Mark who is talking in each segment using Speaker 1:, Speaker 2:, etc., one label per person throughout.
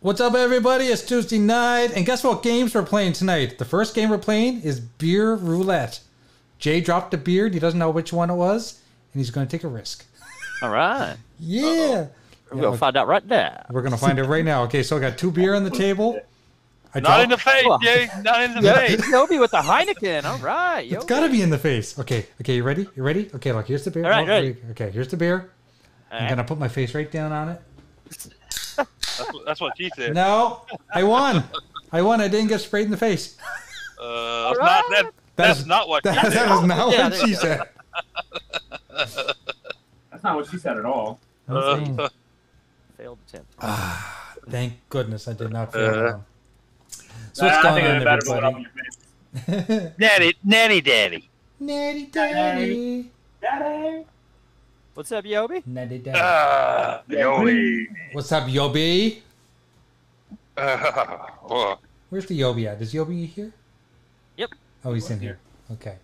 Speaker 1: What's up, everybody? It's Tuesday night, and guess what games we're playing tonight? The first game we're playing is Beer Roulette. Jay dropped a beard, he doesn't know which one it was, and he's going to take a risk.
Speaker 2: All right.
Speaker 1: Yeah.
Speaker 2: We're going to find out right now.
Speaker 1: We're going to find it right now. Okay, so I got two beer on the table. I
Speaker 3: Not in the
Speaker 1: dropped-
Speaker 3: face,
Speaker 2: Well-
Speaker 3: Jay. Not in the
Speaker 2: Hey,
Speaker 3: face.
Speaker 2: Yobi with the Heineken. All right.
Speaker 1: It's
Speaker 2: Yobi.
Speaker 1: got to be in the face. Okay, okay, you ready? You ready? Okay, look, here's the beer.
Speaker 2: All right,
Speaker 1: Oh,
Speaker 2: ready.
Speaker 1: Okay, here's the beer. I'm going to put my face right down on it.
Speaker 3: That's, what- that's what she said.
Speaker 1: No, I won. I won. I didn't get sprayed in the face.
Speaker 3: Uh, that's not, that, that's,
Speaker 1: That's-
Speaker 3: not what she
Speaker 1: That,
Speaker 3: said.
Speaker 1: that was not
Speaker 2: Yeah,
Speaker 1: what
Speaker 2: there
Speaker 1: she
Speaker 2: you go.
Speaker 1: said.
Speaker 4: That's not what she said at all.
Speaker 3: Uh,
Speaker 2: Failed attempt.
Speaker 1: Thank goodness I did not fail.
Speaker 3: Uh,
Speaker 1: that one. so what's going on, everybody?
Speaker 3: Nanny, nanny, daddy.
Speaker 1: Natty daddy,
Speaker 4: Daddy!
Speaker 2: What's up, Yobi?
Speaker 1: natty daddy.
Speaker 3: Uh, Yoey.
Speaker 1: What's up, Yobi?
Speaker 3: Uh, oh.
Speaker 1: Where's the Yobi at? Is Yobi here?
Speaker 2: Yep.
Speaker 1: Oh, he's in here. Okay.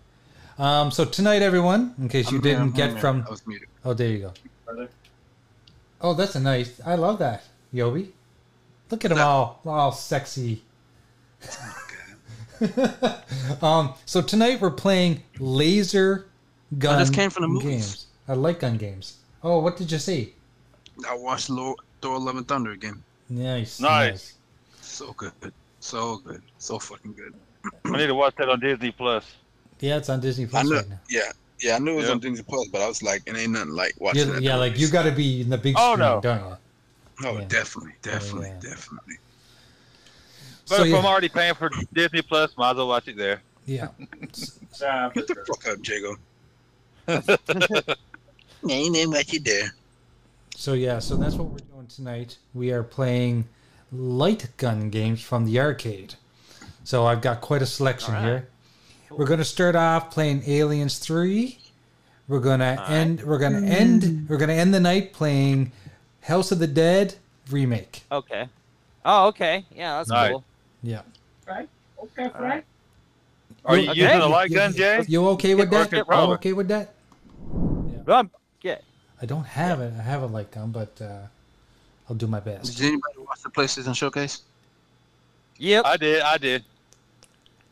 Speaker 1: Um, so tonight, everyone, in case you didn't get from,
Speaker 5: I was muted.
Speaker 1: oh, there you go. Oh, that's a nice. I love that, Yobi. Look at him all, all sexy. um, so tonight we're playing laser gun.
Speaker 5: Oh, this came from the movies.
Speaker 1: Games. I like gun games. Oh, what did you see?
Speaker 5: I watched Lord, Thor: Love and Thunder again.
Speaker 1: Nice,
Speaker 3: Nice.
Speaker 5: So good, so good, so fucking good.
Speaker 3: I need to watch that on Disney Plus.
Speaker 1: Yeah, it's on Disney
Speaker 5: I
Speaker 1: Plus
Speaker 5: know.
Speaker 1: right now.
Speaker 5: Yeah, yeah, I knew it was
Speaker 3: Yeah.
Speaker 5: on Disney Plus, but I was like, it ain't nothing like watching
Speaker 1: You,
Speaker 5: that.
Speaker 1: yeah, like you got to be in the big
Speaker 3: Oh,
Speaker 1: screen,
Speaker 3: no.
Speaker 1: don't you?
Speaker 5: No,
Speaker 1: yeah.
Speaker 5: definitely, definitely,
Speaker 1: yeah.
Speaker 5: definitely.
Speaker 3: But
Speaker 1: So,
Speaker 3: if I'm
Speaker 1: yeah,
Speaker 3: already paying for Disney Plus, might as well watch it there.
Speaker 1: yeah.
Speaker 4: Uh,
Speaker 5: Get the fuck up, Jago. ain't ain't what you there.
Speaker 1: So yeah, so that's what we're doing tonight. We are playing light gun games from the arcade. So I've got quite a selection
Speaker 2: Alright.
Speaker 1: here. We're gonna start off playing Aliens Three. We're gonna end. We're gonna end. We're gonna end the night playing House of the Dead remake.
Speaker 2: Okay. Oh, okay. Yeah, that's
Speaker 3: Nice.
Speaker 2: cool.
Speaker 1: Yeah.
Speaker 4: right? Okay,
Speaker 2: All right.
Speaker 4: Frank.
Speaker 3: Are you
Speaker 2: Okay.
Speaker 3: using a light gun,
Speaker 1: you,
Speaker 3: Jay?
Speaker 1: You okay with that?
Speaker 3: Working
Speaker 1: You
Speaker 3: problem.
Speaker 1: okay with that?
Speaker 2: Run. Yeah.
Speaker 1: I don't have it. I have a light gun, but uh, I'll do my best.
Speaker 5: Did anybody watch the PlayStation Showcase?
Speaker 2: Yep.
Speaker 3: I did. I did.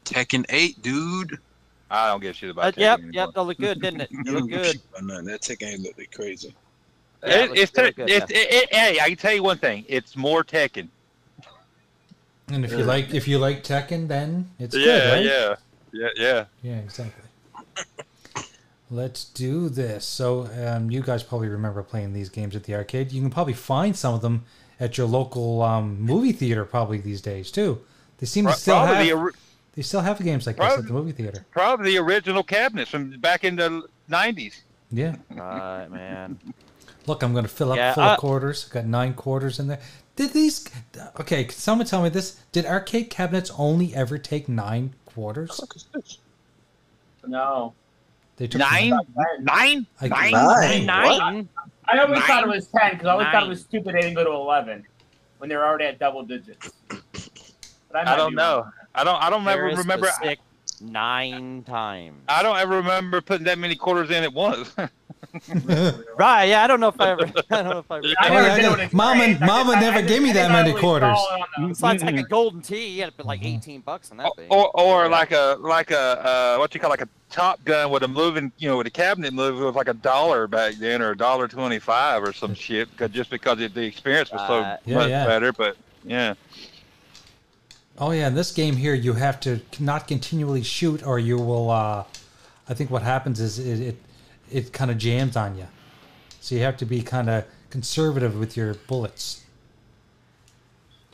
Speaker 5: Tekken 8, dude.
Speaker 3: I don't give a shit about
Speaker 2: Uh,
Speaker 3: that.
Speaker 2: yep. Yep. That looked good, didn't it? It
Speaker 5: You don't
Speaker 2: looked
Speaker 5: give a
Speaker 2: good.
Speaker 5: shit about nothing. That Tekken 8 looked like crazy.
Speaker 2: Yeah, it
Speaker 3: It,
Speaker 2: looks
Speaker 3: it's
Speaker 2: really
Speaker 3: te-
Speaker 2: good,
Speaker 3: it's it, it, hey, I can tell you one thing. It's more Tekken.
Speaker 1: And if you like, if you like Tekken, then it's good,
Speaker 3: yeah,
Speaker 1: right?
Speaker 3: yeah, yeah, yeah.
Speaker 1: Yeah, exactly. Let's do this. So, um, you guys probably remember playing these games at the arcade. You can probably find some of them at your local um, movie theater, probably these days too. They seem to
Speaker 3: Pro-
Speaker 1: still
Speaker 3: Probably the
Speaker 1: have.
Speaker 3: ori-
Speaker 1: they still have games like this at the movie theater.
Speaker 3: probably the original cabinets from back in the '90s.
Speaker 1: Yeah.
Speaker 2: Right, man.
Speaker 1: Look, I'm going to fill up
Speaker 2: Yeah,
Speaker 1: full
Speaker 2: I-
Speaker 1: quarters. Got nine quarters in there. Did these? Okay, can someone tell me this? Did arcade cabinets only ever take nine quarters?
Speaker 4: No.
Speaker 1: They took
Speaker 3: Nine, nine,
Speaker 1: I-
Speaker 3: nine,
Speaker 5: Nine?
Speaker 2: Nine.
Speaker 4: I always
Speaker 3: Nine.
Speaker 4: thought it was 10 because I always thought it was
Speaker 2: Nine.
Speaker 4: stupid they didn't go to 11 when they were already at double digits. But
Speaker 3: I
Speaker 4: might
Speaker 3: don't
Speaker 4: be
Speaker 3: know.
Speaker 4: wrong.
Speaker 3: I don't. I don't ever
Speaker 2: Paris
Speaker 3: remember.
Speaker 2: was sick nine times.
Speaker 3: I don't ever remember putting that many quarters in at once.
Speaker 2: Right. Yeah. I don't know if I ever. I don't know if I. Ever,
Speaker 4: I
Speaker 1: Oh,
Speaker 4: never
Speaker 1: yeah,
Speaker 4: did
Speaker 1: yeah.
Speaker 4: it with
Speaker 1: Mama-
Speaker 4: grades. I
Speaker 1: Mama
Speaker 4: just- I
Speaker 1: never
Speaker 4: just-
Speaker 1: gave me
Speaker 4: I
Speaker 1: that
Speaker 4: just
Speaker 1: many
Speaker 4: always
Speaker 1: quarters.
Speaker 4: fall on uh, Mm-hmm. those.
Speaker 2: it's like, it's like a golden tea. You had to put like eighteen bucks on that thing.
Speaker 3: or, or like a like a uh, what you call like a Top Gun with a moving, you know, with a cabinet move with like a dollar back then or a dollar twenty-five or some shit, 'cause- just because it, the experience was so
Speaker 2: Right.
Speaker 1: Yeah,
Speaker 3: much
Speaker 1: yeah.
Speaker 3: better. But yeah,
Speaker 1: Oh yeah, in this game here, you have to not continually shoot, or you will. Uh, I think what happens is it it, it kind of jams on you, so you have to be kind of conservative with your bullets.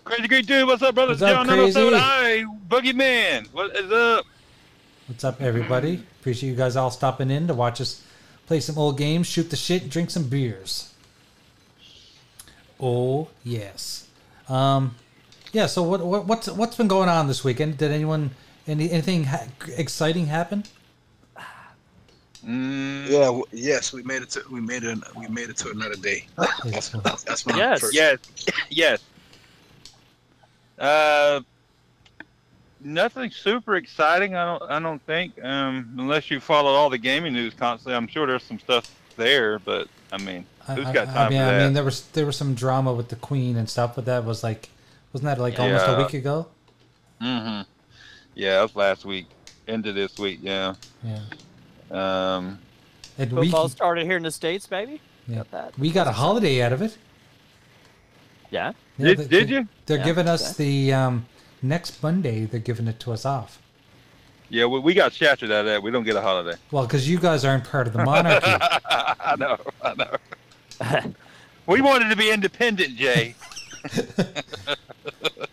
Speaker 3: crazy great dude, what's up, brother?
Speaker 1: What's up,
Speaker 3: John number seven,
Speaker 1: Crazy?
Speaker 3: hi, Boogeyman, what is up?
Speaker 1: What's up, everybody? Appreciate you guys all stopping in to watch us play some old games, shoot the shit, and drink some beers. Oh yes, um, yeah. So what, what what's what's been going on this weekend? Did anyone any anything ha- exciting happen?
Speaker 3: Mm,
Speaker 5: Yeah, w- yes, we made it to we made it we made it to another day. That's that's my
Speaker 2: Yes,
Speaker 5: first.
Speaker 3: Yes, yes. Uh, nothing super exciting. I don't. I don't think. Um, unless you follow all the gaming news constantly, I'm sure there's some stuff there. But I mean,
Speaker 1: I-
Speaker 3: who's
Speaker 1: I-
Speaker 3: got
Speaker 1: I
Speaker 3: time
Speaker 1: mean,
Speaker 3: for
Speaker 1: I mean,
Speaker 3: that?
Speaker 1: there was there was some drama with the queen and stuff, but that was like Wasn't that like almost a
Speaker 3: Yeah.
Speaker 1: week ago?
Speaker 3: Mm-hmm. Yeah, that's last week into this week. Yeah.
Speaker 1: Yeah.
Speaker 3: Um,
Speaker 1: And we
Speaker 2: Football started here in the states, baby.
Speaker 1: Yeah.
Speaker 2: Got that.
Speaker 1: we got a holiday out of it.
Speaker 2: Yeah.
Speaker 1: Yeah,
Speaker 3: did,
Speaker 1: they-
Speaker 3: did you?
Speaker 1: They're
Speaker 2: Yeah,
Speaker 1: giving us the um, next Monday. They're giving it to us off.
Speaker 3: Yeah, we, we got shattered out of that. We don't get a holiday.
Speaker 1: Well, because you guys aren't part of the monarchy.
Speaker 3: I know. I know. we wanted to be independent, Jay.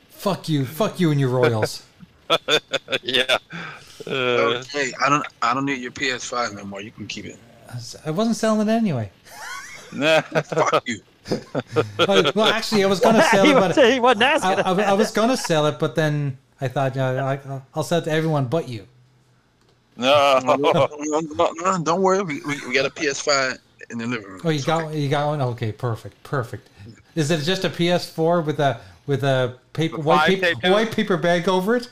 Speaker 1: fuck you, fuck you and your royals.
Speaker 3: yeah. Uh,
Speaker 5: okay, I don't. I don't need your PS5 no more. You can keep it.
Speaker 1: I wasn't selling it anyway.
Speaker 3: nah.
Speaker 5: Fuck you.
Speaker 1: But- well, actually, I was gonna sell
Speaker 2: he,
Speaker 1: it, but
Speaker 2: wasn't, he wasn't
Speaker 1: I,
Speaker 2: asking.
Speaker 1: I, I was gonna sell it, but then I thought, you know, I, I'll sell it to everyone but you.
Speaker 5: No,
Speaker 3: No.
Speaker 5: no, no, no, no, don't worry. We, we, we got a PS5 in the living room.
Speaker 1: Oh, you got you got one. Okay, perfect, perfect. Is it just a PS4 with a with a paper
Speaker 3: With
Speaker 1: white
Speaker 3: five
Speaker 1: paper
Speaker 3: taped to it?
Speaker 1: white paper bag over it?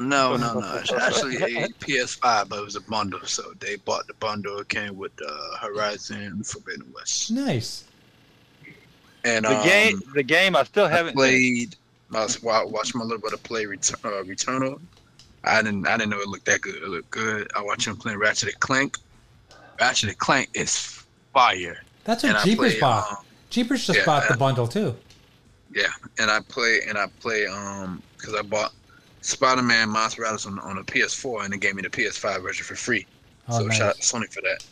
Speaker 5: No, no, no. It's actually a PS5, but it was a bundle. So they bought the bundle. It came with uh, Horizon Forbidden West.
Speaker 1: Nice.
Speaker 5: And
Speaker 3: The
Speaker 5: um,
Speaker 3: game. The game. I still
Speaker 5: I
Speaker 3: haven't played.
Speaker 5: played. I was wa- watched my little brother play Ret- uh, Returnal. I didn't. I didn't know it looked that good. It looked good. I watched him playing Ratchet and Clank. Ratchet and Clank is fire.
Speaker 1: That's
Speaker 5: And
Speaker 1: what
Speaker 5: I
Speaker 1: Jeepers
Speaker 5: play,
Speaker 1: bought.
Speaker 5: um,
Speaker 1: Jeepers just
Speaker 5: yeah,
Speaker 1: bought the
Speaker 5: uh,
Speaker 1: bundle too.
Speaker 5: Yeah, and I play and I play um because I bought Spider Man Miles Morales on, on a PS4 and they gave me the PS5 version for free.
Speaker 1: Oh,
Speaker 5: so
Speaker 1: nice.
Speaker 5: shout out to Sony for that.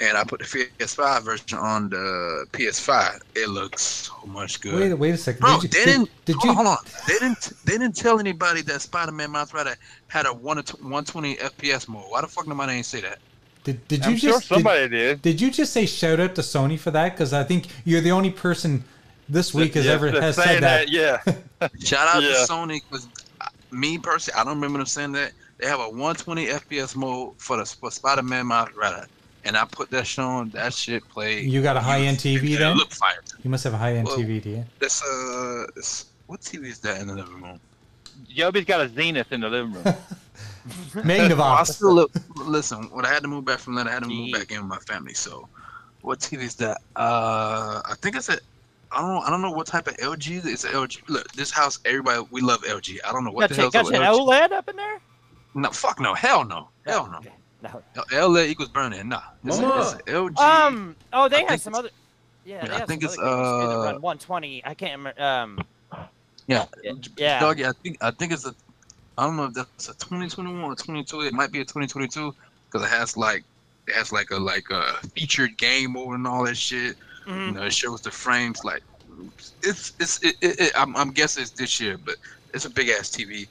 Speaker 5: And I put the PS5 version on the PS5. It looks so much good.
Speaker 1: Wait, wait a second.
Speaker 5: Bro,
Speaker 1: did
Speaker 5: they
Speaker 1: you,
Speaker 5: didn't.
Speaker 1: did, did
Speaker 5: hold,
Speaker 1: you
Speaker 5: on, hold on. They didn't. They didn't tell anybody that Spider-Man Miles Morales had a one to one twenty FPS mode. Why the fuck nobody ain't say that?
Speaker 1: did, did you
Speaker 3: I'm
Speaker 1: just
Speaker 3: sure
Speaker 1: did-
Speaker 3: somebody did.
Speaker 1: Did you just say shout out to Sony for that? Because I think you're the only person this week has
Speaker 3: Yeah,
Speaker 1: ever
Speaker 3: just
Speaker 1: has
Speaker 3: saying
Speaker 1: said that.
Speaker 3: Yeah.
Speaker 5: Shout out
Speaker 3: Yeah.
Speaker 5: to Sony because me personally, I don't remember them saying that. They have a one twenty FPS mode for the for Spider-Man Miles Morales, and I put that shit on. That shit played.
Speaker 1: You got a high-end TV then?
Speaker 5: Look fire.
Speaker 1: You must have a high end
Speaker 5: Well-
Speaker 1: TV, do you?
Speaker 5: That's uh, it's, what TV is that in the living room?
Speaker 3: Yobi's got a zenith in the living room.
Speaker 5: Well, I
Speaker 1: Magnavox.
Speaker 5: still look, listen. When I had to move back from that, I had to move back in with my family. So, what TV is that? Uh, I think it's a. I don't. I don't know what type of LG. it is. It's a LG. Look, this house, everybody, we love LG. I don't know what
Speaker 2: Got
Speaker 5: the
Speaker 2: you,
Speaker 5: hell's
Speaker 2: got
Speaker 5: up
Speaker 2: you
Speaker 5: with
Speaker 2: an
Speaker 5: LG.
Speaker 2: OLED up in there?
Speaker 5: No, fuck no, hell no, hell no.
Speaker 2: No.
Speaker 5: L- LA equals burning. Nah, it's, a, it's a LG.
Speaker 2: Um. Oh, they
Speaker 5: I
Speaker 2: had
Speaker 5: think
Speaker 2: some
Speaker 5: it's-
Speaker 2: other. Yeah,
Speaker 5: yeah,
Speaker 2: they
Speaker 5: I
Speaker 2: had
Speaker 5: think
Speaker 2: some
Speaker 5: it's,
Speaker 2: other games that
Speaker 5: uh,
Speaker 2: run 120. I can't remember. Um.
Speaker 5: yeah,
Speaker 2: yeah.
Speaker 5: Doggy, I think I think it's a. I don't know if that's a 2021 or 22. It might be a 2022 because it has like it has like a like a featured game mode and all that shit.
Speaker 2: mhm.
Speaker 5: You know, it shows the frames like it's it's it, it, it I'm, I'm guessing it's this year, but it's a big ass TV.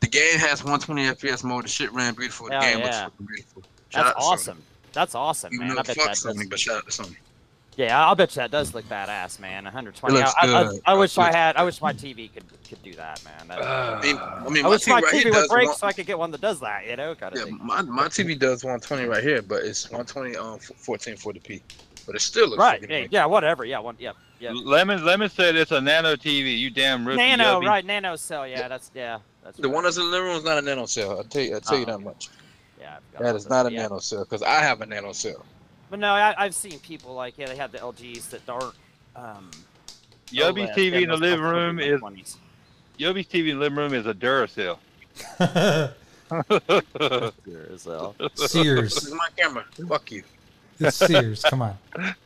Speaker 5: The game has 120 FPS mode. The shit ran beautiful. The
Speaker 2: Oh,
Speaker 5: game looks
Speaker 2: yeah.
Speaker 5: fucking beautiful. Shout
Speaker 2: That's
Speaker 5: out to Sony.
Speaker 2: awesome. That's awesome,
Speaker 5: Even
Speaker 2: man.
Speaker 5: though
Speaker 2: I bet
Speaker 5: fuck
Speaker 2: that does.
Speaker 5: Sony, but shout out to Sony.
Speaker 2: Yeah, I'll bet you that does look badass, man. 120.
Speaker 5: It looks
Speaker 2: I, I- I-
Speaker 5: good.
Speaker 2: I wish I
Speaker 5: Looks
Speaker 2: had. I wish my TV could could do that, man. That-
Speaker 5: I mean, I mean,
Speaker 2: I
Speaker 5: my
Speaker 2: wish
Speaker 5: TV
Speaker 2: my
Speaker 5: right here
Speaker 2: TV would
Speaker 5: does
Speaker 2: break
Speaker 5: one-
Speaker 2: so I could get one that does that. You know, kind of
Speaker 5: Yeah,
Speaker 2: thing.
Speaker 5: my, my TV does 120 right here, but it's um, 120 on 1440p. But it still looks
Speaker 2: Right.
Speaker 5: fucking
Speaker 2: Yeah,
Speaker 5: great.
Speaker 2: yeah. Whatever. Yeah. One. Yeah. Yeah.
Speaker 3: Lemon, Lemon said it's a nano TV. You damn rookie.
Speaker 2: Nano.
Speaker 3: Yubby.
Speaker 2: Right. Nano cell. Yeah. That's. Yeah. That's.
Speaker 5: The
Speaker 2: right.
Speaker 5: one that's in the living room is not a nano cell. I tell you, I tell you
Speaker 2: Oh,
Speaker 5: that
Speaker 2: okay.
Speaker 5: much.
Speaker 2: Yeah. I forgot
Speaker 5: That
Speaker 2: about
Speaker 5: is
Speaker 2: this,
Speaker 5: not a
Speaker 2: yeah.
Speaker 5: nano cell because I have a nano cell.
Speaker 2: But no, I, I've seen people like yeah, they have the LGs that aren't. Um,
Speaker 3: Yobi's
Speaker 2: OLED,
Speaker 3: TV
Speaker 2: they
Speaker 3: in the
Speaker 2: must
Speaker 3: living
Speaker 2: have
Speaker 3: room is
Speaker 2: 120s.
Speaker 3: Yobi's TV in the living room is a Duracell.
Speaker 2: Sure as hell.
Speaker 5: This
Speaker 1: Sears.
Speaker 5: is my camera. Fuck you.
Speaker 1: It's Sears. Come on.
Speaker 3: Uh,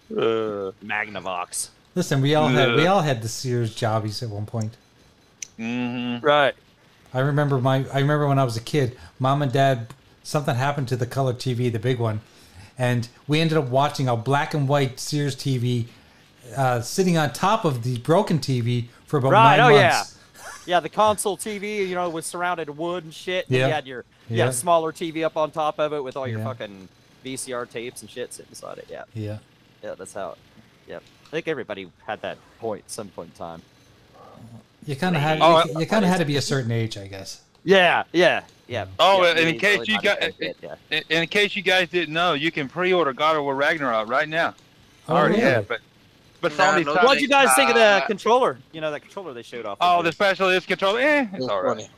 Speaker 2: Magnavox.
Speaker 1: Listen, we all had we all had the Sears jobbies at one point.
Speaker 3: hmm
Speaker 2: Right.
Speaker 1: I remember my I remember when I was a kid, mom and dad something happened to the color TV, the big one, and we ended up watching a black and white Sears TV uh, sitting on top of the broken TV for about
Speaker 2: Right,
Speaker 1: nine
Speaker 2: oh, yeah.
Speaker 1: months.
Speaker 2: Yeah, the console TV, you know, was surrounded wood and shit. and
Speaker 1: Yeah.
Speaker 2: You had your you had
Speaker 1: Yeah.
Speaker 2: a smaller TV up on top of it with all your
Speaker 1: Yeah.
Speaker 2: fucking VCR tapes and shit sitting inside it. Yeah.
Speaker 1: Yeah. Yeah.
Speaker 2: Yeah, that's how. Yep. I think everybody had that point at some point in time.
Speaker 1: You kind of had
Speaker 3: Oh,
Speaker 1: you, kind of had to be a certain age, I guess.
Speaker 2: Yeah. Yeah. Yeah.
Speaker 3: Oh,
Speaker 2: yeah,
Speaker 3: and in
Speaker 2: really,
Speaker 3: case
Speaker 2: really
Speaker 3: you
Speaker 2: not
Speaker 3: got-
Speaker 2: even fit, yeah.
Speaker 3: In, in case you guys didn't know, you can pre-order God of War Ragnarok right now.
Speaker 1: Oh,
Speaker 3: Already
Speaker 1: really?
Speaker 3: have, but but
Speaker 5: Nah,
Speaker 3: Sony's
Speaker 5: no,
Speaker 3: trying
Speaker 2: What'd
Speaker 3: to-
Speaker 2: you guys think of the
Speaker 5: uh,
Speaker 2: controller? You know that controller they showed off.
Speaker 3: Oh,
Speaker 2: of
Speaker 3: the specialist controller. Eh, it's all right.
Speaker 5: funny.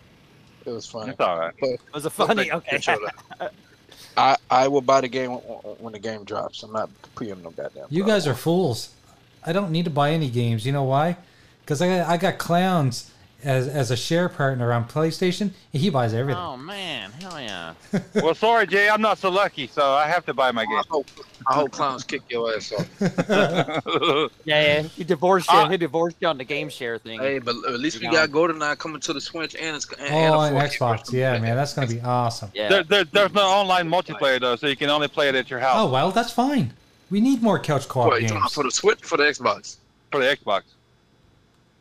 Speaker 5: It was funny.
Speaker 3: It's all right.
Speaker 2: it was a funny.
Speaker 5: Fuck that
Speaker 2: Okay.
Speaker 5: controller. I, I will buy the game when, when the game drops. I'm not pre-ordering no goddamn.
Speaker 1: You
Speaker 5: product.
Speaker 1: guys are fools. I don't need to buy any games. You know why? because I, I got clowns as as a share partner on PlayStation. and He buys everything.
Speaker 2: Oh man, hell yeah.
Speaker 3: well, sorry, Jay, I'm not so lucky, so I have to buy my game.
Speaker 5: I hope, I hope clowns kick your ass off.
Speaker 2: Yeah, yeah. He divorced you.
Speaker 5: Uh,
Speaker 2: he divorced you on the game share thing.
Speaker 5: Hey, but at least we
Speaker 2: You know.
Speaker 5: got GoldenEye coming to the Switch and it's and, and a
Speaker 1: Oh, and
Speaker 5: 4K
Speaker 1: Xbox.
Speaker 5: version.
Speaker 1: Yeah, man, that's gonna be awesome.
Speaker 2: yeah.
Speaker 3: There, there, there's no online multiplayer though, so you can only play it at your house
Speaker 1: Oh well, that's fine. We need more couch co-op
Speaker 5: What, you talking about
Speaker 1: games.
Speaker 5: for the Switch or for the Xbox?
Speaker 3: for the Xbox.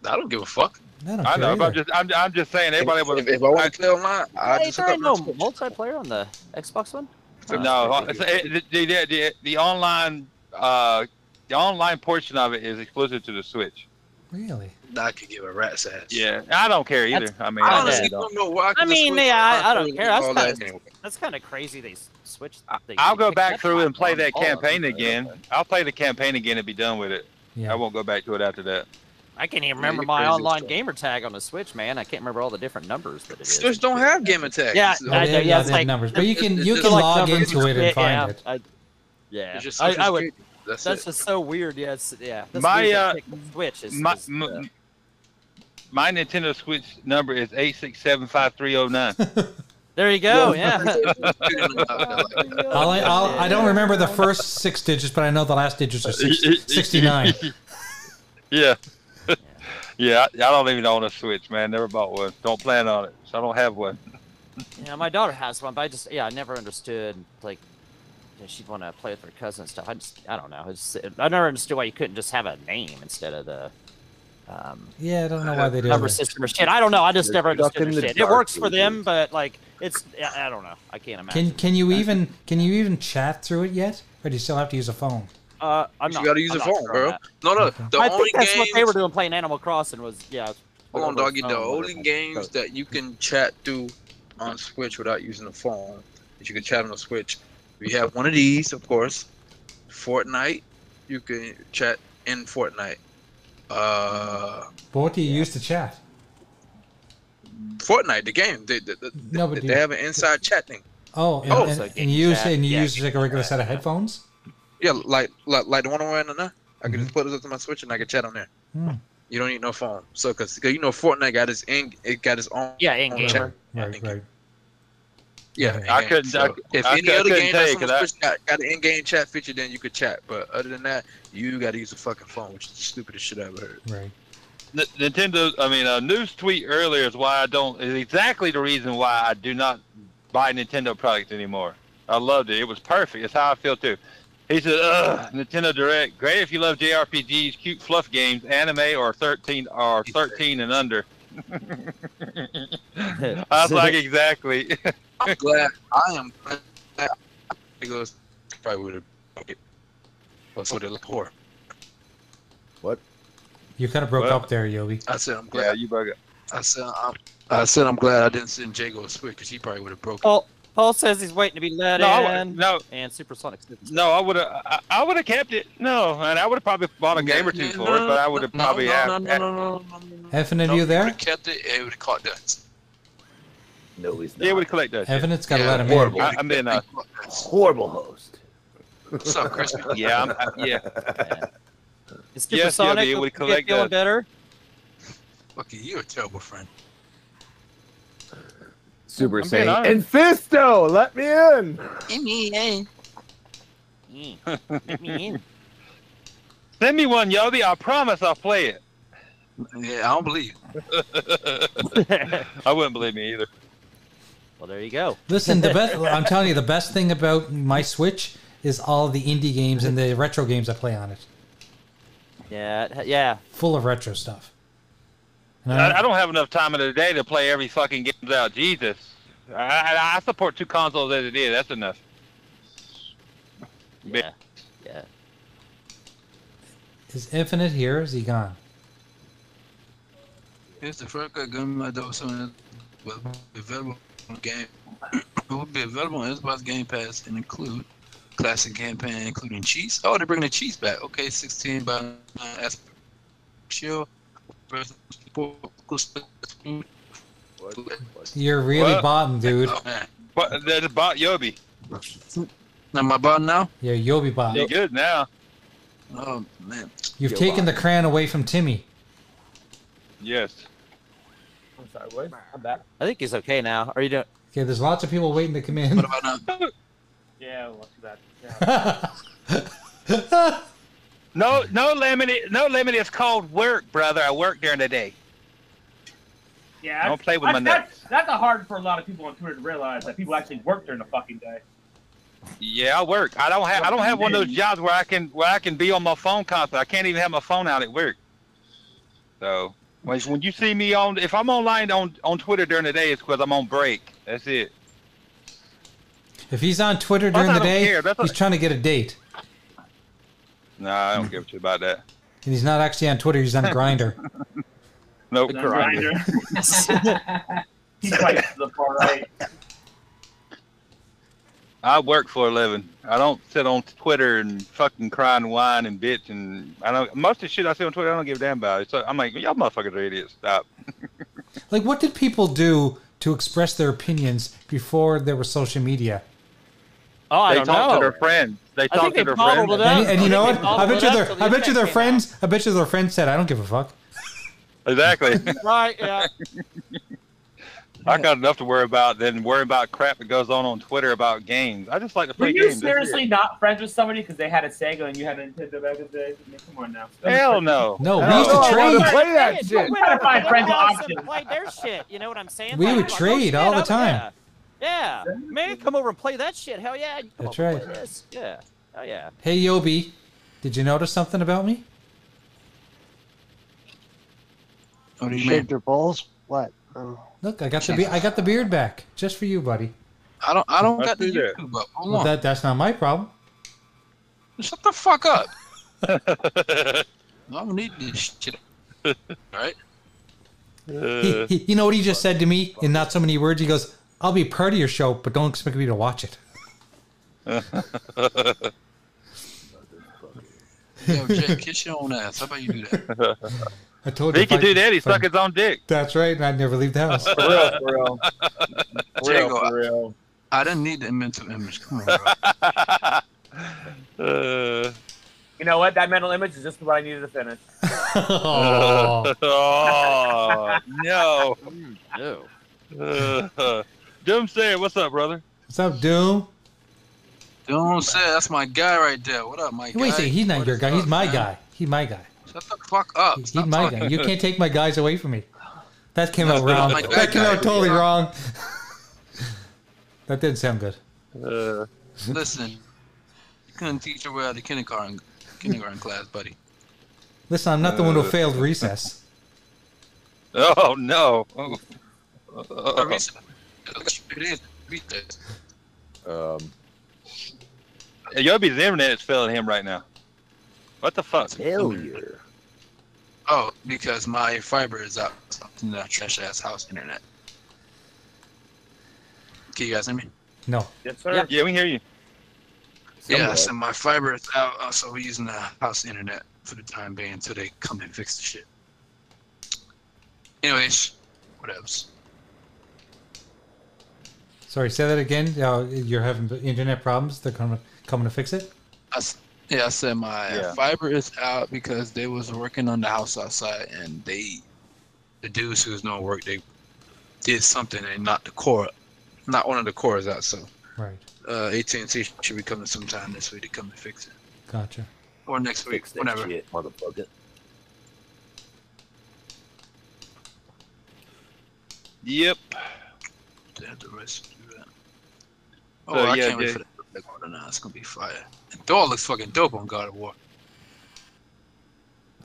Speaker 5: I don't give a fuck.
Speaker 1: I don't
Speaker 3: I
Speaker 1: care
Speaker 3: know, but I'm
Speaker 1: either.
Speaker 3: just, I'm, I'm just saying, everybody
Speaker 5: if,
Speaker 3: was.
Speaker 5: if I want to play online, I
Speaker 2: Hey,
Speaker 5: just
Speaker 2: there
Speaker 5: hook up
Speaker 2: ain't
Speaker 5: my
Speaker 2: no
Speaker 5: Switch.
Speaker 2: multiplayer on the Xbox One. Uh,
Speaker 3: no,
Speaker 2: I
Speaker 3: it's- it- the, the, the, the online, uh, the online portion of it is exclusive to the Switch.
Speaker 1: really.
Speaker 5: I could give a rat's ass.
Speaker 3: Yeah, I don't care either.
Speaker 2: That's-
Speaker 3: I mean,
Speaker 5: I
Speaker 2: Yeah,
Speaker 5: honestly
Speaker 2: yeah,
Speaker 5: don't know why. 'cause
Speaker 2: I
Speaker 5: the
Speaker 2: mean,
Speaker 5: Switch
Speaker 2: yeah,
Speaker 5: is
Speaker 2: I- I don't
Speaker 5: not
Speaker 2: care. That's
Speaker 5: all
Speaker 2: not-
Speaker 5: that anyway.
Speaker 2: That's kind of crazy. They s- switched. They,
Speaker 3: I'll
Speaker 2: they
Speaker 3: go
Speaker 2: picked
Speaker 3: back
Speaker 2: up
Speaker 3: through and play
Speaker 2: on
Speaker 3: that
Speaker 2: all of them,
Speaker 3: campaign
Speaker 2: but-
Speaker 3: again. I'll play the campaign again and be done with it. I
Speaker 1: Yeah.
Speaker 3: won't go back to it after that.
Speaker 2: I can't even
Speaker 5: Yeah,
Speaker 2: remember
Speaker 5: you're
Speaker 2: my
Speaker 5: crazy as
Speaker 2: online
Speaker 5: fuck.
Speaker 2: gamer tag on the Switch, man. I can't remember all the different numbers that it is.
Speaker 5: Switch don't have game attack.
Speaker 2: Yeah,
Speaker 5: It's-
Speaker 2: I
Speaker 1: Oh,
Speaker 2: know,
Speaker 1: they-
Speaker 2: yeah,
Speaker 1: yeah,
Speaker 2: it's
Speaker 1: they
Speaker 2: like-
Speaker 1: have numbers, but you
Speaker 5: it's-
Speaker 1: can
Speaker 5: it's
Speaker 1: you
Speaker 5: just
Speaker 1: can
Speaker 5: like
Speaker 1: log
Speaker 5: numbers.
Speaker 1: into it and
Speaker 2: Yeah,
Speaker 1: find it.
Speaker 2: I, yeah,
Speaker 5: it's just
Speaker 2: I,
Speaker 5: Switch
Speaker 2: I
Speaker 5: is
Speaker 2: would.
Speaker 5: cheating. That's,
Speaker 2: That's
Speaker 5: it.
Speaker 2: just so weird. Yes, yeah. That's
Speaker 3: My,
Speaker 2: weird
Speaker 3: uh,
Speaker 2: that pick Switch is,
Speaker 3: My,
Speaker 2: is,
Speaker 3: m-
Speaker 2: uh,
Speaker 3: my Nintendo Switch number is eight six seven five three zero nine.
Speaker 2: there you go.
Speaker 5: Yeah.
Speaker 2: Yeah.
Speaker 1: I'll, I'll, I don't remember the first six digits, but I know the last digits are six, 69.
Speaker 3: Yeah. yeah, I, I don't even own a Switch, man. Never bought one. Don't plan on it. So I don't have one.
Speaker 2: Yeah, my daughter has one, but I just yeah, I never understood like you know, she'd want to play with her cousin and stuff. I just I don't know. It's, I never understood why you couldn't just have a name instead of the um,
Speaker 1: Yeah, I don't know why they do
Speaker 2: number
Speaker 1: that.
Speaker 2: system or shit. I don't know. I just
Speaker 6: You're
Speaker 2: never
Speaker 6: stuck
Speaker 2: understood
Speaker 6: in
Speaker 2: the
Speaker 6: the
Speaker 2: shit. It
Speaker 6: dark
Speaker 2: works for them,
Speaker 6: ages.
Speaker 2: but like it's I, I don't know. I can't imagine.
Speaker 1: Can can you even can you even chat through it yet, or do you still have to use a phone?
Speaker 2: uh, I'm
Speaker 5: You
Speaker 2: not.
Speaker 5: gotta use
Speaker 2: I'm
Speaker 5: a
Speaker 2: not
Speaker 5: phone,
Speaker 2: sure on
Speaker 5: bro.
Speaker 2: that.
Speaker 5: No, no.
Speaker 1: Okay.
Speaker 5: The
Speaker 2: I
Speaker 5: only
Speaker 2: think that's what they
Speaker 5: games-
Speaker 2: were doing playing Animal Crossing was yeah.
Speaker 5: Hold on,
Speaker 2: over a
Speaker 5: doggy. The
Speaker 2: phone,
Speaker 5: only
Speaker 2: whatever.
Speaker 5: games that you can chat through on Switch without using a phone that you can chat on the Switch, we have one of these, of course. Fortnite, you can chat in Fortnite. Uh,
Speaker 1: But what do you use to chat?
Speaker 5: Fortnite, the game. They, they, they,
Speaker 1: No, but
Speaker 5: they,
Speaker 1: do
Speaker 5: they
Speaker 1: you-
Speaker 5: have an inside chat thing.
Speaker 1: Oh, and,
Speaker 5: Oh,
Speaker 1: and,
Speaker 2: so
Speaker 1: and you use
Speaker 2: chat,
Speaker 1: and you
Speaker 2: yeah,
Speaker 1: use like a regular set of headphones.
Speaker 5: Yeah, like like, like the one I'm wearing now. I can just put it up to my Switch and I can chat on there.
Speaker 1: Hmm.
Speaker 5: You don't need no phone. So, cause, 'cause you know Fortnite got his in, it got his own.
Speaker 2: Yeah, in
Speaker 5: own chat.
Speaker 2: gamer.
Speaker 1: Right, right.
Speaker 5: Yeah,
Speaker 1: Okay.
Speaker 3: I
Speaker 5: in-game.
Speaker 3: couldn't- I-
Speaker 5: if
Speaker 3: I
Speaker 5: any
Speaker 3: cou- I
Speaker 5: other
Speaker 3: couldn't
Speaker 5: game
Speaker 3: tell
Speaker 5: that's
Speaker 3: you,
Speaker 5: on the
Speaker 3: 'cause I-
Speaker 5: Switch got, got an in-game chat feature, then you could chat. But other than that, you got to use the fucking phone, which is the stupidest shit I ever heard.
Speaker 1: Right.
Speaker 3: N- Nintendo, I mean, a news tweet earlier is why I don't, is exactly the reason why I do not buy Nintendo products anymore. I loved it. It was perfect. It's how I feel too. He said, Ugh, Nintendo Direct, great if you love JRPGs, cute fluff games, anime, or 13 or 13 and under. I was like, exactly.
Speaker 5: I'm glad. I am. Glad it goes probably would have. That's what it looked for.
Speaker 1: You kind of broke
Speaker 3: Well-
Speaker 1: up there, Yobi.
Speaker 5: I said I'm
Speaker 3: yeah,
Speaker 5: glad.
Speaker 3: you bug it.
Speaker 5: I said I'm. I said I'm glad I didn't send Jago a Switch because he probably would have broke.
Speaker 2: Paul Paul says he's waiting to be let
Speaker 3: No, I,
Speaker 2: in.
Speaker 3: no,
Speaker 2: And Supersonic. Citizens.
Speaker 3: no, I would have, I, I would have kept it. No, and I would have probably bought a game or two for it, but I would have
Speaker 5: No,
Speaker 3: probably
Speaker 5: no,
Speaker 3: have-
Speaker 5: No, no, no, no, no, no, no.
Speaker 1: Evan, are
Speaker 5: No,
Speaker 1: you there?
Speaker 5: would've kept it. It would have caught dust.
Speaker 6: No, he's not.
Speaker 3: Yeah, would collect that. shit.
Speaker 1: Evan, it's got to
Speaker 5: Yeah,
Speaker 1: let him
Speaker 6: horrible.
Speaker 3: I, I mean, uh,
Speaker 6: Horrible host.
Speaker 5: What's up, Crispy?
Speaker 3: yeah, I'm, I, yeah.
Speaker 2: Is
Speaker 3: Yes, yeah,
Speaker 2: Supersonic
Speaker 3: they would
Speaker 2: get
Speaker 3: collect
Speaker 2: feeling
Speaker 3: that.
Speaker 2: better?
Speaker 5: Fucking, you're a terrible friend.
Speaker 6: Super
Speaker 3: I'm being
Speaker 6: saying,
Speaker 3: honest.
Speaker 6: Infisto, let me in.
Speaker 2: Mm. Let me in.
Speaker 3: Send me one, Yobi. I promise I'll play it.
Speaker 5: Yeah, I don't believe. you.
Speaker 3: I wouldn't believe me either.
Speaker 2: well, there you go.
Speaker 1: Listen, the best, I'm telling you, the best thing about my Switch is all the indie games and the retro games I play on it.
Speaker 2: Yeah, it- yeah.
Speaker 1: Full of retro stuff. And I-
Speaker 3: I, I don't have enough time in the day to play every fucking game out. Jesus. I, I, I support two consoles as it is. That's enough. Bit.
Speaker 2: Yeah. Yeah.
Speaker 1: Is Infinite here? or Is he gone?
Speaker 5: Here's the first gun my dog son will be available on game. It will be available on Xbox Game Pass and include classic campaign, including cheese. Oh, they're bringing the cheese back. Okay, 16 by 9 as chill. Oh,
Speaker 6: What? What?
Speaker 1: You're really
Speaker 3: What?
Speaker 1: botting, dude.
Speaker 5: man.
Speaker 3: But that's about Yobi.
Speaker 5: Now my bottom now.
Speaker 1: Yeah, you'll be
Speaker 3: You're
Speaker 1: botting.
Speaker 3: good now.
Speaker 5: Oh man,
Speaker 6: You're
Speaker 1: You've taken
Speaker 6: botting.
Speaker 1: the crown away from Timmy.
Speaker 3: Yes.
Speaker 4: I'm sorry, what? I'm back.
Speaker 2: I think he's okay now. Are you doing?
Speaker 1: Okay, there's lots of people waiting to come in.
Speaker 5: What about now?
Speaker 4: Yeah, well, too bad. Yeah.
Speaker 1: That's
Speaker 3: No, no limit. No limit is called work, brother. I work during the day.
Speaker 4: yeah
Speaker 3: Don't play with
Speaker 4: that's,
Speaker 3: my
Speaker 4: That's, that's a hard for a lot of people on Twitter to realize that people actually work during the fucking day.
Speaker 3: Yeah, I work. I don't have. I don't have one of those jobs where I can where I can be on my phone constantly. I can't even have my phone out at work. So when when you see me on, if I'm online on on Twitter during the day, it's because I'm on break. That's it.
Speaker 1: if he's on Twitter during
Speaker 3: I
Speaker 1: the
Speaker 3: don't
Speaker 1: day,
Speaker 3: care. That's
Speaker 1: he's
Speaker 3: not-
Speaker 1: trying to get a date,
Speaker 3: Nah, I don't give a shit about that.
Speaker 1: and he's not actually on Twitter. He's on Grinder.
Speaker 3: Nope.
Speaker 4: The
Speaker 2: Grinder.
Speaker 4: grinder. He's like to the far right.
Speaker 3: I work for a living. I don't sit on Twitter and fucking cry and whine and bitch and I don't. Most of the shit I see on Twitter, I don't give a damn about. So I'm like, y'all motherfuckers are idiots. Stop.
Speaker 1: like, what did people do to express their opinions before there was social media?
Speaker 2: Oh, I
Speaker 3: they
Speaker 2: don't
Speaker 3: talk
Speaker 2: know.
Speaker 3: to their friends. They
Speaker 2: I
Speaker 3: talk
Speaker 2: think
Speaker 3: to
Speaker 2: they
Speaker 3: their
Speaker 2: bottled
Speaker 3: friends.
Speaker 2: it up.
Speaker 1: and, and you
Speaker 2: I
Speaker 1: know
Speaker 2: think
Speaker 1: what?
Speaker 2: they all
Speaker 1: I bet
Speaker 2: went
Speaker 1: you
Speaker 2: up
Speaker 1: their
Speaker 2: till the
Speaker 1: I bet you their
Speaker 2: internet came out.
Speaker 1: friends. I bet you their friends said, "I don't give a fuck."
Speaker 3: Exactly.
Speaker 2: Right? Yeah.
Speaker 3: I got enough to worry about than worry about crap that goes on on Twitter about games. I just like to
Speaker 4: Were
Speaker 3: play
Speaker 4: you
Speaker 3: games. that's it.
Speaker 4: seriously not friends with somebody because they had a Sega and you had a Nintendo back in the day? I mean, come on now.
Speaker 3: Hell no.
Speaker 1: No, we
Speaker 6: I don't
Speaker 1: used
Speaker 6: know, I
Speaker 1: to
Speaker 6: wanna
Speaker 1: trade.
Speaker 6: play that shit.
Speaker 4: Try to find friends options.
Speaker 2: Play their shit. You know what I'm saying?
Speaker 1: We
Speaker 2: Like,
Speaker 1: would
Speaker 2: I'm like, oh,
Speaker 1: trade
Speaker 2: shit,
Speaker 1: all the
Speaker 2: I'm-
Speaker 1: time.
Speaker 2: Yeah. yeah, man, come over and play that shit. Hell yeah, you come
Speaker 1: That's
Speaker 2: over and play
Speaker 1: right.
Speaker 2: this. Yeah, hell yeah.
Speaker 1: Hey Yobi, did you notice something about me?
Speaker 5: What do
Speaker 7: You
Speaker 5: you mean?
Speaker 7: shaved your balls? What? Oh.
Speaker 1: Look, I got the be- I got the beard back just for you, buddy.
Speaker 5: I don't. I don't
Speaker 3: I
Speaker 5: got the
Speaker 3: see that.
Speaker 5: YouTube up. Hold
Speaker 1: Well,
Speaker 5: on.
Speaker 1: that that's not my problem.
Speaker 5: Shut the fuck up. I don't need this shit. Alright?
Speaker 1: He, he, you know what he just said to me in not so many words? He goes, "I'll be part of your show, but don't expect me to watch it."
Speaker 5: Yo, Jay, kiss your own ass. How about you do that?
Speaker 1: I told you.
Speaker 3: he can
Speaker 1: if I-
Speaker 3: do that. He
Speaker 1: if I-
Speaker 3: suck his own dick.
Speaker 1: That's right, and I'd never leave the house.
Speaker 8: For real, for real. For real,
Speaker 5: Jago,
Speaker 8: for real.
Speaker 5: I didn't need the mental image. Come on, bro.
Speaker 3: Uh,
Speaker 4: You know what? That mental image is just what I needed to finish.
Speaker 1: Aw.
Speaker 3: oh no.
Speaker 2: No.
Speaker 3: Uh, Doomsayer, what's up, brother?
Speaker 1: What's up, Doom?
Speaker 5: Don't say that's my guy right there. What up, my guy?
Speaker 1: Wait, a second, he's not
Speaker 5: What
Speaker 1: your
Speaker 5: is
Speaker 1: guy. He's
Speaker 5: up,
Speaker 1: my
Speaker 5: man?
Speaker 1: guy. He's my guy.
Speaker 5: Shut the fuck
Speaker 8: Oh,
Speaker 5: up.
Speaker 1: He's
Speaker 5: Stop
Speaker 1: my
Speaker 5: talking.
Speaker 1: guy. You can't take my guys away from me. That came out wrong.
Speaker 5: my
Speaker 1: That came
Speaker 5: guy.
Speaker 1: out totally wrong. that didn't sound good.
Speaker 3: Uh,
Speaker 5: Listen, you couldn't teach her well the kindergarten kindergarten class, buddy.
Speaker 1: Listen, I'm not the one
Speaker 8: Uh.
Speaker 1: who failed recess.
Speaker 3: oh no. Oh,
Speaker 5: The reason- it is recess.
Speaker 8: Um,
Speaker 3: Yobi's internet is failing him right now. What the fuck?
Speaker 8: failure.
Speaker 5: Oh, because my fiber is up in that trash ass house internet. Can you guys hear me?
Speaker 1: No.
Speaker 4: Yes, sir.
Speaker 2: Yeah.
Speaker 3: Yeah, we can hear you.
Speaker 5: Yeah,
Speaker 8: Somewhat.
Speaker 5: so my fiber is out, uh, so we're using the house internet for the time being until they come and fix the shit. Anyways, what else?
Speaker 1: Sorry, say that again. Uh, you're having internet problems. They're coming, coming to fix it.
Speaker 5: I s yeah, I said my
Speaker 3: Yeah.
Speaker 5: fiber is out because they was working on the house outside, and they, the dudes who was doing work, they did something and knocked the core, not one of the cores out. So
Speaker 1: Right.
Speaker 5: uh, AT and T should be coming sometime this week to come and fix it,
Speaker 1: Gotcha.
Speaker 5: or next week,
Speaker 8: Fix that
Speaker 5: whenever.
Speaker 8: shit, motherfucker.
Speaker 3: Yep.
Speaker 5: They have the rest to do that.
Speaker 3: So,
Speaker 5: Oh, I
Speaker 3: yeah,
Speaker 5: can't wait
Speaker 3: yeah.
Speaker 5: for that. Like, oh, no, no, It's gonna be fire. And Thor looks fucking dope on God of War.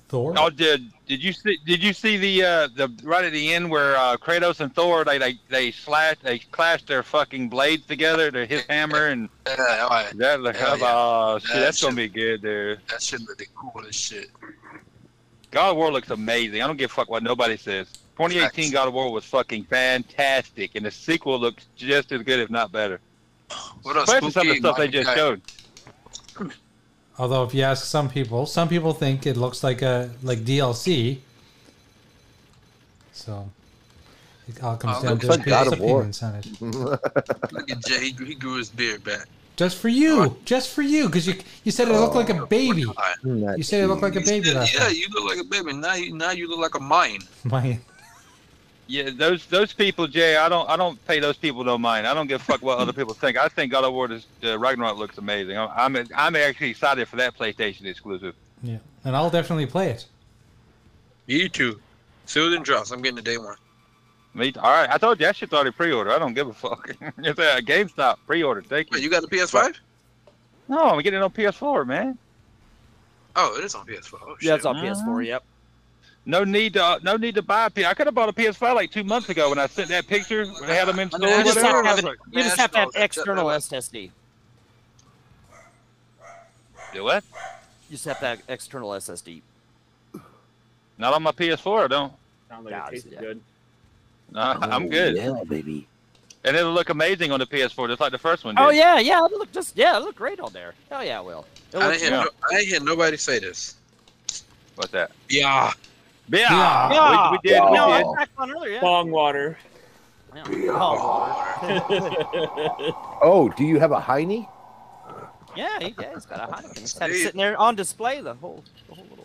Speaker 1: Thor.
Speaker 3: Oh, did did you see did you see the uh, the right at the end where uh, Kratos and Thor they they they slash they clashed their fucking blades together, their his hammer and
Speaker 5: Yeah, all right.
Speaker 3: that like
Speaker 5: Hell yeah.
Speaker 3: oh shit,
Speaker 5: That
Speaker 3: that's gonna be
Speaker 5: shit-
Speaker 3: good there.
Speaker 5: That shit looked cool as shit.
Speaker 3: God of War looks amazing. I don't give a fuck what nobody says. 2018 God of War was fucking fantastic, and the sequel looks just as good, if not better.
Speaker 5: What else?
Speaker 3: Especially some of the
Speaker 5: Spooky,
Speaker 3: stuff they
Speaker 5: Michael
Speaker 3: just
Speaker 5: Jack-
Speaker 3: showed.
Speaker 1: Although, if you ask some people, some people think it looks like a like DLC. So, it all comes
Speaker 5: Oh,
Speaker 1: down
Speaker 5: looks
Speaker 1: to
Speaker 8: Um, like God
Speaker 1: people's
Speaker 8: of War.
Speaker 1: opinions on it.
Speaker 5: Look at Jay. He, grew- he grew his beard back.
Speaker 1: Just for you, just for you, because you you said it looked like a baby.
Speaker 5: Oh, God.
Speaker 8: Hmm,
Speaker 1: You said it looked like a baby
Speaker 5: Yeah,
Speaker 1: last
Speaker 5: yeah, you look like a baby. Now you, now you look like a mine.
Speaker 1: night.
Speaker 3: Yeah, those those people, Jay. I don't I don't pay those people no mind. I don't give a fuck what other people think. I think God of War is, uh, Ragnarok looks amazing. I'm I'm I'm actually excited for that PlayStation exclusive.
Speaker 1: Yeah, and I'll definitely play it.
Speaker 5: You too. Soon drops. I'm getting a day one.
Speaker 3: Me, all right. I told you that shit's already pre-order. I don't give a fuck. it's a GameStop pre-order. Thank
Speaker 5: Wait,
Speaker 3: you.
Speaker 5: you got the PS5?
Speaker 3: No, I'm getting it on PS4, man.
Speaker 5: Oh, it is on PS5. Oh, shit.
Speaker 2: Yeah, it's on PS4. Yep.
Speaker 3: No need to uh, no need to buy a P. I could have bought a PS5 like two months ago when I sent that picture when they had them in
Speaker 5: I
Speaker 3: store.
Speaker 5: mean,
Speaker 3: or
Speaker 2: You just
Speaker 5: that's
Speaker 2: have
Speaker 3: whatever.
Speaker 2: to
Speaker 5: what I
Speaker 2: have,
Speaker 5: was
Speaker 2: an-
Speaker 5: like,
Speaker 2: you just
Speaker 5: man,
Speaker 2: have, to have
Speaker 5: that's all-
Speaker 2: external
Speaker 5: that's-
Speaker 2: SSD.
Speaker 3: Do what?
Speaker 2: You just have to have external SSD.
Speaker 3: Not on my PS4. I don't.
Speaker 4: Sound like
Speaker 2: Yeah,
Speaker 4: it tastes
Speaker 2: yeah.
Speaker 4: good.
Speaker 3: No, I'm good.
Speaker 8: Oh, Yeah, baby.
Speaker 3: And it'll look amazing on the PS4, just like the first one did.
Speaker 2: Oh yeah, yeah. It look just yeah, it look great on there. Hell yeah, it will. It
Speaker 5: I
Speaker 2: looks,
Speaker 5: didn't, hear no, I didn't hear nobody say this.
Speaker 3: What's that?
Speaker 5: Yeah.
Speaker 3: Yeah.
Speaker 2: Yeah.
Speaker 3: We, we did.
Speaker 2: no,
Speaker 3: We
Speaker 2: I
Speaker 3: did.
Speaker 2: cracked one earlier. Yeah.
Speaker 4: Bong water.
Speaker 2: Yeah. Oh,
Speaker 8: Oh, do you have a hiney?
Speaker 2: yeah, he, yeah, he's got a Heineken. He's had it sitting there on display the whole, the whole little.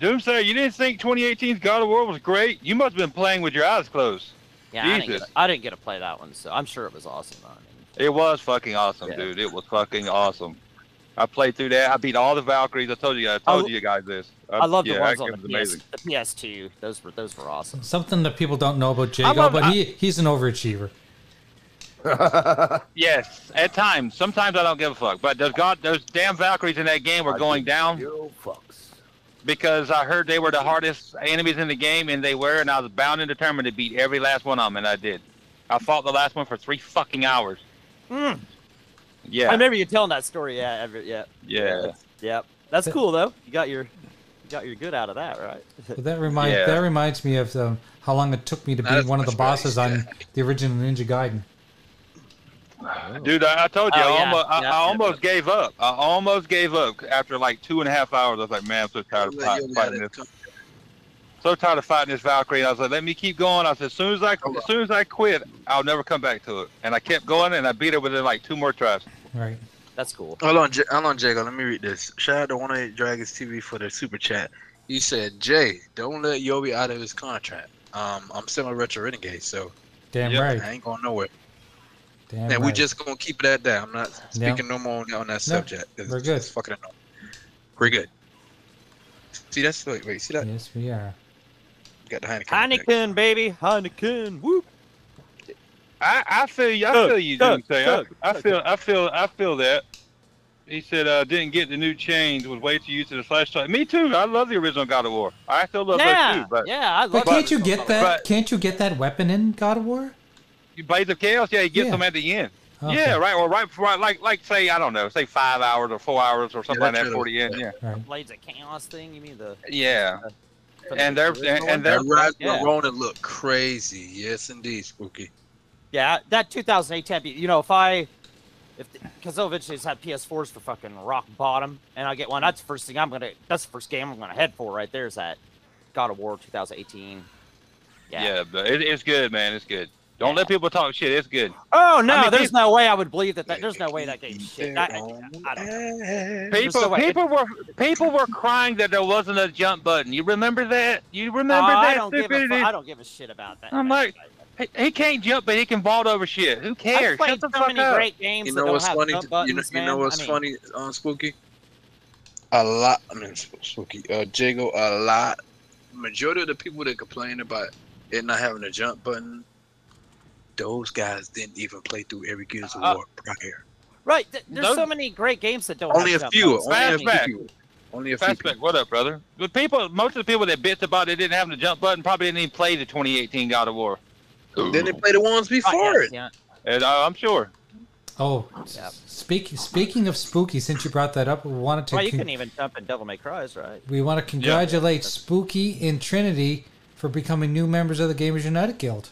Speaker 3: Doomsday, you didn't think 2018's God of War was great? You must have been playing with your eyes closed.
Speaker 2: Yeah, I didn't, get,
Speaker 3: Jesus.
Speaker 2: I didn't get to play that one, so I'm sure it was awesome. I mean,
Speaker 3: It was fucking awesome,
Speaker 2: Yeah.
Speaker 3: dude. It was fucking awesome. I played through that. I beat all the Valkyries. I told you. I told
Speaker 2: I-
Speaker 3: you guys this.
Speaker 2: I love
Speaker 3: Uh, yeah,
Speaker 2: the ones
Speaker 3: that
Speaker 2: on
Speaker 3: game
Speaker 2: the
Speaker 3: was
Speaker 2: PS, the PS2. Those were those were awesome.
Speaker 1: Something that people don't know about
Speaker 2: I'm
Speaker 1: Jago,
Speaker 2: on-
Speaker 1: but
Speaker 2: I-
Speaker 1: he he's an overachiever.
Speaker 3: Yes, at times. Sometimes I don't give a fuck. But those God, those damn Valkyries in that game were going down
Speaker 8: You fucks.
Speaker 3: because I heard they were the hardest enemies in the game, and they were. And I was bound and determined to beat every last one of them, and I did. I fought the last one for three fucking hours.
Speaker 2: Mm. I
Speaker 3: Yeah,
Speaker 2: remember you telling that story. Yeah, every, yeah,
Speaker 3: yeah.
Speaker 2: yep. That's
Speaker 1: Th-
Speaker 2: cool though. You got your, you got your good out of that, right?
Speaker 1: But that remind
Speaker 3: Yeah.
Speaker 1: that reminds me of um, how long it took me to
Speaker 5: Not
Speaker 1: beat
Speaker 5: as
Speaker 1: one of the
Speaker 5: much money.
Speaker 1: bosses on the original Ninja Gaiden.
Speaker 3: Dude, I, I told you,
Speaker 2: Oh,
Speaker 3: I,
Speaker 2: yeah.
Speaker 3: almost, I,
Speaker 2: Yeah.
Speaker 3: I almost gave up. I almost gave up after like two and a half hours. I was like, man, I'm so tired of
Speaker 5: Like,
Speaker 3: fight,
Speaker 5: you got
Speaker 3: fighting
Speaker 5: it.
Speaker 3: this. So tired of fighting this Valkyrie. And I was like, let me keep going. I said, as soon as I, as soon as I quit, I'll never come back to it. And I kept going, and I beat her within like two more tries.
Speaker 1: Right.
Speaker 2: That's cool.
Speaker 5: Hold on, J- hold on, Jago. Let me read this. Shout out to One oh Eight Dragons TV for their super chat. He said, "Jay, don't let Yobi out of his contract. Um, I'm still a retro renegade, so
Speaker 1: Damn
Speaker 3: Yeah.
Speaker 1: right.
Speaker 5: I ain't going nowhere.
Speaker 1: Damn
Speaker 5: And we
Speaker 1: right.
Speaker 5: just gonna keep it at that. I'm not
Speaker 1: Yeah.
Speaker 5: speaking no more on, on that subject. It's-
Speaker 1: we're good.
Speaker 5: It's fucking annoying. We're good. See that's wait, wait. See that?
Speaker 1: Yes, we are.
Speaker 5: Got the Heineken. back.
Speaker 2: Heineken, baby, Heineken. Whoop.
Speaker 3: I, I feel you. I
Speaker 2: Doug,
Speaker 3: feel you,
Speaker 2: Doug,
Speaker 3: Doomsday. I,
Speaker 2: Doug,
Speaker 3: I feel, I feel, I feel that. He said, uh, didn't get the new change. Was way too used to the slash. Type. Me too. I love the original God of War. I still love
Speaker 2: yeah,
Speaker 3: those too. But
Speaker 2: yeah, I love.
Speaker 1: But can't you get that?
Speaker 3: But-
Speaker 1: can't you get that weapon in God of War?
Speaker 3: Blades of Chaos, yeah, he gets
Speaker 1: Yeah.
Speaker 3: them at the end.
Speaker 1: Okay.
Speaker 3: Yeah, right. Or right, right, like, like say, I don't know, say five hours or four hours or something
Speaker 5: Yeah,
Speaker 3: like that.
Speaker 5: that's
Speaker 3: Forty, yeah, yeah,
Speaker 1: Right.
Speaker 2: Blades of Chaos thing? You mean the?
Speaker 3: yeah.
Speaker 2: from
Speaker 3: And
Speaker 2: the
Speaker 3: they're
Speaker 2: original
Speaker 3: and,
Speaker 2: one?
Speaker 3: and
Speaker 5: That
Speaker 3: they're
Speaker 5: Ragnarok
Speaker 2: yeah.
Speaker 5: Ronin look crazy. Yes, indeed, spooky.
Speaker 2: Yeah, that 2008 champion. You know, if I, if because they'll eventually just have PS4s for fucking rock bottom, and I get one, that's the first thing I'm gonna. That's the first game I'm gonna head for right there. Is that God of War 2018?
Speaker 3: yeah, but it, it's good, man. It's good. Don't let people talk shit. It's good.
Speaker 2: Oh no,
Speaker 3: I mean,
Speaker 2: there's
Speaker 3: people-
Speaker 2: no way I would believe that. that there's no way that game shit. That, I, I don't. know. There's
Speaker 3: People,
Speaker 2: no way.
Speaker 3: people were people were crying that there wasn't a jump button. You remember that? You remember
Speaker 2: Oh, I
Speaker 3: that
Speaker 2: don't give a. fu-
Speaker 3: stupidity?
Speaker 2: I don't give a shit about that.
Speaker 3: I'm like, He, he can't jump, but he can vault over shit. Who
Speaker 2: I've
Speaker 3: cares?
Speaker 2: played
Speaker 3: Shut
Speaker 2: so
Speaker 3: the fuck
Speaker 2: many
Speaker 3: up.
Speaker 2: great games
Speaker 5: You
Speaker 2: that
Speaker 5: know
Speaker 2: don't
Speaker 5: what's
Speaker 2: have
Speaker 5: funny?
Speaker 2: jump
Speaker 5: you know,
Speaker 2: buttons,
Speaker 5: you know
Speaker 2: man.
Speaker 5: what's
Speaker 2: I mean,
Speaker 5: funny, uh, Spooky? A lot, I mean, Sp- Spooky, uh, Jago, a lot, majority of the people that complain about it not having a jump button, those guys didn't even play through every Gears of
Speaker 3: Uh,
Speaker 5: War prior.
Speaker 2: Right? th- there's
Speaker 3: those-
Speaker 2: so many great games that don't.
Speaker 5: Only
Speaker 2: have
Speaker 5: a
Speaker 2: jump
Speaker 5: few,
Speaker 2: buttons.
Speaker 5: only
Speaker 2: I
Speaker 5: a
Speaker 2: mean,
Speaker 5: few people. Only a few people.
Speaker 3: Fastback, what up, brother? But people, most of the people that bitched about it didn't have the jump button probably didn't even play the 2018 God of War,
Speaker 5: Then they play the ones before it.
Speaker 2: Oh, Yeah.
Speaker 3: and I, I'm sure.
Speaker 1: Oh,
Speaker 2: Yep.
Speaker 1: speak, speaking of spooky, since you brought that up, we wanted to
Speaker 2: Well, you
Speaker 1: con-
Speaker 2: can even jump in Devil May Cry's, right?
Speaker 1: we want to congratulate Spooky and Trinity for becoming new members of the Gamers United Guild.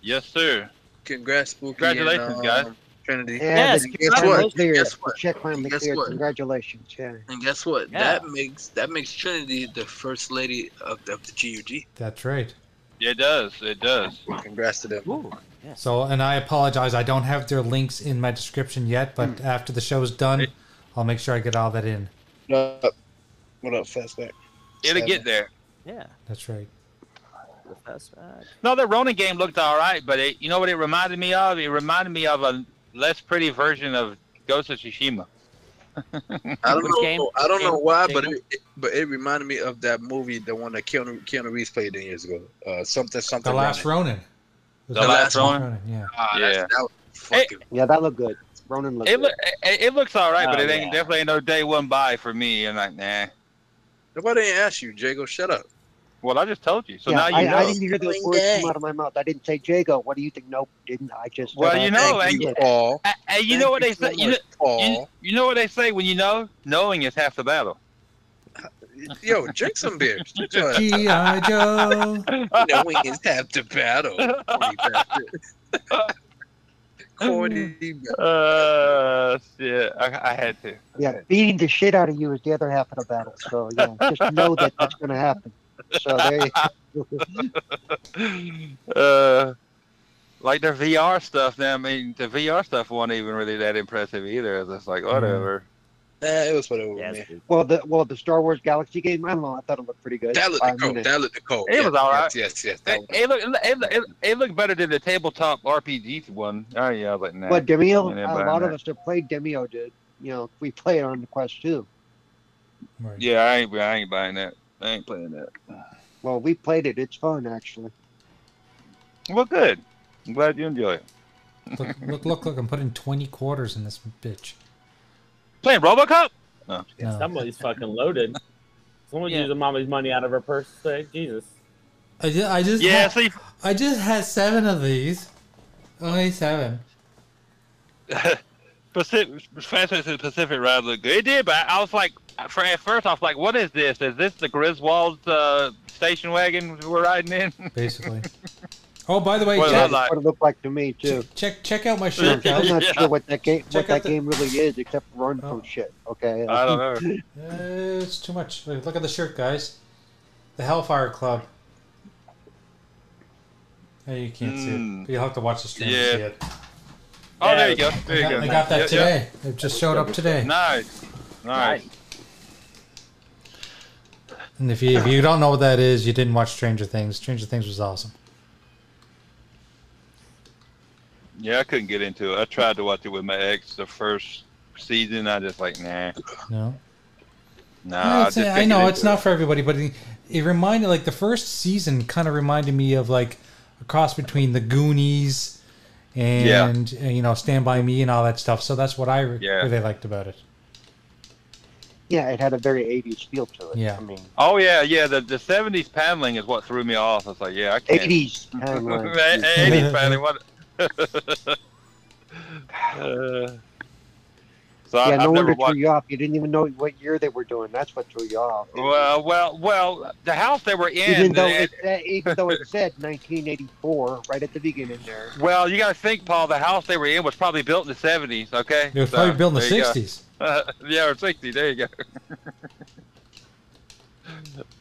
Speaker 3: Yes, sir.
Speaker 5: Congrats, Spooky.
Speaker 3: Congratulations,
Speaker 5: and,
Speaker 3: guys.
Speaker 5: um, Trinity.
Speaker 2: Yes,
Speaker 7: the
Speaker 5: guess
Speaker 7: check
Speaker 5: what?
Speaker 7: was cleared.
Speaker 5: Guess what?
Speaker 7: The check finally
Speaker 5: Guess
Speaker 7: cleared.
Speaker 5: what?
Speaker 7: Congratulations. Yeah.
Speaker 5: And guess what?
Speaker 2: Yeah.
Speaker 5: That makes that makes Trinity the first lady of, of the GUG.
Speaker 1: That's right.
Speaker 3: It does. It does.
Speaker 5: Congrats to them.
Speaker 2: Ooh. Yes.
Speaker 1: So, and I apologize. I don't have their links in my description yet, but
Speaker 3: Hmm.
Speaker 1: after the show's done, I'll make sure I get all that in.
Speaker 7: What up, what up Fastback?
Speaker 3: It'll get there.
Speaker 2: Yeah.
Speaker 1: That's right.
Speaker 2: The fast back.
Speaker 3: No, the Ronin game looked all right, but it, you know what it reminded me of? It reminded me of a less pretty version of Ghost of Tsushima.
Speaker 5: I don't
Speaker 2: Which
Speaker 5: know.
Speaker 2: game?
Speaker 5: I don't know
Speaker 2: Game?
Speaker 5: why,
Speaker 2: Game?
Speaker 5: but it, it- but it reminded me of that movie, the one that Keanu, Keanu Reeves played ten years ago. Uh, something something.
Speaker 1: The Last
Speaker 5: Ronin.
Speaker 1: Ronin.
Speaker 3: The Last Ronin?
Speaker 1: Yeah.
Speaker 5: Ah, that's-
Speaker 3: Yeah.
Speaker 5: that was fucking.
Speaker 7: Yeah, that looked good. Ronan looked
Speaker 3: It,
Speaker 7: good.
Speaker 3: loo- it, it looks all right, but
Speaker 2: Oh,
Speaker 3: it ain't
Speaker 2: yeah.
Speaker 3: definitely ain't no day one buy for me. And like, nah.
Speaker 5: Nobody ain't asked you, Jago. Shut up.
Speaker 3: Well, I just told you, so
Speaker 7: yeah,
Speaker 3: now you
Speaker 7: I,
Speaker 3: know.
Speaker 7: I didn't hear those
Speaker 5: Clean
Speaker 7: words
Speaker 5: day.
Speaker 7: come out of my mouth. I didn't say Jago. What do you think? Nope, didn't. I just.
Speaker 3: Well,
Speaker 7: said I
Speaker 3: you know,
Speaker 7: think
Speaker 3: I-
Speaker 5: Thank
Speaker 7: you
Speaker 5: you,
Speaker 7: did.
Speaker 5: Paul.
Speaker 3: A- and you
Speaker 5: Thank
Speaker 3: know what they
Speaker 5: so
Speaker 3: say. You know,
Speaker 5: much, Paul.
Speaker 3: you, you know what they say when you know, knowing is half the battle.
Speaker 5: Yo, drink some beer.
Speaker 3: Oh,
Speaker 5: Yo,
Speaker 1: G.I. Joe.
Speaker 5: no, we just have to battle. Corny bastard. Corny. ba-
Speaker 3: Uh, shit, I, I had to.
Speaker 7: Yeah, beating the shit out of you is the other half of the battle. So yeah, just know that that's going to happen. So there you
Speaker 3: uh,
Speaker 7: go.
Speaker 3: like their VR stuff. Now, I mean, the VR stuff wasn't even really that impressive either. It's just like whatever.
Speaker 5: Nah, eh, it was whatever.
Speaker 2: Yeah,
Speaker 5: man.
Speaker 2: it's good.
Speaker 7: well, the well the Star Wars Galaxy game. I don't know. I thought it looked pretty good.
Speaker 5: That looked
Speaker 7: I
Speaker 5: the cold.
Speaker 7: mean,
Speaker 5: That looked the cold.
Speaker 3: It was all right.
Speaker 5: Yes, yes, yes. that
Speaker 3: It,
Speaker 5: was-
Speaker 3: it looked it, look- it, it looked better than the tabletop RPG one. Oh yeah, I was like nah.
Speaker 7: But Demio,
Speaker 3: I didn't
Speaker 7: a
Speaker 3: buy
Speaker 7: lot of
Speaker 3: that.
Speaker 7: us that played Demio did. You know, we played on the Quest too.
Speaker 1: Right.
Speaker 3: Yeah, I ain't I ain't buying that. I ain't playing that.
Speaker 7: Well, we played it. It's fun actually.
Speaker 3: Well, good. I'm glad you enjoy it.
Speaker 1: Look, look, look, look. I'm putting 20 quarters in this bitch.
Speaker 3: Playing RoboCop.
Speaker 1: No.
Speaker 9: Somebody's fucking loaded. Someone
Speaker 2: Yeah.
Speaker 9: using mommy's money out of her purse today. Jesus.
Speaker 1: I just, I just,
Speaker 3: Yeah,
Speaker 1: had,
Speaker 3: see,
Speaker 1: I just had seven of these. Only seven.
Speaker 3: Pacific, Francis and Pacific Ride looked good. It did, but I was like, for, at first, I was like, what is this? Is this the Griswold's uh, station wagon we're riding in?
Speaker 1: Basically. Oh, by the way,
Speaker 3: Well,
Speaker 7: Yeah,
Speaker 1: check,
Speaker 3: like-
Speaker 7: that's what it looked like to me too.
Speaker 1: check, check, out my shirt,
Speaker 7: I'm
Speaker 1: guys. Eh,
Speaker 7: not
Speaker 3: Yeah.
Speaker 7: sure what that game
Speaker 1: Check
Speaker 7: what
Speaker 1: out
Speaker 7: that
Speaker 1: the-
Speaker 7: game really is, except run
Speaker 1: Oh.
Speaker 7: from shit. Okay.
Speaker 3: I don't know.
Speaker 1: Uh, it's too much. Look, look at the shirt, guys. The Hellfire Club. Hey, you can't see
Speaker 3: Mm.
Speaker 1: it. But you'll have to watch the stream
Speaker 3: Yeah.
Speaker 1: to see it.
Speaker 3: Oh, there you go. There you
Speaker 1: I got,
Speaker 3: go.
Speaker 1: I got that
Speaker 3: Yeah, yeah.
Speaker 1: today. It just showed up today.
Speaker 3: Nice. Nice.
Speaker 1: And if you, if you don't know what that is, you didn't watch Stranger Things. Stranger Things was awesome.
Speaker 3: Yeah, I couldn't get into it. I tried to watch it with my ex the first season. I just like, nah.
Speaker 1: No,
Speaker 3: Nah.
Speaker 1: it's,
Speaker 3: just
Speaker 1: I
Speaker 3: couldn't
Speaker 1: know
Speaker 3: get
Speaker 1: it's
Speaker 3: into
Speaker 1: not for everybody, but it, it reminded like the first season kind of reminded me of like a cross between the Goonies and uh, you know Stand by Me and all that stuff. So that's what I re-
Speaker 3: Yeah.
Speaker 1: really liked about it.
Speaker 7: Yeah, it had a very 80s feel to it.
Speaker 1: Yeah.
Speaker 7: I mean,
Speaker 3: Oh, yeah, yeah. The, the 70s paneling is what threw me off. I was like, yeah, I can't.
Speaker 7: 80s timeline.
Speaker 3: Right, Eighties, finally. What? Uh, so I,
Speaker 7: Yeah,
Speaker 3: I've
Speaker 7: no
Speaker 3: never
Speaker 7: wonder threw
Speaker 3: watched.
Speaker 7: you off. You didn't even know what year they were doing. That's what threw you off.
Speaker 3: Well, well, well. The house they were in.
Speaker 7: even though
Speaker 3: it-
Speaker 7: it, said- even though it said 1984 right at the beginning there.
Speaker 3: well, you gotta think, Paul. The house they were in was probably built in the seventies. Okay.
Speaker 1: It was
Speaker 3: So,
Speaker 1: probably built in the
Speaker 3: there you go.
Speaker 1: '60s.
Speaker 3: yeah, or sixty. There you go.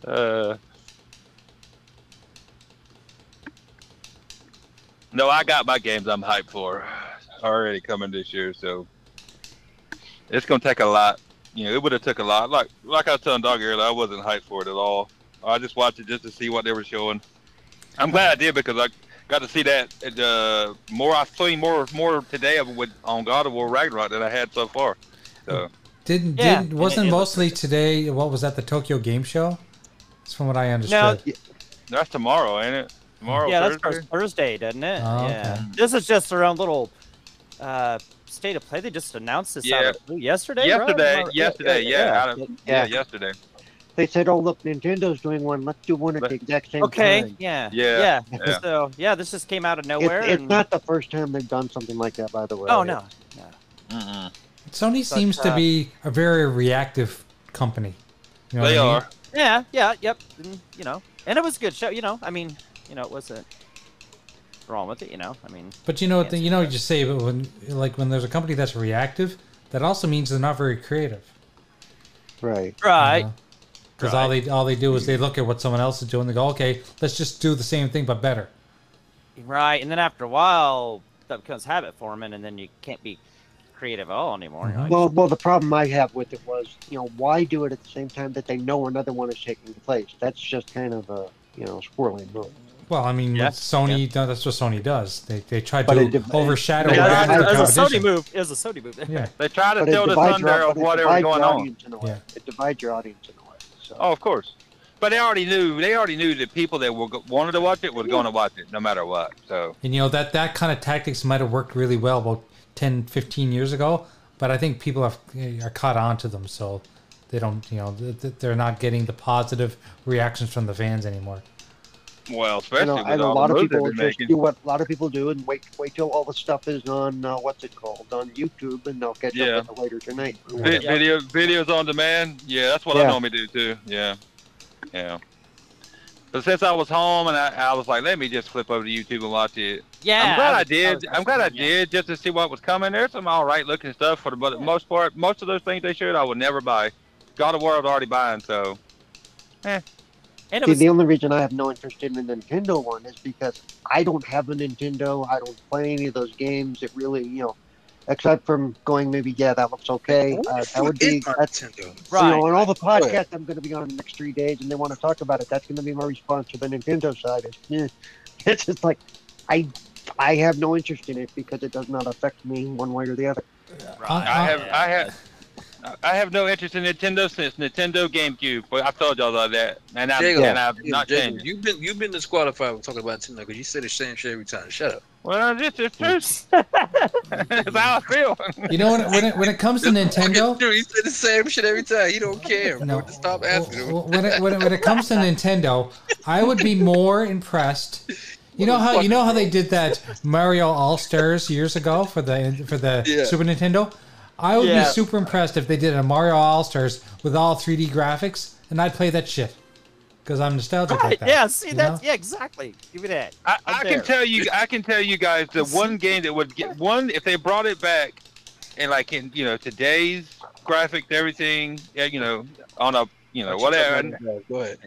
Speaker 3: uh, no, I got my games. I'm hyped for already coming this year, so it's gonna take a lot. You know, it would have took a lot. Like like I was telling Dog earlier, I wasn't hyped for it at all. I just watched it just to see what they were showing. I'm glad I did because I got to see that uh, more. I've seen more more today of with on God of War Ragnarok than I had so far. So.
Speaker 1: Didn't
Speaker 2: Yeah,
Speaker 1: didn't
Speaker 2: and
Speaker 1: wasn't
Speaker 2: it- it looks
Speaker 1: mostly today. What was that? The Tokyo Game Show. That's from what I understood.
Speaker 3: That's tomorrow, ain't it? Tomorrow.
Speaker 2: yeah, that's
Speaker 3: Thursday?
Speaker 2: Thursday, Thursday doesn't it?
Speaker 1: Oh,
Speaker 2: yeah.
Speaker 1: okay.
Speaker 2: This is just their own little uh, state of play. They just announced this out
Speaker 3: Yeah.
Speaker 2: of the blue yesterday. right?
Speaker 3: yesterday.
Speaker 2: Am I-
Speaker 3: Yesterday. Yeah. out of-
Speaker 7: Yeah.
Speaker 3: Yeah. Yesterday.
Speaker 7: They said, "Oh look, Nintendo's doing one. Let's do one at the exact same
Speaker 2: Okay.
Speaker 7: time."
Speaker 2: Yeah.
Speaker 3: Yeah,
Speaker 2: Yeah.
Speaker 3: yeah.
Speaker 2: So yeah, this just came out of
Speaker 7: It's,
Speaker 2: nowhere.
Speaker 7: it's
Speaker 2: and-
Speaker 7: not the first time they've done something like that, by the way.
Speaker 2: Oh no.
Speaker 3: Mm-mm.
Speaker 1: Sony
Speaker 2: But,
Speaker 1: seems to
Speaker 2: uh,
Speaker 1: be a very reactive company. You know
Speaker 3: They
Speaker 1: what I mean?
Speaker 3: are.
Speaker 2: Yeah. Yeah. Yep. And, you know, and it was a good show. You know, I mean, you know, it wasn't wrong with it. You know, I mean,
Speaker 1: But you know, what
Speaker 2: Yes.
Speaker 1: the, you know, what you say, but when like when there's a company that's reactive, that also means they're not very creative.
Speaker 7: Right.
Speaker 2: right.
Speaker 1: Because all they all they do is they look at what someone else is doing. They go, okay, let's just do the same thing but better.
Speaker 2: Right, and then after a while, that becomes habit forming, and then you can't be creative at all anymore. You're like,
Speaker 7: Well, well, the problem I have with it was, you know, why do it at the same time that they know another one is taking place? That's just kind of a, you know, squirreling move.
Speaker 1: Well, I mean,
Speaker 2: Yeah,
Speaker 1: Sony. That's what Sony does. They they try
Speaker 7: But
Speaker 1: to
Speaker 7: it div-
Speaker 1: overshadow. what
Speaker 7: Yeah, that's-
Speaker 1: is the
Speaker 2: It was a Sony
Speaker 1: competition.
Speaker 2: move. It was a Sony move.
Speaker 1: Yeah.
Speaker 3: They try to
Speaker 7: But it
Speaker 3: tell the
Speaker 7: divides your-
Speaker 3: thunder
Speaker 7: but
Speaker 3: of
Speaker 7: it
Speaker 3: whatever's
Speaker 7: divides your
Speaker 3: going on.
Speaker 7: audience in a way.
Speaker 1: Yeah.
Speaker 7: It divides your audience in a way. So.
Speaker 3: Oh, of course. But they already knew. They already knew that people that were go- wanted to watch it were going to watch it no matter what. So
Speaker 1: And you know that that kind of tactics might have worked really well about 10, 15 years ago, but I think people have eh, are caught on to them, so they don't. You know, th- th- they're not getting the positive reactions from the fans anymore.
Speaker 3: well,
Speaker 7: You
Speaker 3: especially
Speaker 7: know,
Speaker 3: with
Speaker 7: and a
Speaker 3: all
Speaker 7: lot
Speaker 3: the
Speaker 7: of
Speaker 3: moves
Speaker 7: people
Speaker 3: they're
Speaker 7: just
Speaker 3: making.
Speaker 7: do what a lot of people do and wait, wait till all the stuff is on uh, what's it called on YouTube, and they'll catch
Speaker 3: Yeah.
Speaker 7: up with it later tonight.
Speaker 1: Uh,
Speaker 3: Vi- Video, videos on demand. Yeah, that's what I
Speaker 7: Yeah.
Speaker 3: normally do too. Yeah, yeah. But since I was home and I, I was like, let me just flip over to YouTube and watch it.
Speaker 2: Yeah,
Speaker 3: I'm glad I,
Speaker 2: was- was
Speaker 3: did.
Speaker 2: gonna
Speaker 3: I'm glad
Speaker 2: say,
Speaker 3: I
Speaker 2: yeah.
Speaker 3: did just to see what was coming. There's some all right looking stuff for the but most part. Most of those things they showed, I would never buy. God of War, I was already buying. So
Speaker 2: And it
Speaker 7: See,
Speaker 2: was,
Speaker 7: the only reason I have no interest in the Nintendo one is because I don't have a Nintendo. I don't play any of those games. It really, you know, except from going maybe, yeah, that looks okay. Uh, that would be that's
Speaker 2: Right.
Speaker 7: You know, on all the podcasts I'm going to be on in the next three days, and they want to talk about it. That's going to be my response to the Nintendo side. Is, eh. It's just like I, I have no interest in it because it does not affect me one way or the other.
Speaker 1: Oh, uh,
Speaker 3: I have, I have, I have no interest in Nintendo since Nintendo GameCube. But I told y'all about that, and I
Speaker 5: Jacob,
Speaker 3: and I've not
Speaker 5: Jacob,
Speaker 3: changed.
Speaker 5: you've been you've been disqualified for talking about Nintendo because you say the same shit every time. Shut up.
Speaker 3: Well, this is truth. That's how I feel.
Speaker 1: You know, when it, when it, when it comes to Nintendo,
Speaker 5: Dude, you say the same shit every time. You don't care. bro.
Speaker 1: No.
Speaker 5: Just stop asking. him.
Speaker 1: Well, when it, when, it, when it comes to Nintendo, I would be more impressed. You know how you know how they did that Mario All Stars years ago for the for the
Speaker 5: Yeah.
Speaker 1: Super Nintendo. I would
Speaker 2: Yeah.
Speaker 1: be super impressed if they did a Mario All Stars with all 3D graphics, and I'd play that shit because I'm nostalgic
Speaker 2: Right,
Speaker 1: like that.
Speaker 2: yeah, see
Speaker 1: you
Speaker 2: that's
Speaker 1: know?
Speaker 2: yeah, exactly. Give me that.
Speaker 3: I,
Speaker 2: I'm
Speaker 3: I
Speaker 2: there.
Speaker 3: can tell you, I can tell you guys the one game that would get one if they brought it back, and like in you know today's graphics, everything, yeah, you know, on a you know Uh, whatever,
Speaker 5: Go ahead.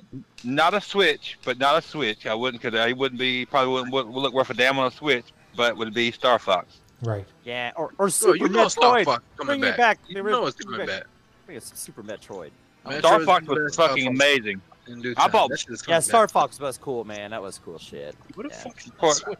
Speaker 3: not a Switch, but not a Switch. I wouldn't because I wouldn't be probably wouldn't, would look worth a damn on a Switch, but would be Star Fox.
Speaker 1: right.
Speaker 2: Yeah, or or
Speaker 5: Bro,
Speaker 2: Super
Speaker 5: you know Star
Speaker 2: Metroid.
Speaker 5: Fox coming
Speaker 2: Bring it back.
Speaker 5: back. You know it's coming back.
Speaker 2: Bring us some Super Metroid.
Speaker 3: Star
Speaker 5: Metroid's
Speaker 3: Fox
Speaker 5: the
Speaker 3: was
Speaker 5: best Star
Speaker 3: fucking
Speaker 5: Fox
Speaker 3: amazing.
Speaker 5: in due
Speaker 3: I
Speaker 5: time.
Speaker 3: bought-
Speaker 5: That shit is coming
Speaker 2: Yeah, Star
Speaker 5: back.
Speaker 2: Fox was cool, man. That was cool shit.
Speaker 5: What the
Speaker 2: yeah.
Speaker 5: fuck? is that
Speaker 3: For-
Speaker 5: Switch?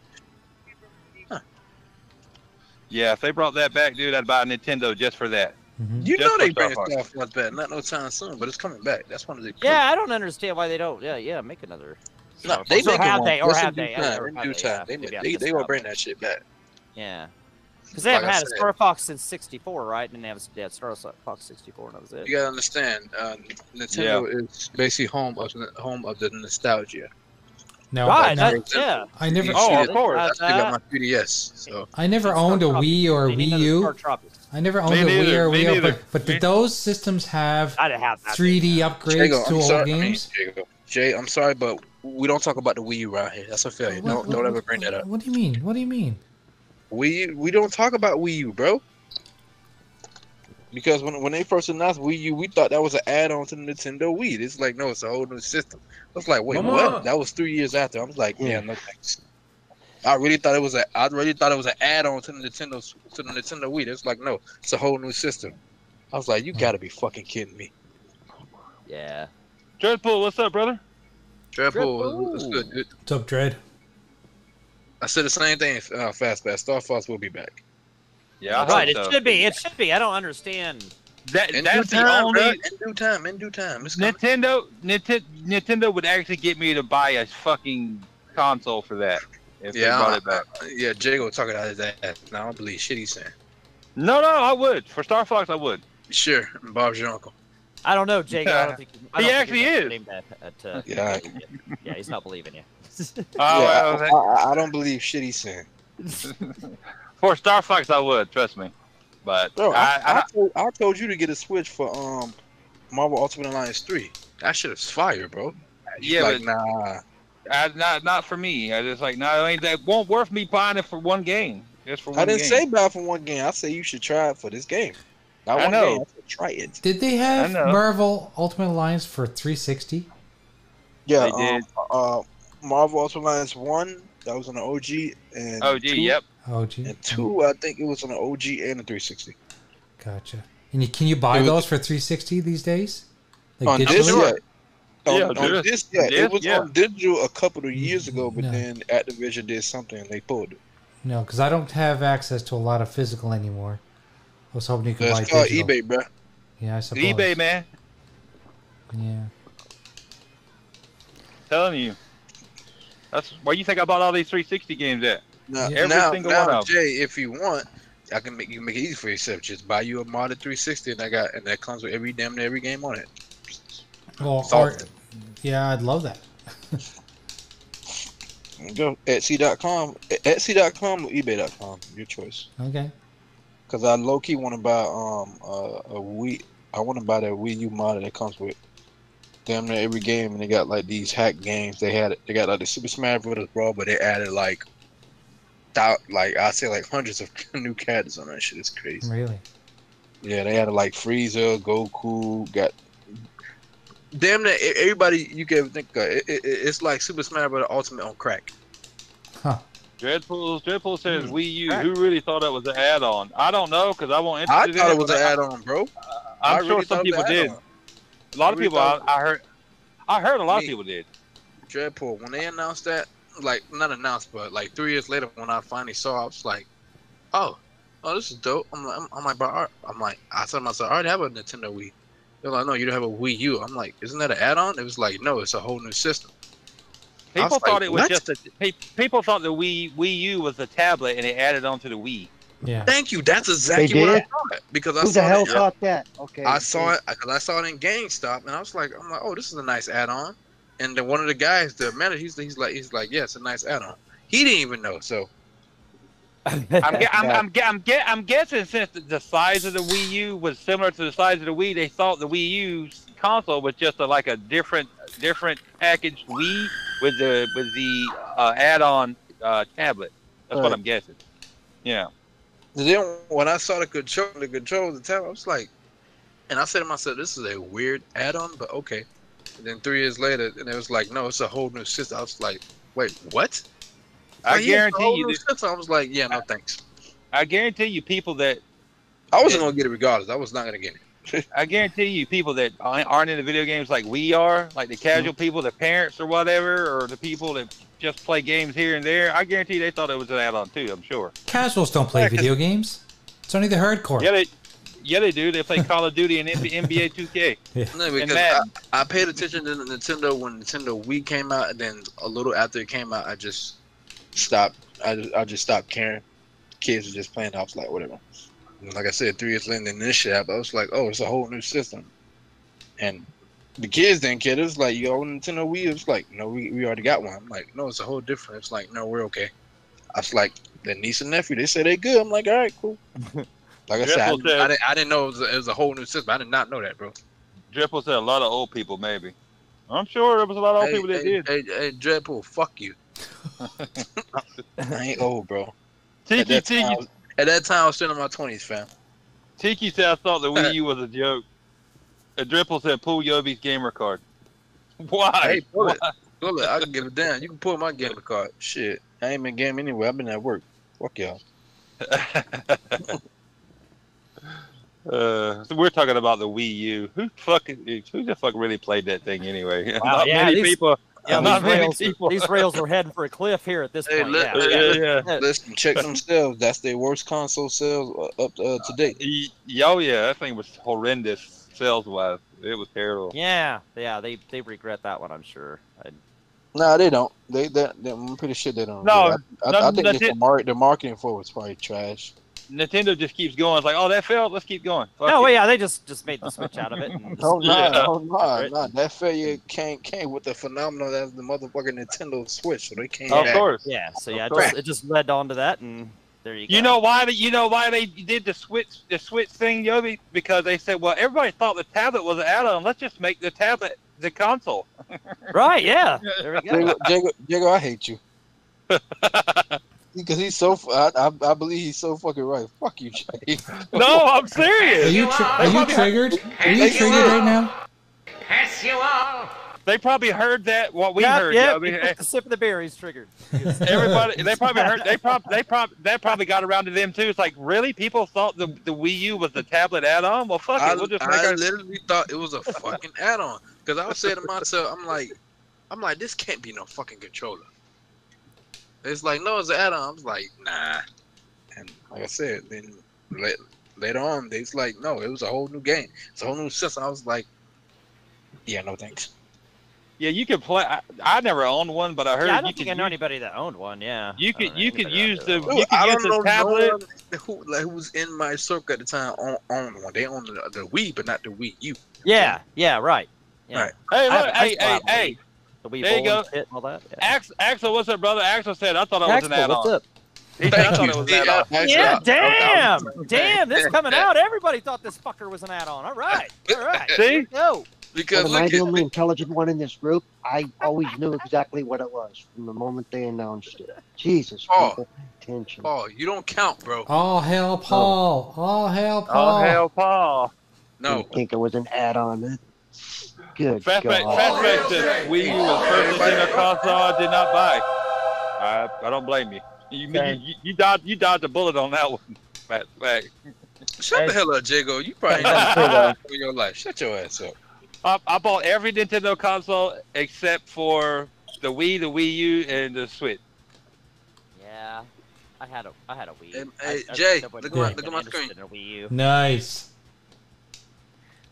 Speaker 3: Yeah, if they brought that back, dude, I'd buy a Nintendo just for that.
Speaker 1: Mhm.
Speaker 5: You
Speaker 3: Just
Speaker 5: know
Speaker 3: for
Speaker 5: they
Speaker 3: Star
Speaker 5: bring
Speaker 3: Fox.
Speaker 5: Star Fox back. Not no time soon, but it's coming back. That's one of the.
Speaker 2: Yeah, I don't understand why they don't. Yeah, yeah, make another.
Speaker 5: No,
Speaker 2: Star
Speaker 5: they
Speaker 2: Fox. or
Speaker 5: make it
Speaker 2: have
Speaker 5: one.
Speaker 2: they? Or
Speaker 5: That's
Speaker 2: have
Speaker 5: in
Speaker 2: they? I
Speaker 5: due
Speaker 2: don't know,
Speaker 5: time.
Speaker 2: or
Speaker 5: In
Speaker 2: have
Speaker 5: due
Speaker 2: they,
Speaker 5: time,
Speaker 2: yeah,
Speaker 5: they
Speaker 2: maybe I
Speaker 5: they
Speaker 2: missed
Speaker 5: they
Speaker 2: that
Speaker 5: will
Speaker 2: one.
Speaker 5: bring that shit back.
Speaker 2: Yeah. Because they
Speaker 5: Like
Speaker 2: haven't
Speaker 5: I
Speaker 2: had a
Speaker 5: said.
Speaker 2: Star Fox since 64, right? And they have they had Star Fox 64, and that was it.
Speaker 5: You gotta understand, uh, Nintendo is basically home of home of the nostalgia.
Speaker 1: No,
Speaker 2: right,
Speaker 1: no,
Speaker 2: that, yeah.
Speaker 1: I never,
Speaker 5: You
Speaker 3: Oh,
Speaker 5: see
Speaker 3: of
Speaker 5: that-
Speaker 3: course.
Speaker 5: I still got
Speaker 2: Uh,
Speaker 5: my 3DS, so
Speaker 1: I never
Speaker 2: It's
Speaker 1: owned a
Speaker 2: Star Tropics.
Speaker 1: Wii or a
Speaker 2: They
Speaker 1: Wii
Speaker 2: need another Star
Speaker 1: U.
Speaker 2: Tropics.
Speaker 1: I never owned a Wii
Speaker 3: neither,
Speaker 1: or a
Speaker 3: me
Speaker 1: Wii, U,
Speaker 3: neither.
Speaker 1: but, but
Speaker 3: Me-
Speaker 1: did those systems have
Speaker 2: I didn't have that.
Speaker 1: 3D upgrades
Speaker 5: Jago,
Speaker 1: to
Speaker 5: I'm
Speaker 1: old
Speaker 5: sorry. I mean,
Speaker 1: games?
Speaker 5: Jago, Jay, I'm sorry, but we don't talk about the Wii U around here. That's a failure.
Speaker 1: What-
Speaker 5: Don't
Speaker 1: what-
Speaker 5: don't ever
Speaker 1: what-
Speaker 5: bring that up.
Speaker 1: What do you mean? What do you mean?
Speaker 5: We we don't talk about Wii U, bro. Because when when they first announced Wii U, we thought that was an add-on to the Nintendo Wii. It's like no, it's a whole new system. I was like, wait,
Speaker 4: Mama.
Speaker 5: what? That was three years after. I was like, yeah, no thanks. I really thought it was a. I really thought it was an add-on to the Nintendo s- to the Nintendo Wii. It's like no, it's a whole new system. I was like, you gotta be fucking kidding me.
Speaker 2: Yeah.
Speaker 3: Dreadpool, what's up, brother?
Speaker 5: Triple, it's good. dude.
Speaker 1: What's up, Dread?
Speaker 5: I said the same thing. Uh, fast pass. Star Fox will be back.
Speaker 3: Yeah, I
Speaker 2: Right, it
Speaker 3: hope so.
Speaker 2: should be. It should be. I don't understand.
Speaker 3: That,
Speaker 5: In
Speaker 3: that's
Speaker 5: due
Speaker 3: the
Speaker 5: time,
Speaker 3: only
Speaker 5: bruh. in due time. In due time. It's coming.
Speaker 3: Nintendo, Nintendo. Nintendo would actually get me to buy a fucking console for that if
Speaker 5: Yeah,
Speaker 3: they brought it back.
Speaker 5: Yeah, Jago talking out his ass. Now I don't believe shit he's saying.
Speaker 3: No, no, I would for Star Fox. I would.
Speaker 5: Sure, Bob's your uncle.
Speaker 2: I don't know, Jake. I
Speaker 3: Yeah.
Speaker 2: don't think I
Speaker 3: He
Speaker 2: don't
Speaker 3: actually
Speaker 2: think
Speaker 3: is.
Speaker 2: he's named that at, uh,
Speaker 5: Yeah.
Speaker 2: yeah, he's not believing you.
Speaker 3: Oh,
Speaker 5: yeah, I,
Speaker 3: well,
Speaker 5: I, I don't believe shit he's saying.
Speaker 3: for Star Fox, I would trust me. But
Speaker 5: Bro, Oh, I, I,
Speaker 3: I, I,
Speaker 5: told, I told you to get a Switch for um Marvel Ultimate Alliance 3. That shit is fire, bro.
Speaker 3: yeah, but
Speaker 5: like, nah.
Speaker 3: I, not not for me. I just like no, it ain't that won't worth me buying it for one game. Just for one
Speaker 5: I didn't
Speaker 3: game.
Speaker 5: say buy for one game. I say you should try it for this game. Not
Speaker 3: I
Speaker 5: one
Speaker 3: know.
Speaker 5: game. I said try it.
Speaker 1: Did they have
Speaker 3: I know.
Speaker 1: Marvel Ultimate Alliance for 360?
Speaker 5: Yeah,
Speaker 3: They did.
Speaker 5: um, uh, Marvel uh, Ultimate Alliance 1 That was on the OG and
Speaker 3: OG,
Speaker 5: two-
Speaker 3: yep.
Speaker 1: Oh, gee.
Speaker 5: And two, I think it was on the OG and the 360.
Speaker 1: Gotcha. And you, can you buy those for 360 these days?
Speaker 5: on this
Speaker 1: digitally?
Speaker 5: yet. On,
Speaker 3: Yeah,
Speaker 5: on
Speaker 3: this-
Speaker 5: this yet.
Speaker 3: this,
Speaker 5: it was
Speaker 3: yeah.
Speaker 5: on digital a couple of years ago, but
Speaker 1: No.
Speaker 5: then Activision did something and they pulled it.
Speaker 1: No, because I don't have access to a lot of physical anymore. I was hoping you could buy
Speaker 5: That's called
Speaker 1: digital.
Speaker 5: eBay, bro.
Speaker 1: Yeah, I suppose.
Speaker 3: eBay, man.
Speaker 1: Yeah.
Speaker 3: Telling you. That's where you think I bought all these 360 games at.
Speaker 5: Now,
Speaker 3: Every
Speaker 5: now,
Speaker 3: single
Speaker 5: now,
Speaker 3: one of 'em.
Speaker 5: Jay, if you want, I can make you make it easy for yourself. Just buy you a modded 360, and I got and that comes with every damn near every game on it.
Speaker 1: Well, or,
Speaker 5: Soft.
Speaker 1: yeah, I'd love that.
Speaker 5: There you Go Etsy.com, Etsy.com or eBay.com, your choice.
Speaker 1: Okay.
Speaker 5: Cause I low key want to buy um a, a Wii. I want to buy that Wii U modder that comes with damn near every game, and they got like these hack games. They had they got like the Super Smash Bros. Brawl, but they added like thou like I say like hundreds of new characters on that shit. It's crazy.
Speaker 1: Really?
Speaker 5: Yeah, they had like Frieza, Goku, got damn near e- everybody you can think of. It, it, it's like Super Smash Bros. Ultimate on crack.
Speaker 1: Huh.
Speaker 3: Dreadpool, Dreadpool says
Speaker 5: Hmm.
Speaker 3: Wii U. Who really thought that was an add-on? I don't know because I won't.
Speaker 5: I thought it was an add-on, bro.
Speaker 3: I'm
Speaker 5: I really
Speaker 3: sure some
Speaker 5: thought it was
Speaker 3: people
Speaker 5: an
Speaker 3: did.
Speaker 5: add-on.
Speaker 3: A lot
Speaker 5: I
Speaker 3: of
Speaker 5: really
Speaker 3: people. I,
Speaker 5: thought-
Speaker 3: I heard. I heard a lot
Speaker 5: Me.
Speaker 3: of people did.
Speaker 5: Dreadpool, when they announced that, like not announced, but like three years later, when I finally saw, it, I was like, "Oh, oh, this is dope." I'm like, I'm, I'm like, but I- I'm like, I told myself, "I already have a Nintendo Wii." They're like, "No, you don't have a Wii U." I'm like, "Isn't that an add-on?" It was like, "No, it's a whole new system." I
Speaker 3: People
Speaker 5: was like,
Speaker 3: thought it was
Speaker 5: "What?"
Speaker 3: just a. pe- People thought the Wii Wii U was a tablet and they added on to the Wii.
Speaker 1: Yeah.
Speaker 5: Thank you. That's exactly what I
Speaker 7: did?
Speaker 5: thought because I
Speaker 7: Who
Speaker 5: saw
Speaker 7: the hell
Speaker 5: that.
Speaker 7: thought that? Okay.
Speaker 5: I saw it because I saw it in GameStop, and I was like, "I'm like, oh, this is a nice add-on." And then one of the guys, the manager, he's, he's like, he's like, "Yeah, it's a nice add-on." He didn't even know. So
Speaker 3: I'm, gue- I'm,
Speaker 7: Yeah.
Speaker 3: I'm, gue- I'm, gue- I'm guessing since the- the size of the Wii U was similar to the size of the Wii, they thought the Wii U console was just a, like a different different packaged Wii with the with the uh, add-on uh, tablet. That's
Speaker 5: Right.
Speaker 3: what I'm guessing. Yeah,
Speaker 5: And then when I saw the control, the control of the tablet, I was like, and I said to myself, "This is a weird add-on, but okay." And then three years later, and it was like, "No, it's a whole new system." I was like, "Wait, what?"
Speaker 3: I
Speaker 5: Like, yeah, it's a
Speaker 3: guarantee
Speaker 5: whole
Speaker 3: you.
Speaker 5: new
Speaker 3: This,
Speaker 5: system. I was like, "Yeah, no, thanks."
Speaker 3: I guarantee you, people that
Speaker 5: I wasn't gonna get it regardless. I was not gonna get it.
Speaker 3: I guarantee you, people that aren't aren't into video games like we are, like the casual
Speaker 5: Mm-hmm.
Speaker 3: people, the parents or whatever, or the people that just play games here and there. I guarantee they thought it was an add-on too. I'm sure.
Speaker 1: Casuals don't play
Speaker 3: Yeah, 'cause-
Speaker 1: video games. It's only the hardcore.
Speaker 3: Yeah, they, yeah, they do. They play Call of Duty and NBA 2K.
Speaker 5: No, because I,
Speaker 3: Madden.
Speaker 5: I paid attention to the Nintendo when Nintendo Wii came out, and then a little after it came out, I just stopped. I just, I just stopped caring. Kids were just playing. I was like, whatever. And like I said, three years later, then this shit happened. I was like, oh, it's a whole new system. And the kids didn't care. It was like, yo, Nintendo Wii. It was like, no, we, we already got one. I'm like, no, it's a whole different. It's like, no, we're okay. I was like, the niece and nephew, they say they good. I'm like, all right, cool. Like I said, I,
Speaker 3: Dreadful
Speaker 5: didn't- I, didn't, I didn't know it was, a, it was a whole new system. I did not know that, bro.
Speaker 3: Dripple said a lot of old people, maybe. I'm sure there was a lot of old
Speaker 5: hey,
Speaker 3: people that
Speaker 5: hey,
Speaker 3: did.
Speaker 5: Hey, hey, Dreadpool, fuck you. I ain't old, bro. At
Speaker 3: Tiki
Speaker 5: that, time, I
Speaker 3: Tiki,
Speaker 5: was- at that time, I was still in my twenties, fam.
Speaker 3: Tiki said I thought the Wii U was a joke. And Dripple said pull Yobi's gamer card. Why?
Speaker 5: Hey, pull it, pull it. I can give a damn. You can pull my gamer card. Shit, I ain't been game anyway. I've been at work. Fuck y'all.
Speaker 3: Uh, so we're talking about the Wii U. Who fucking who the fuck really played that thing anyway?
Speaker 2: Wow,
Speaker 3: not
Speaker 2: yeah,
Speaker 3: many
Speaker 2: these-
Speaker 3: people.
Speaker 2: Yeah,
Speaker 3: not
Speaker 2: these
Speaker 3: many
Speaker 2: rails,
Speaker 3: people.
Speaker 2: are, these rails are heading for a cliff here at this
Speaker 5: Hey,
Speaker 2: point.
Speaker 5: look,
Speaker 2: yeah.
Speaker 5: look,
Speaker 2: Oh, yeah.
Speaker 3: yeah, yeah.
Speaker 5: Listen, check themselves. That's their worst console sales uh, up uh, to date.
Speaker 3: Y- Oh yeah, that thing was horrendous sales wise. It was terrible.
Speaker 2: Yeah, yeah, they they regret that one, I'm sure. I,
Speaker 5: Nah, they don't. They, they, they I'm pretty sure they don't.
Speaker 3: No,
Speaker 5: I, I,
Speaker 3: no,
Speaker 5: I think
Speaker 3: no,
Speaker 5: it's the,
Speaker 3: it-
Speaker 5: mar- the marketing for it was probably trash.
Speaker 3: Nintendo just keeps going. It's like, oh, that failed. Let's keep going. Fuck
Speaker 2: no,
Speaker 3: it.
Speaker 2: well, yeah, they just just made the switch out of it. And
Speaker 5: Oh no,
Speaker 3: Yeah.
Speaker 5: oh no,
Speaker 3: Right.
Speaker 5: no! That failure came came with the phenomenon that's the motherfucking Nintendo Switch, so they came
Speaker 3: Of
Speaker 5: back.
Speaker 3: course.
Speaker 2: yeah, so yeah, it
Speaker 3: Correct.
Speaker 2: just, it just led on to that, and there you go.
Speaker 3: You know why? They, you know why they did the switch the switch thing, Yobi? Because they said, well, everybody thought the tablet was an add-on. Let's just make the tablet the console.
Speaker 2: right? Yeah, there we go.
Speaker 5: Jago, Jago, Jago, I hate you. Because he's so, fu- I, I, I believe he's so fucking right. Fuck you, Jay.
Speaker 3: No, I'm
Speaker 1: Are
Speaker 3: serious.
Speaker 1: you, tri- are you triggered? Are you
Speaker 5: Thank you.
Speaker 1: triggered right now?
Speaker 10: Yes, you are.
Speaker 3: They probably heard that what we
Speaker 2: Yep,
Speaker 3: heard.
Speaker 2: yep,
Speaker 3: I mean, eh,
Speaker 2: he took a sip of the beer. He's triggered.
Speaker 3: Everybody, they probably heard. They probably, they probably, that probably got around to them too. It's like, really, people thought the, the Wii U was the tablet add-on. Well, fuck
Speaker 5: I,
Speaker 3: it, we'll just make
Speaker 5: I
Speaker 3: our.
Speaker 5: literally thought it was a fucking add-on because I was saying to myself, I'm like, I'm like, this can't be no fucking controller. It's like, no, it's an add-on. I was like, nah. And like I said, then la- later on, they was like, no, it was a whole new game. It's a whole new system. I was like, yeah, no thanks.
Speaker 3: Yeah, you could play. I, I never owned one, but I heard
Speaker 2: yeah, I
Speaker 3: you
Speaker 2: don't
Speaker 3: could
Speaker 2: think I know anybody that owned one. Yeah.
Speaker 3: You
Speaker 2: I don't
Speaker 3: could
Speaker 2: know
Speaker 3: you could
Speaker 2: anybody that
Speaker 3: use
Speaker 2: owned
Speaker 3: the
Speaker 2: one.
Speaker 3: you
Speaker 5: I
Speaker 3: could
Speaker 5: don't
Speaker 3: use
Speaker 5: know
Speaker 3: the
Speaker 5: no
Speaker 3: tablet.
Speaker 5: one who like who was in my circle at the time on on one. They owned the, the Wii, but not the Wii U.
Speaker 2: Yeah. Yeah. Right. Yeah.
Speaker 5: Right.
Speaker 3: Hey,
Speaker 2: I have
Speaker 3: look,
Speaker 2: a
Speaker 3: hey,
Speaker 2: baseball
Speaker 3: hey,
Speaker 2: apple,
Speaker 3: hey,
Speaker 2: The Wii
Speaker 3: There you
Speaker 2: Bowl and
Speaker 3: go.
Speaker 2: shit and all that. Yeah.
Speaker 3: Ax, Axel, what's up, brother? Axel said I thought I was an
Speaker 2: Axel,
Speaker 3: add-on.
Speaker 2: what's up?
Speaker 3: He said I thought it was an add-on.
Speaker 5: Nice
Speaker 2: Yeah,
Speaker 5: job.
Speaker 2: damn,
Speaker 5: Okay, I'm-
Speaker 2: damn, this coming out. Everybody thought this fucker was an add-on. All right, all right.
Speaker 3: See?
Speaker 2: Here we go.
Speaker 5: Because
Speaker 7: Well, am I
Speaker 5: look,
Speaker 7: the
Speaker 5: at,
Speaker 7: only intelligent one in this group? I always knew exactly what it was from the moment they announced it. Jesus,
Speaker 5: Oh.
Speaker 7: people, attention.
Speaker 5: Paul, you don't count, bro.
Speaker 1: All
Speaker 5: Oh.
Speaker 1: hail Paul. All hail Paul.
Speaker 3: Oh hell, Paul.
Speaker 5: No,
Speaker 7: Didn't think it was an add-on. Good
Speaker 3: Fast back,
Speaker 7: God.
Speaker 3: fast back to Wii U was first in a console I did not buy. I I don't blame you. You
Speaker 9: Okay.
Speaker 3: you, you dodged you dodged a bullet on that one. Fast back.
Speaker 5: shut the hell up, Jago. You probably
Speaker 9: That's
Speaker 5: never
Speaker 9: true, though.
Speaker 5: in your life. Shut your ass up.
Speaker 3: I, I bought every Nintendo console except for the Wii, the Wii U, and the Switch.
Speaker 2: Yeah, I had a, I had a Wii.
Speaker 5: Um,
Speaker 2: I-
Speaker 5: hey,
Speaker 2: I-
Speaker 5: Jay,
Speaker 2: nobody
Speaker 5: look
Speaker 1: at my-
Speaker 2: was
Speaker 5: look at my
Speaker 2: interested
Speaker 5: screen.
Speaker 2: in a Wii U.
Speaker 1: Nice.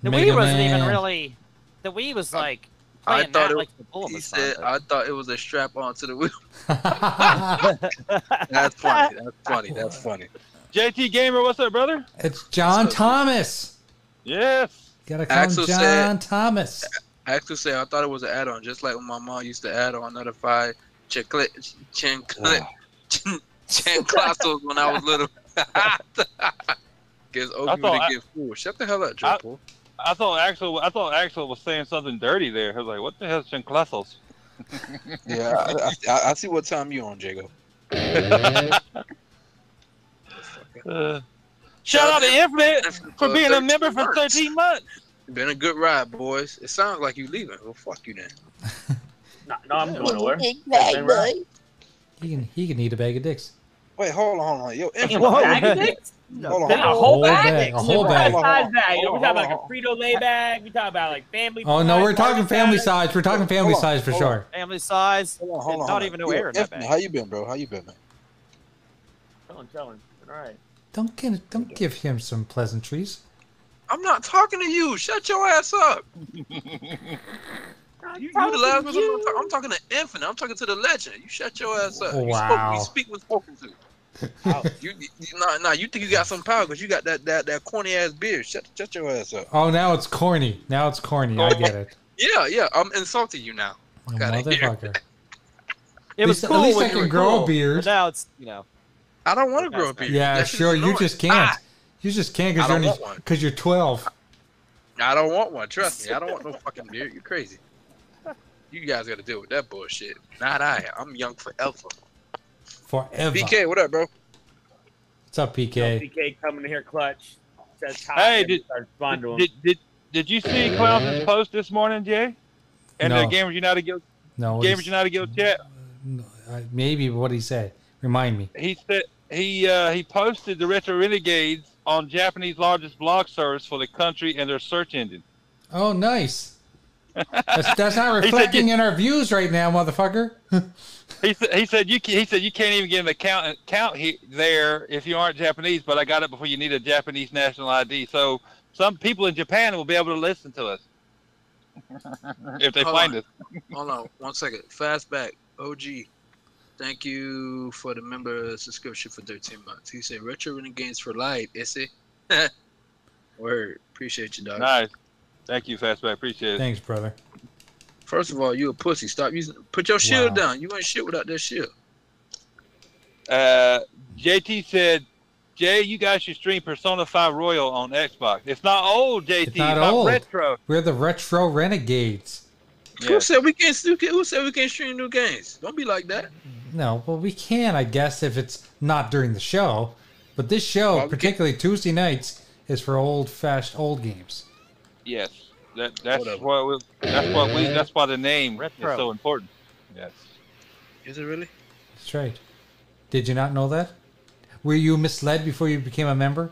Speaker 2: The
Speaker 1: Mega
Speaker 2: Wii wasn't even
Speaker 1: Man.
Speaker 2: really. The Wii was like.
Speaker 5: Uh, I
Speaker 2: playing
Speaker 5: thought
Speaker 2: that
Speaker 5: it-
Speaker 2: like the bull of
Speaker 5: He
Speaker 2: a
Speaker 5: said,
Speaker 2: son,
Speaker 5: "I thought it was a strap on to the wheel."
Speaker 2: but-
Speaker 5: uh, That's funny. That's funny. That's funny.
Speaker 3: JT Gamer, what's up, brother?
Speaker 1: It's John Thomas.
Speaker 3: Yes.
Speaker 1: Gotta call
Speaker 5: Axel
Speaker 1: him John
Speaker 5: said-
Speaker 1: Thomas.
Speaker 5: I actually say I thought it was an add-on, just like when my mom used to add on notify chiclet chin clip chin chin clossals when I was little. Because
Speaker 3: I
Speaker 5: Obi
Speaker 3: thought
Speaker 5: would
Speaker 3: I-
Speaker 5: get fooled. Shut the hell up,
Speaker 3: I-
Speaker 5: Triple.
Speaker 3: I thought Axel I thought Axel was saying something dirty there. I was like, what the hell's Chinclessels?
Speaker 5: Yeah, I, I, I- I see what time you on, Jago.
Speaker 3: Uh, shout out to Infinite for being a member for 13 months.
Speaker 5: Been a good ride, boys. It sounds like you leaving. Well, fuck you then.
Speaker 9: No, no, I'm going nowhere.
Speaker 1: He can he can eat a bag of dicks.
Speaker 5: Wait, hold on, hold on. Yo, Infinite,
Speaker 3: Oh,
Speaker 2: Whoa.
Speaker 4: Bag of dicks?
Speaker 5: hold
Speaker 4: Bag-
Speaker 5: on.
Speaker 4: a whole
Speaker 1: Whole
Speaker 4: bag?
Speaker 1: bag, a whole bag.
Speaker 4: Size bag. You know, we
Speaker 5: Hold
Speaker 4: talking
Speaker 5: on,
Speaker 4: about like
Speaker 5: hold
Speaker 4: a Frito Lay bag. We talking about like family.
Speaker 1: Oh no,
Speaker 4: size,
Speaker 1: we're talking
Speaker 4: party
Speaker 1: family
Speaker 4: size.
Speaker 1: size. We're
Speaker 5: Oh,
Speaker 1: talking family
Speaker 5: Hold on,
Speaker 1: size for
Speaker 5: hold on.
Speaker 1: sure.
Speaker 2: Family size.
Speaker 5: Hold on, hold
Speaker 2: Did
Speaker 5: on.
Speaker 2: not
Speaker 5: hold on.
Speaker 2: even know
Speaker 5: Yo,
Speaker 2: air in that
Speaker 5: Infinite,
Speaker 2: bag.
Speaker 5: How you been, bro? How you been, man?
Speaker 4: Chilling, chilling. All right.
Speaker 1: Don't give, don't give him some pleasantries.
Speaker 5: I'm not talking to you. Shut your ass up. You, you the last person I'm, talk- I'm talking to Infinite. I'm talking to the legend. You shut your ass up.
Speaker 1: Wow.
Speaker 5: You, spoke, you speak what's spoken to. you, you, nah, nah, you think you got some power because you got that, that, that corny ass beard. Shut, shut your ass up.
Speaker 1: Oh, now it's corny. Now it's corny. I get it.
Speaker 5: Yeah, yeah. I'm insulting you now.
Speaker 1: Oh,
Speaker 5: Fuck outta here.
Speaker 1: motherfucker.
Speaker 2: It
Speaker 1: At least-
Speaker 2: was
Speaker 1: at
Speaker 2: cool
Speaker 1: least
Speaker 2: when
Speaker 1: I
Speaker 2: you
Speaker 1: can
Speaker 2: were
Speaker 1: grow a
Speaker 2: cool,
Speaker 1: beard.
Speaker 2: but Now it's you know.
Speaker 5: I don't want to grow a beard.
Speaker 1: Yeah,
Speaker 5: That shit's
Speaker 1: sure. You
Speaker 5: annoying.
Speaker 1: just can't.
Speaker 5: Ah,
Speaker 1: You just can't
Speaker 5: I
Speaker 1: because you're
Speaker 5: don't
Speaker 1: only,
Speaker 5: want one.
Speaker 1: because you're 12.
Speaker 5: Ah, I don't want one. Trust me. I don't want no fucking beard. You're crazy. You guys got to deal with that bullshit. Not I. I'm young forever.
Speaker 1: Forever.
Speaker 5: BK, what up, bro?
Speaker 1: What's up, PK?
Speaker 4: PK coming in here clutch. Says hi.
Speaker 3: Hey,
Speaker 4: and
Speaker 3: did-
Speaker 4: starts responding to him.
Speaker 3: Did, did, did you see Clowns' post this morning, Jay? And
Speaker 1: No.
Speaker 3: the Gamers United Guild,
Speaker 1: No. what
Speaker 3: Gamers
Speaker 1: is-
Speaker 3: United Guild chat?
Speaker 1: no, I- Maybe what did he say? Remind me.
Speaker 3: he said he uh, he posted the retro renegades on Japanese largest blog service for the country and their search engine.
Speaker 1: Oh, nice. That's, that's not
Speaker 3: He said
Speaker 1: reflecting in our views right now, motherfucker.
Speaker 3: He said he said you can, he said you can't even get an account account he, there if you aren't Japanese. But I got it before you need a Japanese national ID. So some people in Japan will be able to listen to us if they
Speaker 5: Hold
Speaker 3: find
Speaker 5: on.
Speaker 3: us.
Speaker 5: Hold on one second. Fast back. OG, thank you for the member subscription for 13 months. He said, Retro Renegades for life, is it? Word. Appreciate you, dog.
Speaker 3: Nice, thank you, Fastback. Appreciate it.
Speaker 1: Thanks, brother.
Speaker 5: First of all, you a pussy. Stop using Put your shield
Speaker 1: Wow.
Speaker 5: down. You ain't shit without that shield.
Speaker 3: Uh, JT said, Jay, you guys should stream Persona 5 Royal on Xbox. It's not old, JT. It's
Speaker 1: not
Speaker 3: not,
Speaker 1: old.
Speaker 3: retro.
Speaker 1: We're the retro renegades.
Speaker 5: Who
Speaker 3: Yes.
Speaker 5: said we can't stu- who said we can't stream new games? Don't be like that.
Speaker 1: No, well, we can, I guess, if it's not during the show. But this show,
Speaker 5: Well, we can-
Speaker 1: particularly Tuesday nights, is for old fast old games.
Speaker 3: Yes. That, that's why we, that's what we that's why the name
Speaker 5: Retro.
Speaker 3: is so important. Yes.
Speaker 5: Is it really?
Speaker 1: That's right. Did you not know that? Were you misled before you became a member?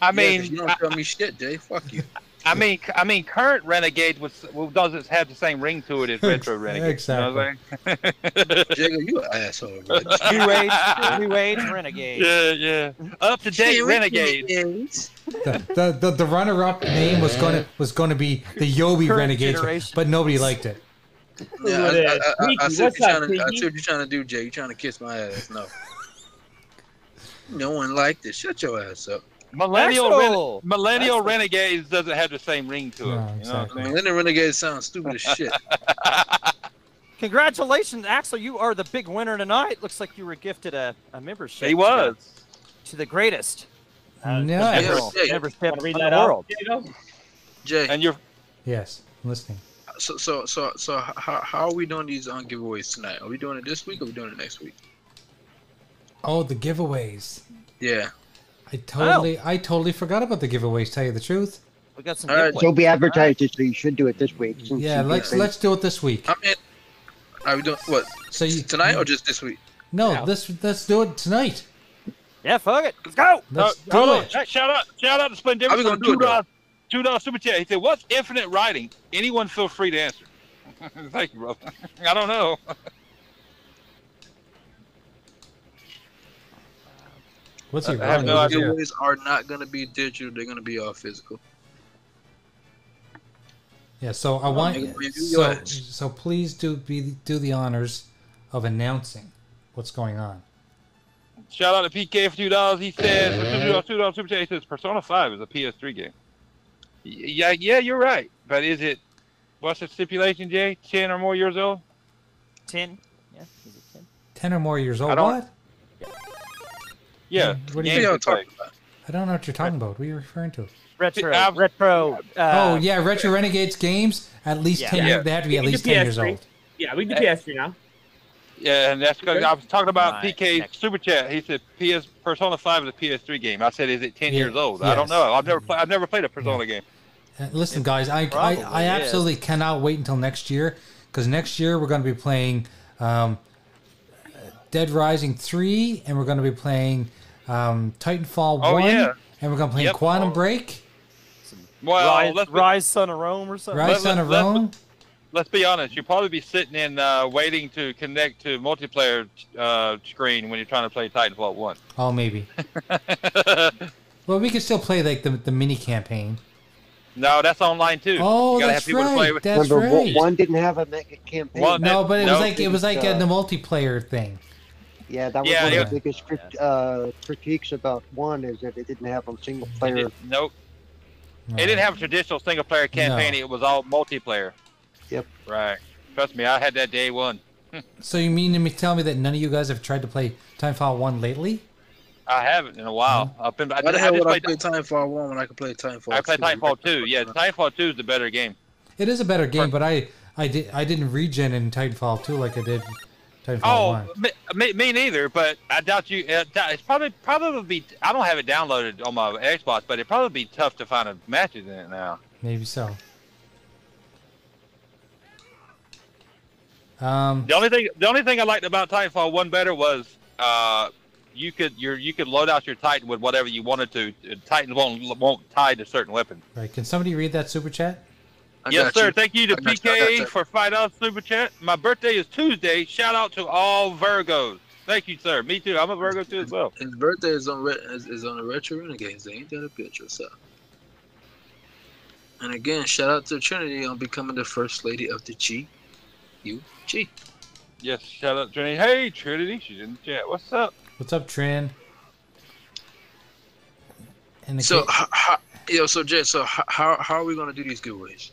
Speaker 3: I
Speaker 5: Yeah,
Speaker 3: mean,
Speaker 5: 'cause you don't tell me shit, Jay. Fuck you.
Speaker 3: I mean, I mean, current Renegade was well, doesn't have the same ring to it as retro Renegade. You know what I'm
Speaker 5: Jigga, you an asshole. bro.
Speaker 3: saying?
Speaker 2: New age, new age renegade.
Speaker 3: Yeah, yeah. Up to date
Speaker 2: New age
Speaker 3: Renegade.
Speaker 1: The the, the, the runner up name was gonna was gonna be the Yobi
Speaker 2: Current
Speaker 1: Renegades,
Speaker 2: generation.
Speaker 1: but nobody liked it.
Speaker 5: Yeah, I, I, I, I, I
Speaker 9: Pinky,
Speaker 5: see what
Speaker 9: what's
Speaker 5: you're
Speaker 9: up,
Speaker 5: trying to, I
Speaker 9: Pinky?
Speaker 5: see what you're trying to do, Jay. You're trying to kiss my ass. No. no one liked it. Shut your ass up.
Speaker 3: Millennial
Speaker 2: Retro.
Speaker 3: Ren- Millennial
Speaker 2: Retro.
Speaker 3: Renegades doesn't have the same ring to it.
Speaker 1: No,
Speaker 3: you know what I'm
Speaker 5: I
Speaker 3: saying?
Speaker 5: mean, Lennon Renegade sounds stupid as shit.
Speaker 2: Congratulations, Axel. You are the big winner tonight. Looks like you were gifted a, a membership.
Speaker 3: He was.
Speaker 2: To the greatest
Speaker 1: Nice.
Speaker 5: Yeah, Jay,
Speaker 2: membership in
Speaker 9: read
Speaker 2: the
Speaker 9: that out,
Speaker 2: world.
Speaker 9: Diego?
Speaker 5: Jay,
Speaker 3: And you're
Speaker 1: Yes, I'm listening.
Speaker 5: so so so so h- how, how are we doing these on giveaways tonight? Are we doing it this week or are we doing it next week?
Speaker 1: Oh, the giveaways.
Speaker 5: Yeah.
Speaker 1: I
Speaker 3: Oh.
Speaker 1: totally I totally forgot about the giveaways, tell you the truth.
Speaker 2: We got some
Speaker 5: All right,
Speaker 2: giveaways.
Speaker 7: Joby advertised it, so you should do it this week. since
Speaker 1: Yeah,
Speaker 7: you
Speaker 1: let's
Speaker 7: did.
Speaker 1: let's do it this week.
Speaker 5: I mean, are we doing what
Speaker 1: So you
Speaker 5: tonight or just this week?
Speaker 1: No, this let's do it tonight.
Speaker 2: Yeah, fuck it. Let's go.
Speaker 1: Let's
Speaker 3: No,
Speaker 1: do
Speaker 3: hold
Speaker 1: it.
Speaker 3: on. Shout out, shout out to Splendid
Speaker 5: How we
Speaker 3: for
Speaker 5: gonna do
Speaker 3: two
Speaker 5: it, though?
Speaker 3: dollars, two dollars uh, super chat. He said, "What's infinite writing?" Anyone feel free to answer. Thank you, bro. I don't know.
Speaker 1: What's he
Speaker 3: I have
Speaker 1: wrong
Speaker 3: no
Speaker 1: with
Speaker 3: idea.
Speaker 1: you?
Speaker 5: Giveaways are not going to be digital. They're going to be all physical.
Speaker 1: Yeah, so
Speaker 3: Oh,
Speaker 1: I want
Speaker 5: make it for you,
Speaker 1: so,
Speaker 5: guys.
Speaker 1: so please do be do the honors of announcing what's going on.
Speaker 3: Shout out to PK for two dollars. He says, for two dollars, two dollars uh, super chat. He says, "Persona Five is a PS3 game." Y- Yeah, yeah, you're right. But is it? What's the stipulation, Jay? Ten or more years old?
Speaker 2: Ten. Yeah, is it ten?
Speaker 1: Ten or more years
Speaker 3: I
Speaker 1: old.
Speaker 3: don't-
Speaker 1: What?
Speaker 3: Yeah.
Speaker 1: What do
Speaker 5: What
Speaker 1: you
Speaker 5: are
Speaker 1: mean?
Speaker 5: y'all
Speaker 3: it's like-
Speaker 5: talking about?
Speaker 1: I don't know what you're talking about. What are you referring to?
Speaker 2: Retro.
Speaker 3: I've-
Speaker 2: retro. Uh,
Speaker 1: oh yeah, Retro Renegades games. At least
Speaker 2: Yeah.
Speaker 1: ten.
Speaker 3: Yeah.
Speaker 1: year- They have to be at
Speaker 9: You
Speaker 1: least
Speaker 9: can do
Speaker 1: ten years
Speaker 9: PS3.
Speaker 1: old.
Speaker 9: Yeah, we can do PS3 now.
Speaker 3: Yeah, and that's because I was talking about
Speaker 2: Alright,
Speaker 3: PK's
Speaker 2: next.
Speaker 3: super chat. He said PS Persona Five is a PS3 game. I said, is it ten
Speaker 1: Yeah,
Speaker 3: years old? I don't
Speaker 1: yes.
Speaker 3: know. I've never played. I've never played a Persona game.
Speaker 1: Uh, Listen, guys, I, I,
Speaker 2: probably
Speaker 1: I
Speaker 2: is.
Speaker 1: absolutely cannot wait until next year because next year we're going to be playing um, Dead Rising 3 and we're going to be playing um, Titanfall
Speaker 3: Oh,
Speaker 1: 1
Speaker 3: yeah.
Speaker 1: and we're going to play
Speaker 3: Yep.
Speaker 1: Quantum
Speaker 3: Oh.
Speaker 1: Break,
Speaker 3: Well,
Speaker 2: Rise,
Speaker 3: let's be,
Speaker 2: Rise, Son of Rome, or something.
Speaker 1: Rise
Speaker 3: let-
Speaker 1: on a
Speaker 3: let-
Speaker 1: Rome.
Speaker 3: let's be honest. You'll probably be sitting in uh, waiting to connect to multiplayer uh, screen when you're trying to play Titanfall One.
Speaker 1: Oh, maybe. well, we can still play like the, the mini campaign.
Speaker 3: no, that's online too.
Speaker 1: Oh,
Speaker 3: you gotta
Speaker 1: that's
Speaker 3: have people to play
Speaker 1: right.
Speaker 3: with. Oh,
Speaker 1: That's
Speaker 7: Remember,
Speaker 1: right.
Speaker 7: one didn't have a mega campaign.
Speaker 3: One-
Speaker 1: no, but it
Speaker 3: No.
Speaker 1: was like it was like a, the multiplayer thing.
Speaker 7: Yeah, that was
Speaker 3: Yeah,
Speaker 7: one
Speaker 1: yeah.
Speaker 7: of the biggest crit- uh, critiques about one is that it didn't have a single
Speaker 3: It
Speaker 7: player.
Speaker 3: didn't- nope. It didn't have a traditional single player campaign.
Speaker 1: No.
Speaker 3: It was all multiplayer.
Speaker 7: Yep.
Speaker 3: Right. Trust me, I had that day one.
Speaker 1: So you mean to me tell me that none of you guys have tried to play Titanfall 1 lately?
Speaker 3: I haven't in a while.
Speaker 1: Mm-hmm.
Speaker 3: I've been. I,
Speaker 5: Why the
Speaker 3: I
Speaker 5: hell
Speaker 3: just
Speaker 5: would I
Speaker 3: played.
Speaker 5: play Titanfall 1 when I could play Titanfall
Speaker 3: I played
Speaker 5: 2?
Speaker 3: Titanfall 2. Yeah, Titanfall 2 is the better game.
Speaker 1: It is a better game, but I I did I didn't regen in Titanfall two like I did Titanfall
Speaker 3: Oh,
Speaker 1: one.
Speaker 3: me, me, me neither. But I doubt you. uh, doubt- It's probably probably be. I don't have it downloaded on my Xbox, but it'd probably be tough to find a matches in it now.
Speaker 1: Maybe so. Um,
Speaker 3: The only thing the only thing I liked about Titanfall one better was uh, you could your you could load out your Titan with whatever you wanted to. Uh, Titans won't won't tie to certain weapons.
Speaker 1: right? Can somebody read that super chat?
Speaker 5: I
Speaker 3: yes,
Speaker 5: got
Speaker 3: sir.
Speaker 5: you.
Speaker 3: Thank you to
Speaker 5: I got you, I got you.
Speaker 3: PK for five dollars super chat. My birthday is Tuesday. Shout out to all Virgos. Thank you, sir. Me too. I'm a Virgo too as well.
Speaker 5: His birthday is on re- is, is on the Retro Renegades. They ain't that a bitch or so. And again, shout out to Trinity on becoming the first lady of the G U G.
Speaker 3: Yes. Shout out Trinity. Hey Trinity, she's in the chat. What's up?
Speaker 1: What's up, Trin? And the
Speaker 5: So,
Speaker 1: ca-
Speaker 5: ho- ho- yo, so Jay, so ho- how how are we gonna do these giveaways?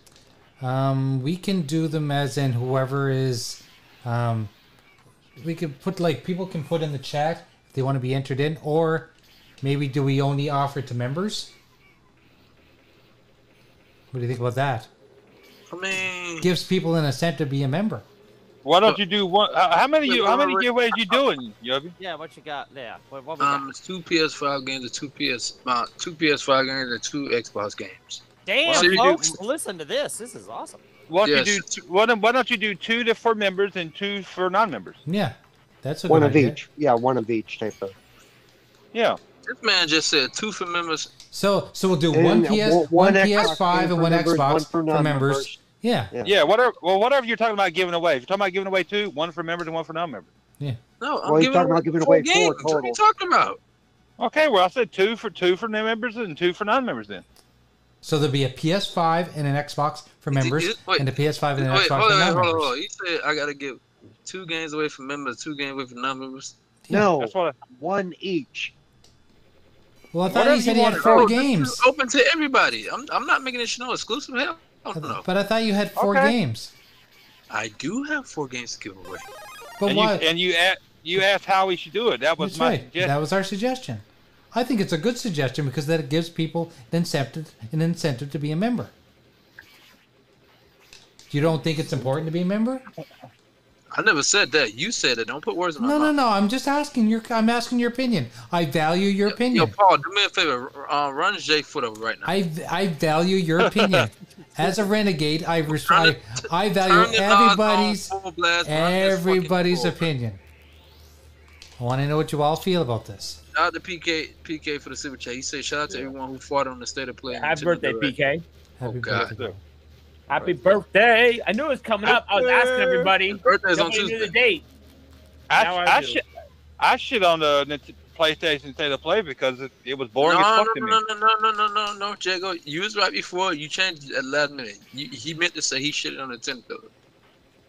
Speaker 1: um, we can do them as in whoever is, um, we could put like people can put in the chat if they want to be entered in, or maybe do we only offer it to members? What do you think about that?
Speaker 5: I mean,
Speaker 1: gives people an incentive to be a member.
Speaker 3: Why don't you do one? Uh, how many
Speaker 5: Wait,
Speaker 3: you?
Speaker 5: wait,
Speaker 3: How many
Speaker 5: wait,
Speaker 3: giveaways you doing, Yobi?
Speaker 2: Yeah, what you got there? What, what we
Speaker 5: um, it's two PS5 games, and two PS uh, two PS5 games, and two Xbox games.
Speaker 2: Damn,
Speaker 3: So you do-
Speaker 2: folks, listen to this. This is awesome.
Speaker 3: Why don't you
Speaker 2: Yes.
Speaker 3: do? Two, why, don't, why don't you do two to four members and two for non-members?
Speaker 1: Yeah, that's
Speaker 3: a
Speaker 7: one
Speaker 3: good
Speaker 7: of
Speaker 3: idea.
Speaker 7: each. Yeah, one of each type of.
Speaker 3: Yeah.
Speaker 5: This man just said two for members.
Speaker 1: So so we'll do one
Speaker 5: And
Speaker 1: PS,
Speaker 5: one-
Speaker 1: one
Speaker 5: one Xbox,
Speaker 1: PS5,
Speaker 5: one
Speaker 1: and
Speaker 5: for
Speaker 1: one
Speaker 5: members,
Speaker 1: Xbox
Speaker 5: one for
Speaker 1: for members.
Speaker 5: non-members.
Speaker 1: Yeah.
Speaker 3: yeah. Whatever. Well, whatever you're talking about giving away. If you're talking about giving away two, one for members and one for non-members.
Speaker 5: No, I'm
Speaker 3: Well, he's
Speaker 5: giving,
Speaker 3: talking
Speaker 5: away
Speaker 3: about giving
Speaker 5: four
Speaker 3: away four
Speaker 5: games. What are you talking about?
Speaker 3: Okay. Well, I said two for two for new members and two for non-members. Then.
Speaker 1: So there'll be a PS5 and an Xbox for members,
Speaker 5: wait.
Speaker 1: and a PS5 and an
Speaker 5: Wait,
Speaker 1: Xbox for
Speaker 5: hold on, wait, hold on,
Speaker 1: non-members.
Speaker 5: hold on. You said I gotta give two games away for members, two games away for non-members.
Speaker 1: Oh,
Speaker 7: No,
Speaker 3: what
Speaker 7: one each.
Speaker 1: Well, I
Speaker 5: Whatever
Speaker 1: thought he
Speaker 5: you
Speaker 1: said he had
Speaker 5: wanna
Speaker 1: four
Speaker 5: do. This
Speaker 1: games,
Speaker 5: is open to everybody. I'm, I'm not making this shit no exclusive. Hell, I don't know.
Speaker 1: but I thought you had four
Speaker 5: Okay.
Speaker 1: games.
Speaker 5: I do have four games to give away.
Speaker 1: But
Speaker 3: and
Speaker 1: why-
Speaker 3: You, and you asked, you asked how we should do it. That was
Speaker 1: That's
Speaker 3: my
Speaker 1: right.
Speaker 3: suggestion.
Speaker 1: That was our suggestion. I think it's a good suggestion because that it gives people an incentive, an incentive to be a member. You don't think it's important to be a member?
Speaker 5: I never said that. You said it. Don't put words in my
Speaker 1: No,
Speaker 5: mouth.
Speaker 1: no, no. I'm just asking your. I'm asking your opinion. I value your
Speaker 5: Yo,
Speaker 1: opinion.
Speaker 5: Paul, do me a favor. Uh, run Jay Foot over right now.
Speaker 1: I I value your opinion. As a renegade, I res- I, I
Speaker 5: Turn
Speaker 1: value
Speaker 5: the knobs on
Speaker 1: everybody's
Speaker 5: full blast, run this fucking
Speaker 1: everybody's
Speaker 5: full.
Speaker 1: opinion. I want to know what you all feel about this.
Speaker 5: Shout out to PK PK for the super chat. He said shout out to everyone who fought on the state of play.
Speaker 9: Happy birthday, PK.
Speaker 1: Happy
Speaker 5: God.
Speaker 1: birthday.
Speaker 9: Happy birthday. I knew it was coming up. I was asking everybody.
Speaker 5: Birthday's
Speaker 3: on
Speaker 9: Nobody knew
Speaker 3: Tuesday.
Speaker 9: the date.
Speaker 3: I,
Speaker 9: Now
Speaker 3: I,
Speaker 9: I do.
Speaker 3: should I shit on the Nint- PlayStation State of Play because it, it was
Speaker 5: No,
Speaker 3: boring as
Speaker 5: no,
Speaker 3: fuck to
Speaker 5: no,
Speaker 3: me.
Speaker 5: no, no, no, no, no, no, no, Jago. You was right before. You changed it at the last minute. You, he meant to say he shitted on Nintendo.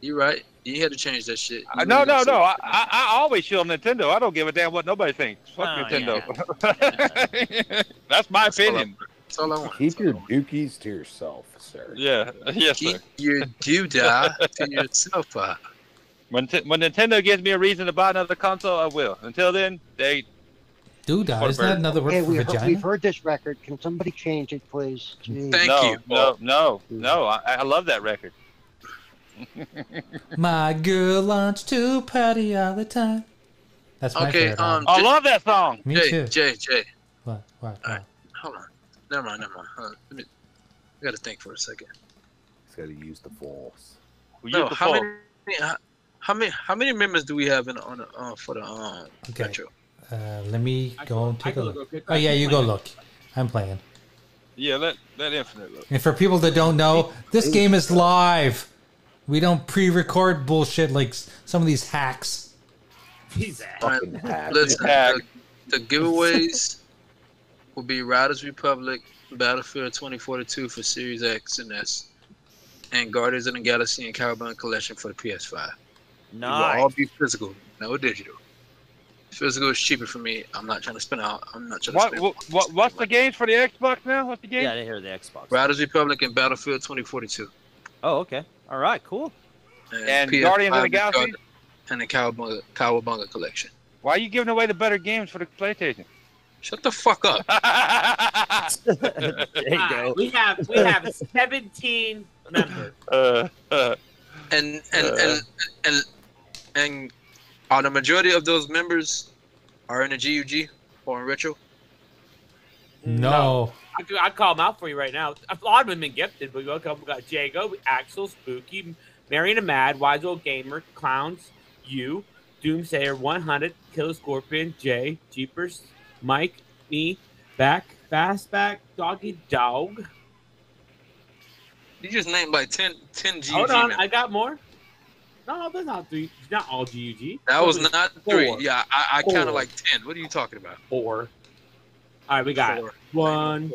Speaker 5: You right. You had to change that shit. You
Speaker 3: Uh, no,
Speaker 5: really
Speaker 3: no,
Speaker 5: said-
Speaker 3: no. I, I, I always shit on Nintendo. I don't give a damn what nobody thinks. Fuck
Speaker 5: Oh,
Speaker 3: Nintendo. That's my opinion.
Speaker 5: That's all I want.
Speaker 8: Keep your dookies to yourself, sir.
Speaker 3: Yeah. Yes, sir.
Speaker 5: You do die to yourself. Uh,
Speaker 3: When, t- when Nintendo gives me a reason to buy another console, I will. Until then, they.
Speaker 1: Doodah,
Speaker 3: Or
Speaker 1: uh, isn't that
Speaker 3: bird.
Speaker 1: another word
Speaker 7: Hey,
Speaker 1: for
Speaker 7: we heard,
Speaker 1: vagina?
Speaker 7: we've heard this record. Can somebody change it, please? Jeez.
Speaker 3: no, No, no, no. I, I love that record.
Speaker 1: My girl wants to party all the time. That's my
Speaker 5: okay.
Speaker 1: favorite.
Speaker 5: Um.
Speaker 1: album.
Speaker 3: I love that song.
Speaker 1: Me
Speaker 5: Jay,
Speaker 1: too.
Speaker 5: Jay, Jay.
Speaker 1: What? What? what?
Speaker 5: Hold on. Never mind. Never mind. Hold on. Let me. I gotta think for a second.
Speaker 8: He's got to use the force.
Speaker 5: no. How many, how, how many? How many members do we have in on the, uh, for the um?
Speaker 1: Okay. Uh, let me go and take a
Speaker 5: can
Speaker 1: look.
Speaker 5: look, okay.
Speaker 1: Oh yeah, you go look. I'm playing.
Speaker 3: Yeah, let, let Infinite look.
Speaker 1: And for people that don't know, this game is live. We don't pre-record bullshit like s- some of these hacks.
Speaker 9: He's
Speaker 5: Listen, the, the giveaways will be Riders Republic, Battlefield 2042 for Series X and S, and Guardians of the Galaxy and Caravan Collection for the PS5. It will all be physical, no digital. Physical is cheaper for me. I'm not trying to spend out. I'm not trying to
Speaker 3: What,
Speaker 5: spend.
Speaker 3: what, what, what's the games for the Xbox now? What's the game?
Speaker 2: Yeah, they hear the Xbox.
Speaker 5: Riders Republic and Battlefield 2042.
Speaker 2: Oh, okay. All right, cool.
Speaker 3: And Guardians of the Galaxy?
Speaker 5: And the Cowabunga, Cowabunga Collection.
Speaker 3: Why are you giving away the better games for the PlayStation?
Speaker 5: Shut the fuck up.
Speaker 3: there
Speaker 5: you go.
Speaker 9: We have we have 17 members.
Speaker 3: Uh, uh,
Speaker 5: and and, and and and are the majority of those members are in the GUG or in Retro?
Speaker 1: No.
Speaker 9: I could, I'd call them out for you right now. A lot of them have been gifted, but we welcome. We got Jago, Axel, Spooky, Marion the Mad, Wise Old Gamer, Clowns, You, Doomsayer 100, Killer Scorpion, Jay, Jeepers, Mike, me, Back, Fastback, Doggy Dog.
Speaker 5: You just named like 10, 10 GUG
Speaker 9: Hold on,
Speaker 5: members.
Speaker 9: I got more. No, that's not three. it's Not all GUG.
Speaker 5: that was
Speaker 9: Four.
Speaker 5: not three.
Speaker 9: Four.
Speaker 5: Yeah, I, I counted
Speaker 9: Four.
Speaker 5: like ten. What are you talking about?
Speaker 9: Four. All right, we got
Speaker 5: Four.
Speaker 9: one.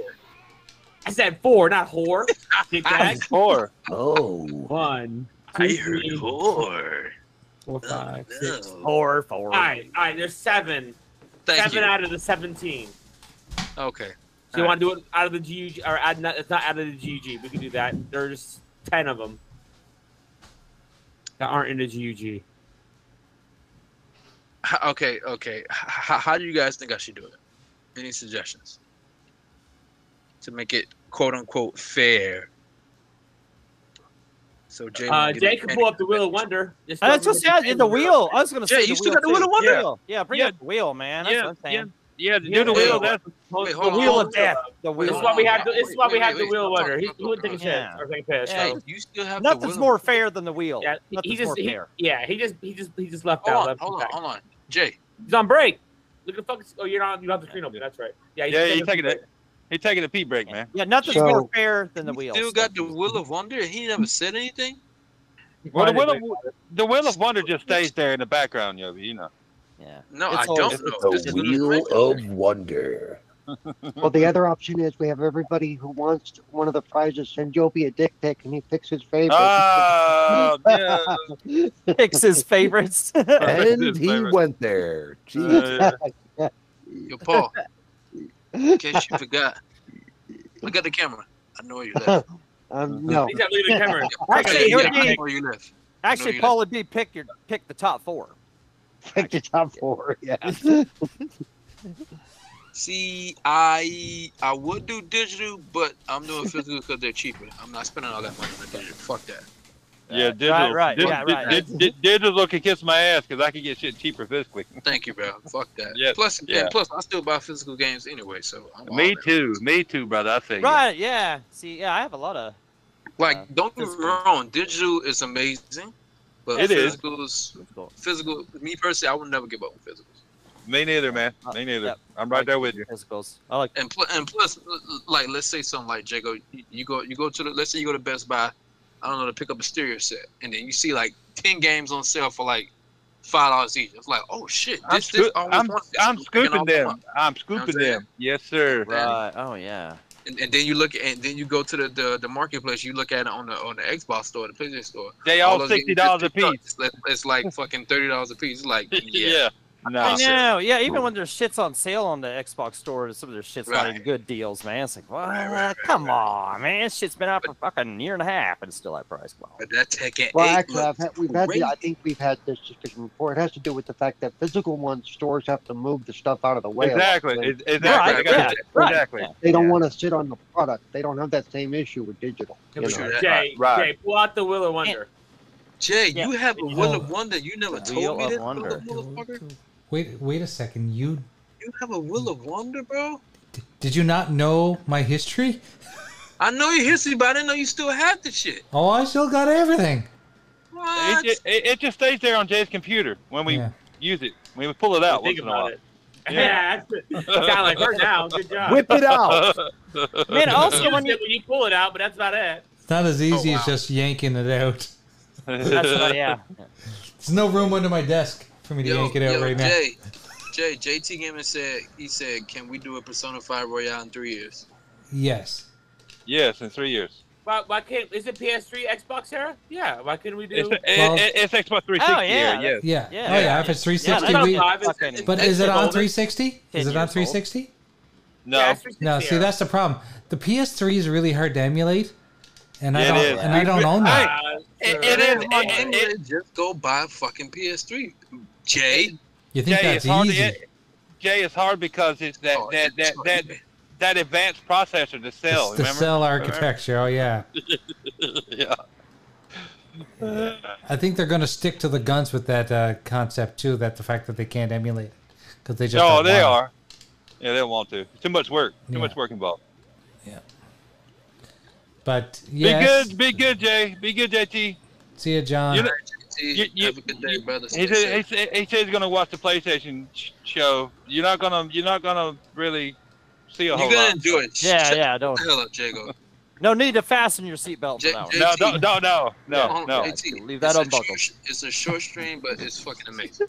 Speaker 9: I said four, not whore. Dick bag.
Speaker 3: four.
Speaker 8: Oh.
Speaker 9: One.
Speaker 5: I
Speaker 9: two,
Speaker 5: heard
Speaker 9: three,
Speaker 5: whore.
Speaker 9: Four, five, six,
Speaker 3: Oh,
Speaker 2: Four, four.
Speaker 9: All right, all right. There's seven.
Speaker 5: Thank
Speaker 9: seven
Speaker 5: you.
Speaker 9: out of the seventeen.
Speaker 5: Okay.
Speaker 9: So you want to do it out of the GUG or out, not, it's not out of the GUG? We can do that. There's ten of them that aren't in the GUG.
Speaker 5: H- Okay, okay. H- h- how do you guys think I should do it? Any suggestions to make it quote unquote fair? So Jay,
Speaker 9: Uh,
Speaker 5: won't get
Speaker 9: Jay
Speaker 5: any-
Speaker 9: can pull up the Wheel of Wonder. Just
Speaker 2: Oh, Uh, That's just yeah, the wheel. I was gonna
Speaker 9: Yeah,
Speaker 2: say.
Speaker 9: you still got the
Speaker 2: too.
Speaker 9: Wheel of Wonder?
Speaker 2: Yeah, yeah bring
Speaker 9: Yeah.
Speaker 2: out the wheel, man. That's what I'm saying.
Speaker 3: yeah, do
Speaker 9: Yeah,
Speaker 3: the
Speaker 9: yeah.
Speaker 3: wheel. That's,
Speaker 9: Wait,
Speaker 5: hold
Speaker 9: the
Speaker 5: on,
Speaker 9: wheel
Speaker 5: hold
Speaker 9: of
Speaker 5: on.
Speaker 9: death. The
Speaker 5: Wait,
Speaker 9: wheel. This is
Speaker 5: hold
Speaker 9: why we
Speaker 5: on,
Speaker 9: have. The,
Speaker 5: hold on.
Speaker 9: this is why
Speaker 5: Wait,
Speaker 9: we
Speaker 5: wait,
Speaker 9: have the
Speaker 5: wait,
Speaker 9: wheel
Speaker 5: stop
Speaker 9: winner. He,
Speaker 5: talking,
Speaker 9: he wouldn't take a
Speaker 5: stop talking.
Speaker 9: chance or take a pass.
Speaker 5: Hey,
Speaker 9: so.
Speaker 5: you still have the
Speaker 2: Nothing's
Speaker 5: wheel
Speaker 2: more fair than the wheel.
Speaker 9: Yeah, he,
Speaker 2: Nothing's
Speaker 9: he
Speaker 2: more
Speaker 9: just. He,
Speaker 2: fair.
Speaker 9: yeah, he just. He just. He just left
Speaker 5: Hold
Speaker 9: out.
Speaker 5: on,
Speaker 9: left
Speaker 5: hold on,
Speaker 9: back.
Speaker 5: hold on. Jay,
Speaker 9: He's on break. Look at the fuck. Oh, you're not. You don't have the screen open. That's right. Yeah.
Speaker 3: Yeah, he's taking it. He's taking a pee break, man.
Speaker 2: Yeah, nothing's
Speaker 7: So-
Speaker 2: more fair than the wheel.
Speaker 5: still got the Wheel of Wonder, and he never said anything.
Speaker 3: Well, the wheel of the wheel of wonder just stays there in the background, Yogi. You know.
Speaker 2: yeah.
Speaker 5: No,
Speaker 2: It's
Speaker 5: I
Speaker 2: all-
Speaker 5: don't know. This
Speaker 8: The
Speaker 5: is
Speaker 8: Wheel of Wonder.
Speaker 7: Well, the other option is we have everybody who wants one of the prizes send Joby a dick pic and he picks his favorite.
Speaker 3: Oh, yeah.
Speaker 2: Picks his favorites.
Speaker 8: And
Speaker 3: His
Speaker 8: he
Speaker 3: favorite.
Speaker 8: went there. Jeez.
Speaker 3: Uh,
Speaker 5: Yo, Paul. In case you forgot, look at the camera. I know where you left.
Speaker 7: um, no.
Speaker 9: He's not leaving the camera.
Speaker 2: Actually,
Speaker 5: yeah,
Speaker 2: you're
Speaker 5: I know
Speaker 2: being-
Speaker 5: where you left.
Speaker 2: Actually,
Speaker 5: you
Speaker 2: Paul would be pick your pick the top four.
Speaker 7: Pick the top four. Yeah.
Speaker 5: See, I I would do digital, but I'm doing physical because they're cheaper. I'm not spending all that money on digital. Fuck that.
Speaker 3: yeah, digital.
Speaker 2: Right, right,
Speaker 3: Dig-
Speaker 2: yeah, right.
Speaker 3: dig- dig- digital can kiss my ass because I can get shit cheaper physically.
Speaker 5: Thank you, bro. Fuck that.
Speaker 3: Yeah,
Speaker 5: Plus,
Speaker 3: yeah.
Speaker 5: and plus, I still buy physical games anyway, so I'm all
Speaker 3: Me
Speaker 5: in.
Speaker 3: too. Me too, brother. I say. yeah.
Speaker 2: Right? Yeah. See, yeah, I have a lot of.
Speaker 5: Like,
Speaker 2: Uh,
Speaker 5: don't get me
Speaker 2: physical.
Speaker 5: wrong, digital is amazing, but
Speaker 3: It is.
Speaker 5: physicals, physical. Me personally, I would never give up on physicals.
Speaker 3: Me neither, man. Me neither.
Speaker 2: Yep.
Speaker 3: I'm right there with you.
Speaker 2: Physicals. I like.
Speaker 5: And plus, and plus, uh, like let's say something like Jago, you you go you go to the let's say you go to Best Buy, I don't know to pick up a stereo set, and then you see like ten games on sale for like five dollars each. It's like oh shit,
Speaker 3: I'm,
Speaker 5: this this
Speaker 3: scoo-
Speaker 5: always
Speaker 3: I'm,
Speaker 5: wanted this.
Speaker 3: I'm
Speaker 5: Just picking
Speaker 3: scooping
Speaker 5: all them
Speaker 3: them.
Speaker 5: up.
Speaker 3: I'm scooping
Speaker 5: saying?
Speaker 3: them. Yes, sir.
Speaker 2: Right. Oh yeah.
Speaker 5: And, and then you look at and then you go to the, the the marketplace, you look at it on the on the Xbox store, the PlayStation store.
Speaker 3: They all sixty dollars a piece.
Speaker 5: It's, it's like fucking thirty dollars a piece. It's like yeah,
Speaker 3: Yeah.
Speaker 2: I
Speaker 3: No.
Speaker 2: know. Yeah. Even when their shit's on sale on the Xbox store, some of their shit's not even
Speaker 5: Right.
Speaker 2: good deals, man. It's like, what?
Speaker 5: Right, right, right,
Speaker 2: Come on, man. This shit's been out for fucking year and a half and it's still at price. Come on.
Speaker 5: but that Tekken
Speaker 7: Well,
Speaker 5: eight
Speaker 7: actually, I've
Speaker 5: looks
Speaker 7: had, we've had the, I
Speaker 5: crazy.
Speaker 7: think we've had this discussion before. It has to do with the fact that physical ones stores have to move the stuff out of the way. a lot.
Speaker 3: Exactly.
Speaker 7: They-
Speaker 3: It- Exactly.
Speaker 2: Right,
Speaker 3: I got
Speaker 2: yeah,
Speaker 3: it.
Speaker 2: right,
Speaker 3: Exactly.
Speaker 2: yeah.
Speaker 7: They don't
Speaker 3: Yeah.
Speaker 7: want to sit on the product. They don't have that same issue with digital. you
Speaker 5: Sure,
Speaker 7: know.
Speaker 5: that-
Speaker 9: Jay,
Speaker 3: Right.
Speaker 9: Jay, pull out the Wheel of Wonder.
Speaker 5: Jay,
Speaker 2: Yeah.
Speaker 5: you have a
Speaker 1: You
Speaker 5: Wheel
Speaker 1: know,
Speaker 5: of Wonder. You never
Speaker 2: the Wheel
Speaker 5: told me
Speaker 2: of
Speaker 5: this,
Speaker 2: Wonder.
Speaker 5: motherfucker.
Speaker 1: Wait, wait a second. You
Speaker 5: You have a Will of Wonder, bro?
Speaker 1: did you not know my history?
Speaker 5: I know your history, but I didn't know you still had the shit.
Speaker 1: Oh, I still got everything.
Speaker 3: It,
Speaker 5: What?
Speaker 3: ju- it, it just stays there on Jay's computer when we
Speaker 1: Yeah.
Speaker 3: use it. We pull it out once
Speaker 9: Think
Speaker 3: in a
Speaker 9: about
Speaker 3: while.
Speaker 9: it.
Speaker 3: Yeah.
Speaker 9: Yeah, that's it. Sound like her now. Good job.
Speaker 8: Whip it out.
Speaker 2: Man, also
Speaker 9: Use
Speaker 2: when you
Speaker 9: it when you pull it out, but that's about it.
Speaker 1: It's not as
Speaker 3: Oh,
Speaker 1: easy
Speaker 5: wow.
Speaker 1: as just yanking it out.
Speaker 2: that's what, yeah.
Speaker 1: Oh, There's no room under my desk for me to
Speaker 5: Yo,
Speaker 1: yank it out
Speaker 5: yo,
Speaker 1: right now.
Speaker 5: Jay, Jay, JT Gaming said he said, "Can we do a Persona Five Royale in three years?"
Speaker 1: Yes.
Speaker 3: Yes, in three years.
Speaker 9: Why, why can't? Is it PS3, Xbox era? Yeah. Why couldn't we
Speaker 3: It's,
Speaker 9: do?
Speaker 3: it,
Speaker 1: Well-
Speaker 3: it, it's Xbox 360
Speaker 2: Oh, yeah,
Speaker 3: era, yes.
Speaker 1: Yeah.
Speaker 2: Yeah,
Speaker 1: oh yeah.
Speaker 2: yeah,
Speaker 1: If it's
Speaker 2: Yeah,
Speaker 1: 360,
Speaker 2: that's
Speaker 1: we,
Speaker 9: not-
Speaker 2: fucking-
Speaker 1: but is it
Speaker 9: Xbox
Speaker 1: on
Speaker 9: older.
Speaker 1: 360? Is it on
Speaker 2: 10 years old.
Speaker 1: 360?
Speaker 3: No.
Speaker 9: Yeah, it's 360
Speaker 1: No. See,
Speaker 9: era.
Speaker 1: that's the problem. The PS3 is really hard to emulate, and I
Speaker 3: It
Speaker 1: don't
Speaker 3: is.
Speaker 1: and I don't own that.
Speaker 9: Uh,
Speaker 3: It-
Speaker 9: sure.
Speaker 3: it is.
Speaker 5: Why
Speaker 3: It,
Speaker 5: can't
Speaker 3: it, it,
Speaker 5: they just go buy a fucking PS3, Jay.
Speaker 1: You think
Speaker 3: Jay,
Speaker 1: that's
Speaker 3: it's hard to,
Speaker 1: easy?
Speaker 3: it, Jay, it's hard because it's that,
Speaker 5: Oh,
Speaker 3: that, that,
Speaker 5: it's-
Speaker 3: that, that advanced processor to
Speaker 1: It's
Speaker 3: sell,
Speaker 1: the
Speaker 3: remember?
Speaker 1: cell architecture. Oh yeah.
Speaker 3: yeah.
Speaker 1: I think they're going to stick to the guns with that uh, concept too. That the fact that they can't emulate it because they just
Speaker 3: Oh,
Speaker 1: don't want
Speaker 3: they
Speaker 1: it.
Speaker 3: are. Yeah, they don't want to. Too much work. Too
Speaker 1: Yeah.
Speaker 3: much work involved.
Speaker 1: But yes,
Speaker 3: Be good, be good, Jay. Be good, JT.
Speaker 1: see you, John.
Speaker 3: You know-
Speaker 5: JT,
Speaker 3: You- you-
Speaker 5: have a good day,
Speaker 3: you-
Speaker 5: brother.
Speaker 3: He
Speaker 5: Stay
Speaker 3: said, he
Speaker 5: safe.
Speaker 3: said he said he's gonna watch the PlayStation sh- show. You're not gonna you're not gonna really see a
Speaker 5: You're
Speaker 3: whole
Speaker 5: gonna
Speaker 3: lot.
Speaker 5: enjoy it.
Speaker 2: Yeah,
Speaker 5: Shut
Speaker 2: yeah, don't.
Speaker 5: The hell up, Jago.
Speaker 2: No need to fasten your seatbelt for
Speaker 5: J-
Speaker 2: that one.
Speaker 5: J-
Speaker 3: No, no, no, no, no,
Speaker 5: Hold
Speaker 3: no.
Speaker 5: on, JT,
Speaker 2: Leave that
Speaker 5: it's a
Speaker 2: unbuckled.
Speaker 5: short- It's a short stream, but it's fucking amazing.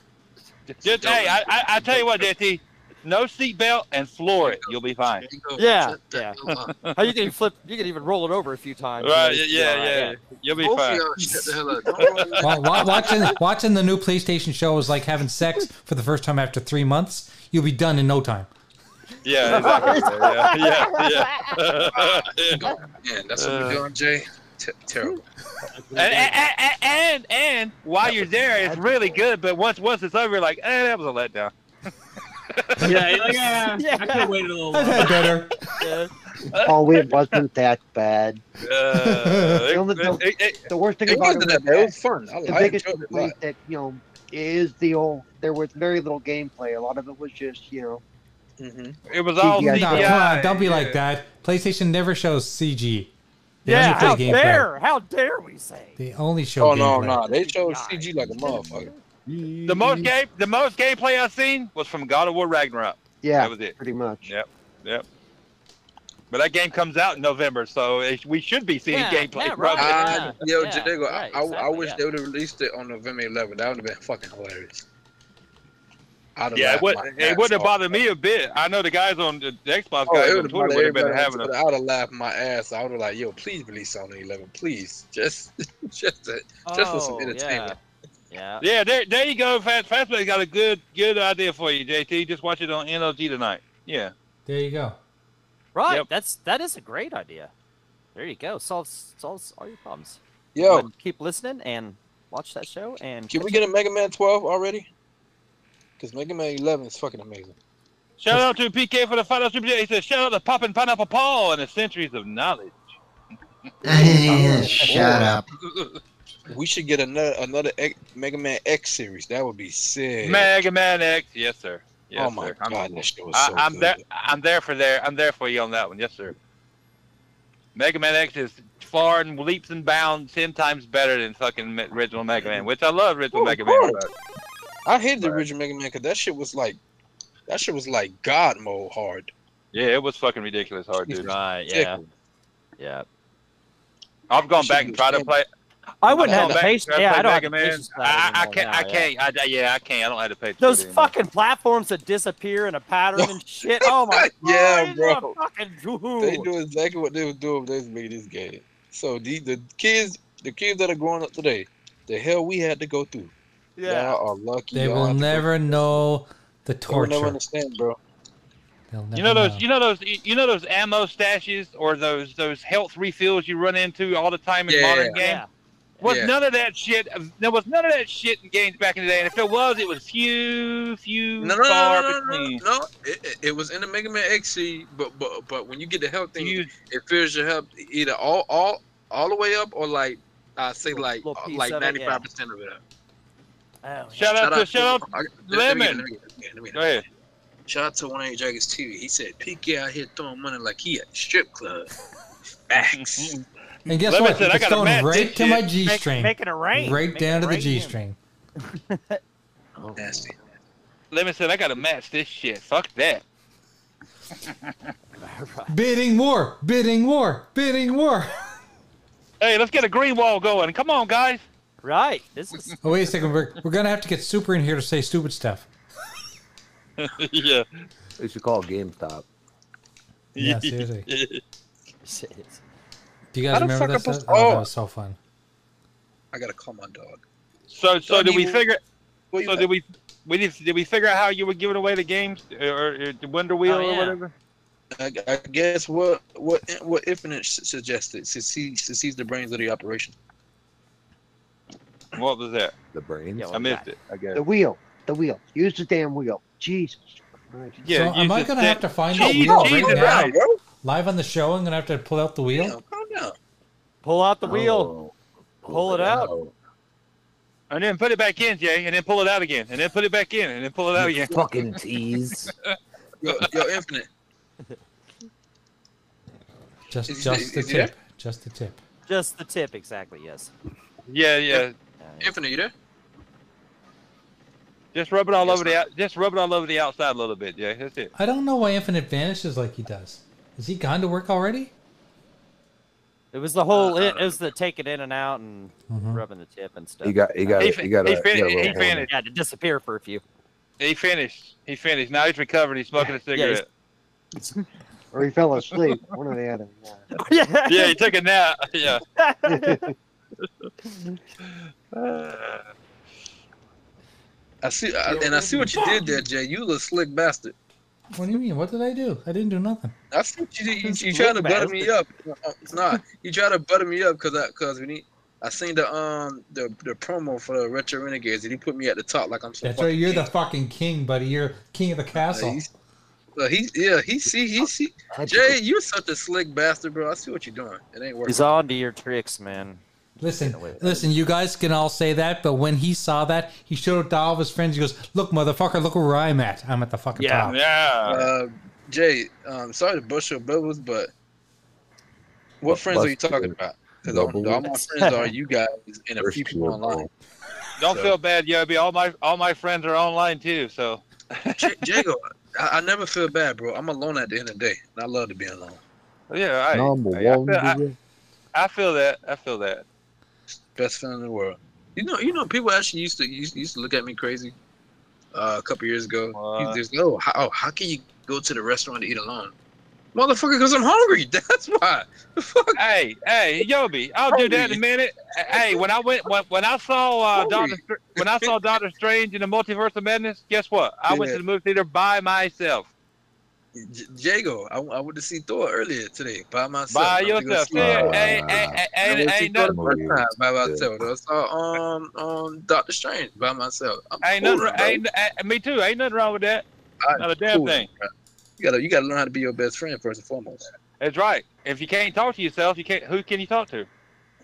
Speaker 3: Just, hey, I, I I tell you what, JT, no seatbelt and floor it. You'll be fine.
Speaker 5: Jago,
Speaker 2: Yeah,
Speaker 5: shut the
Speaker 2: yeah.
Speaker 5: hell up.
Speaker 2: How you can flip? You can even roll it over a few times. you
Speaker 3: Right?
Speaker 2: know,
Speaker 3: Yeah,
Speaker 2: it's-
Speaker 3: yeah,
Speaker 2: all
Speaker 3: yeah.
Speaker 2: right,
Speaker 3: You'll be
Speaker 5: Both of
Speaker 3: fine.
Speaker 5: y'all, shut the hell up. Don't worry.
Speaker 1: Well, wa- watching watching the new PlayStation show is like having sex for the first time after three months. You'll be done in no time.
Speaker 3: Yeah, exactly. yeah, yeah, yeah.
Speaker 5: Yeah, that's what we're doing, Jay. Ter- terrible.
Speaker 3: and, and, and, and and while you're there, it's really good. But once once it's over, you're like, eh, that was a letdown.
Speaker 9: yeah, you're like, yeah,
Speaker 2: Yeah.
Speaker 9: I could have waited a little
Speaker 1: I've
Speaker 9: while.
Speaker 1: had better.
Speaker 2: yeah.
Speaker 7: Oh, it wasn't that bad.
Speaker 3: Uh,
Speaker 7: Don't- don't-
Speaker 3: it- it-
Speaker 7: The worst thing
Speaker 5: It
Speaker 7: about it
Speaker 5: wasn't
Speaker 7: was
Speaker 5: that bad. It was fun. I,
Speaker 7: the
Speaker 5: I
Speaker 7: biggest
Speaker 5: enjoyed it a lot.
Speaker 7: complaint that you know is the old. There was very little gameplay. A lot of it was just you know
Speaker 3: It was all
Speaker 1: No,
Speaker 3: CGI.
Speaker 1: come on, don't be like that. PlayStation never shows CG. They
Speaker 2: yeah,
Speaker 1: only play
Speaker 2: how
Speaker 1: gameplay.
Speaker 2: dare, how dare we say?
Speaker 1: They only show
Speaker 5: Oh no,
Speaker 1: gameplay.
Speaker 5: no, they showed CG like a motherfucker.
Speaker 3: The most game, the most gameplay I've seen was from God of War Ragnarok.
Speaker 7: Yeah,
Speaker 3: that was it.
Speaker 7: pretty much.
Speaker 3: Yep, yep. But that game comes out in November, so it, we should be seeing
Speaker 5: Yeah,
Speaker 3: gameplay.
Speaker 5: yeah,
Speaker 3: from it.
Speaker 5: I, yo,
Speaker 3: yeah,
Speaker 5: Diego, I,
Speaker 3: right,
Speaker 5: I, I
Speaker 3: exactly,
Speaker 5: wish
Speaker 3: yeah.
Speaker 5: they would have released it on November 11th. That would have been fucking hilarious. I'd
Speaker 3: Yeah, it,
Speaker 5: laughed
Speaker 3: would,
Speaker 5: my
Speaker 3: it
Speaker 5: ass
Speaker 3: wouldn't have
Speaker 5: off.
Speaker 3: bothered me a bit. I know the guys on the the Xbox
Speaker 5: Oh,
Speaker 3: guys
Speaker 5: it
Speaker 3: on
Speaker 5: would have
Speaker 3: Twitter
Speaker 5: been
Speaker 3: would have been
Speaker 5: everybody.
Speaker 3: having
Speaker 5: on
Speaker 3: a
Speaker 5: Twitter. I would have laughed my ass. I would have like, yo, please release on the 11th, please, just, just, to, just for
Speaker 3: Oh,
Speaker 5: some entertainment.
Speaker 2: Yeah.
Speaker 3: Yeah, there, there you go. Fast, Fastplay's got a good, good idea for you, JT. Just watch it on NLG tonight. Yeah.
Speaker 1: There you go.
Speaker 2: Right, that's that is a great idea. There you go. Solves solves all your problems.
Speaker 5: Yo.
Speaker 2: But keep listening and watch that show and
Speaker 5: Can we
Speaker 2: catch
Speaker 5: get a Mega Man 12 already? Because Mega Man 11 is fucking amazing.
Speaker 3: Shout out to PK for the final super chat. He says, "Shout out to Poppin' Pineapple Paul and the centuries of knowledge."
Speaker 5: Or- We should get another another X, Mega Man X series. That would be sick.
Speaker 3: Mega Man X, yes sir. Yes,
Speaker 5: Oh my
Speaker 3: sir. I'm-
Speaker 5: God, that shit was
Speaker 3: I,
Speaker 5: so
Speaker 3: I'm
Speaker 5: good.
Speaker 3: there. I'm there for there. I'm there for you on that one. Yes, sir. Mega Man X is far and leaps and bounds ten times better than fucking me- original Mega Man, which I love original
Speaker 5: Oh,
Speaker 3: Mega
Speaker 5: of
Speaker 3: Man.
Speaker 5: course. I hated the original Mega Man because that shit was like, that shit was like God mode hard.
Speaker 3: Yeah, it was fucking ridiculous hard, dude.
Speaker 2: Right?
Speaker 5: yeah.
Speaker 2: Yeah.
Speaker 3: I've gone back and tried to play.
Speaker 2: I wouldn't have the patience-
Speaker 3: patient.
Speaker 2: yeah, I don't have the
Speaker 3: Man.
Speaker 2: patience for
Speaker 3: I,
Speaker 2: that
Speaker 3: I
Speaker 2: anymore
Speaker 3: can't.
Speaker 2: now, yeah.
Speaker 3: I can't. I, yeah, I can't. I don't have the patience. for
Speaker 2: Those
Speaker 3: it anymore.
Speaker 2: fucking platforms that disappear in a pattern and shit. Oh my
Speaker 5: yeah,
Speaker 2: God,
Speaker 5: bro.
Speaker 2: Fucking
Speaker 5: They do exactly what they were doing. They was making this game. So the the kids, the kids that are growing up today, the hell we had to go through.
Speaker 2: Yeah.
Speaker 5: Y'all are lucky.
Speaker 1: They
Speaker 5: y'all
Speaker 1: will
Speaker 5: have to go
Speaker 1: never know the
Speaker 5: They will never
Speaker 1: torture.
Speaker 5: understand, bro.
Speaker 1: They'll never
Speaker 3: You know those, you know those, you know those ammo stashes or those those health refills you run into all the time in
Speaker 5: Yeah.
Speaker 3: modern games.
Speaker 5: Yeah.
Speaker 3: Was
Speaker 5: Yeah.
Speaker 3: none of that shit? There was none of that shit in games back in the day, and if there was, it was few, few,
Speaker 5: No, no,
Speaker 3: far
Speaker 5: no, no, no,
Speaker 3: between.
Speaker 5: no. It, it- it was in the Mega Man XC, but but but when you get the health thing, it fills your health either all all all the way up or like I say like uh,
Speaker 11: little piece
Speaker 5: like
Speaker 11: of it,
Speaker 5: ninety
Speaker 11: yeah.
Speaker 5: five percent of it up.
Speaker 3: Shout out to shout out
Speaker 5: I- let me get-
Speaker 3: Lemon.
Speaker 5: let me get- let me get- let me get-
Speaker 3: Go ahead.
Speaker 5: Shout out to One Eight Dragons TV. He said PK out here throwing money like he at strip club. Facts.
Speaker 1: And guess
Speaker 5: Lemon
Speaker 1: what?
Speaker 5: said, I
Speaker 1: it's
Speaker 5: got a
Speaker 1: going
Speaker 5: match,
Speaker 1: right
Speaker 5: this
Speaker 1: to my
Speaker 5: shit.
Speaker 1: G
Speaker 5: Make-
Speaker 1: string.
Speaker 5: make it a rain.
Speaker 1: Right
Speaker 5: Make
Speaker 1: down
Speaker 5: it
Speaker 1: to the
Speaker 5: rain.
Speaker 1: G string.
Speaker 5: Nasty.
Speaker 3: Lemon said, "I gotta match this shit. Fuck that."
Speaker 1: Bidding war, bidding war, bidding war.
Speaker 3: hey, let's get a green wall going. Come on, guys.
Speaker 2: Right. This is.
Speaker 1: Oh, wait a second. We're, we're going to have to get Super in here to say stupid stuff.
Speaker 3: yeah.
Speaker 8: They should call GameStop.
Speaker 1: Yeah, seriously.
Speaker 2: Shit.
Speaker 1: Do you guys
Speaker 5: How the
Speaker 1: remember
Speaker 5: fuck
Speaker 1: that?
Speaker 5: I
Speaker 1: stuff?
Speaker 5: post-
Speaker 1: Oh, that
Speaker 5: oh.
Speaker 1: was so fun.
Speaker 5: I gotta call my dog.
Speaker 3: So, so
Speaker 5: I
Speaker 3: did we
Speaker 5: mean,
Speaker 3: figure?
Speaker 5: well, you
Speaker 3: So
Speaker 5: know-
Speaker 3: did we? We did, did we figure out how you were giving away the games or, or the Wonder Wheel or
Speaker 5: Oh, yeah.
Speaker 3: whatever?
Speaker 5: I, I guess what what what Infinite s- suggested since he since he's the brains of the operation.
Speaker 3: What was that?
Speaker 8: The brains.
Speaker 3: I missed it. I guess.
Speaker 7: The wheel, the wheel. Use the damn wheel. Jesus. Christ.
Speaker 1: so am I going to have to find
Speaker 7: Jeez,
Speaker 1: that wheel
Speaker 7: Jesus
Speaker 1: right now?
Speaker 7: Christ, bro.
Speaker 1: Live on the show, I'm going to have to pull out the wheel?
Speaker 2: Pull
Speaker 8: Oh,
Speaker 2: out the wheel.
Speaker 3: Pull, it out. And then put it back in, Jay, and then pull it out again, and then put it back in, and then pull it out again.
Speaker 8: Fucking tease.
Speaker 5: Yo, yo Infinite.
Speaker 1: Just,
Speaker 5: Is-
Speaker 1: just the
Speaker 5: is he there?
Speaker 1: tip. Just the tip.
Speaker 2: Just the tip, exactly. Yes.
Speaker 3: Yeah, yeah.
Speaker 5: Infinite, you there?
Speaker 3: Just rub it all over the out, just rub it all over the outside a little bit, Jay. That's it.
Speaker 1: I don't know why Infinite vanishes like he does. Is he gone to work already?
Speaker 2: It was the whole. It, it was the taking in and out and rubbing the tip and stuff.
Speaker 8: He got- he got a- He fi- he got a- he he got a fin- little he
Speaker 2: He
Speaker 8: horn. finished.
Speaker 2: had to disappear for a few.
Speaker 3: He finished. He finished. Now he's recovered. He's smoking a cigarette.
Speaker 7: Or he fell asleep. One or the other.
Speaker 3: Yeah, he took a nap. Yeah.
Speaker 5: I see, I, and I see what you did there, Jay. You little slick bastard.
Speaker 1: What do you mean? What did I do? I didn't do nothing.
Speaker 5: I see what you did. You, you
Speaker 1: Slick
Speaker 5: tried to butter me up.
Speaker 1: bastard.
Speaker 5: Nah, you tried to butter me up because I because when he, I seen the um the the promo for the Retro Renegades and he put me at the top like I'm so.
Speaker 1: That's right. You're the fucking king, buddy. You're king of the castle.
Speaker 5: Well, he yeah he see he see Jay. You're such a slick bastard, bro. I see what you're doing. It ain't working.
Speaker 2: He's on to your tricks, man.
Speaker 1: Listen, listen, you guys can all say that, but when he saw that, he showed it to all of his friends. He goes, Look, motherfucker, look where I'm at. I'm at the fucking top.
Speaker 5: Uh, Jay, um, sorry to bust your bubbles, but what friends are you
Speaker 12: bust
Speaker 5: talking
Speaker 12: your
Speaker 5: about? Because all, all my
Speaker 12: bubbles?
Speaker 5: friends are you guys and a few people online.
Speaker 3: Don't
Speaker 5: So-
Speaker 3: feel bad, Yobi. All my all my friends are online too, so
Speaker 5: J- Jago, I, I never feel bad, bro. I'm alone at the end of the day, and I love to be alone.
Speaker 3: yeah, I,
Speaker 5: Number
Speaker 3: I, I
Speaker 5: one,
Speaker 3: feel, I-
Speaker 5: baby.
Speaker 3: I feel that. I feel that.
Speaker 5: Best feeling in the world. You know, you know, people actually used to used, used to look at me crazy uh, a couple years ago.
Speaker 3: What?
Speaker 5: There's no how oh, how can you go to the restaurant to eat alone, motherfucker? Because I'm hungry. That's why.
Speaker 3: Hey, hey, Yobi, I'll do that in a minute. Hey, when I went when, when I saw uh, Doctor Str- when I saw Doctor Strange in the Multiverse of Madness, guess what? I went
Speaker 5: Yeah.
Speaker 3: to the movie theater by myself.
Speaker 5: J- Jago, I, I went to see Thor earlier today by myself.
Speaker 3: By
Speaker 5: I went to go
Speaker 3: yourself.
Speaker 5: see-
Speaker 3: Yeah, hey, hey, hey,
Speaker 5: I
Speaker 3: hey,
Speaker 5: went to
Speaker 3: hey,
Speaker 5: see
Speaker 3: no-
Speaker 5: Thor the first time by myself. I saw um um Doctor Strange by myself. I'm
Speaker 3: Ain't
Speaker 5: cool,
Speaker 3: nothing.
Speaker 5: bro.
Speaker 3: Ain't, eh, me too. Ain't nothing wrong with that.
Speaker 5: I'm
Speaker 3: Not a damn
Speaker 5: cool,
Speaker 3: thing.
Speaker 5: bro. You gotta you gotta learn how to be your best friend first and foremost.
Speaker 3: That's right. If you can't talk to yourself, you can't. Who can you talk to?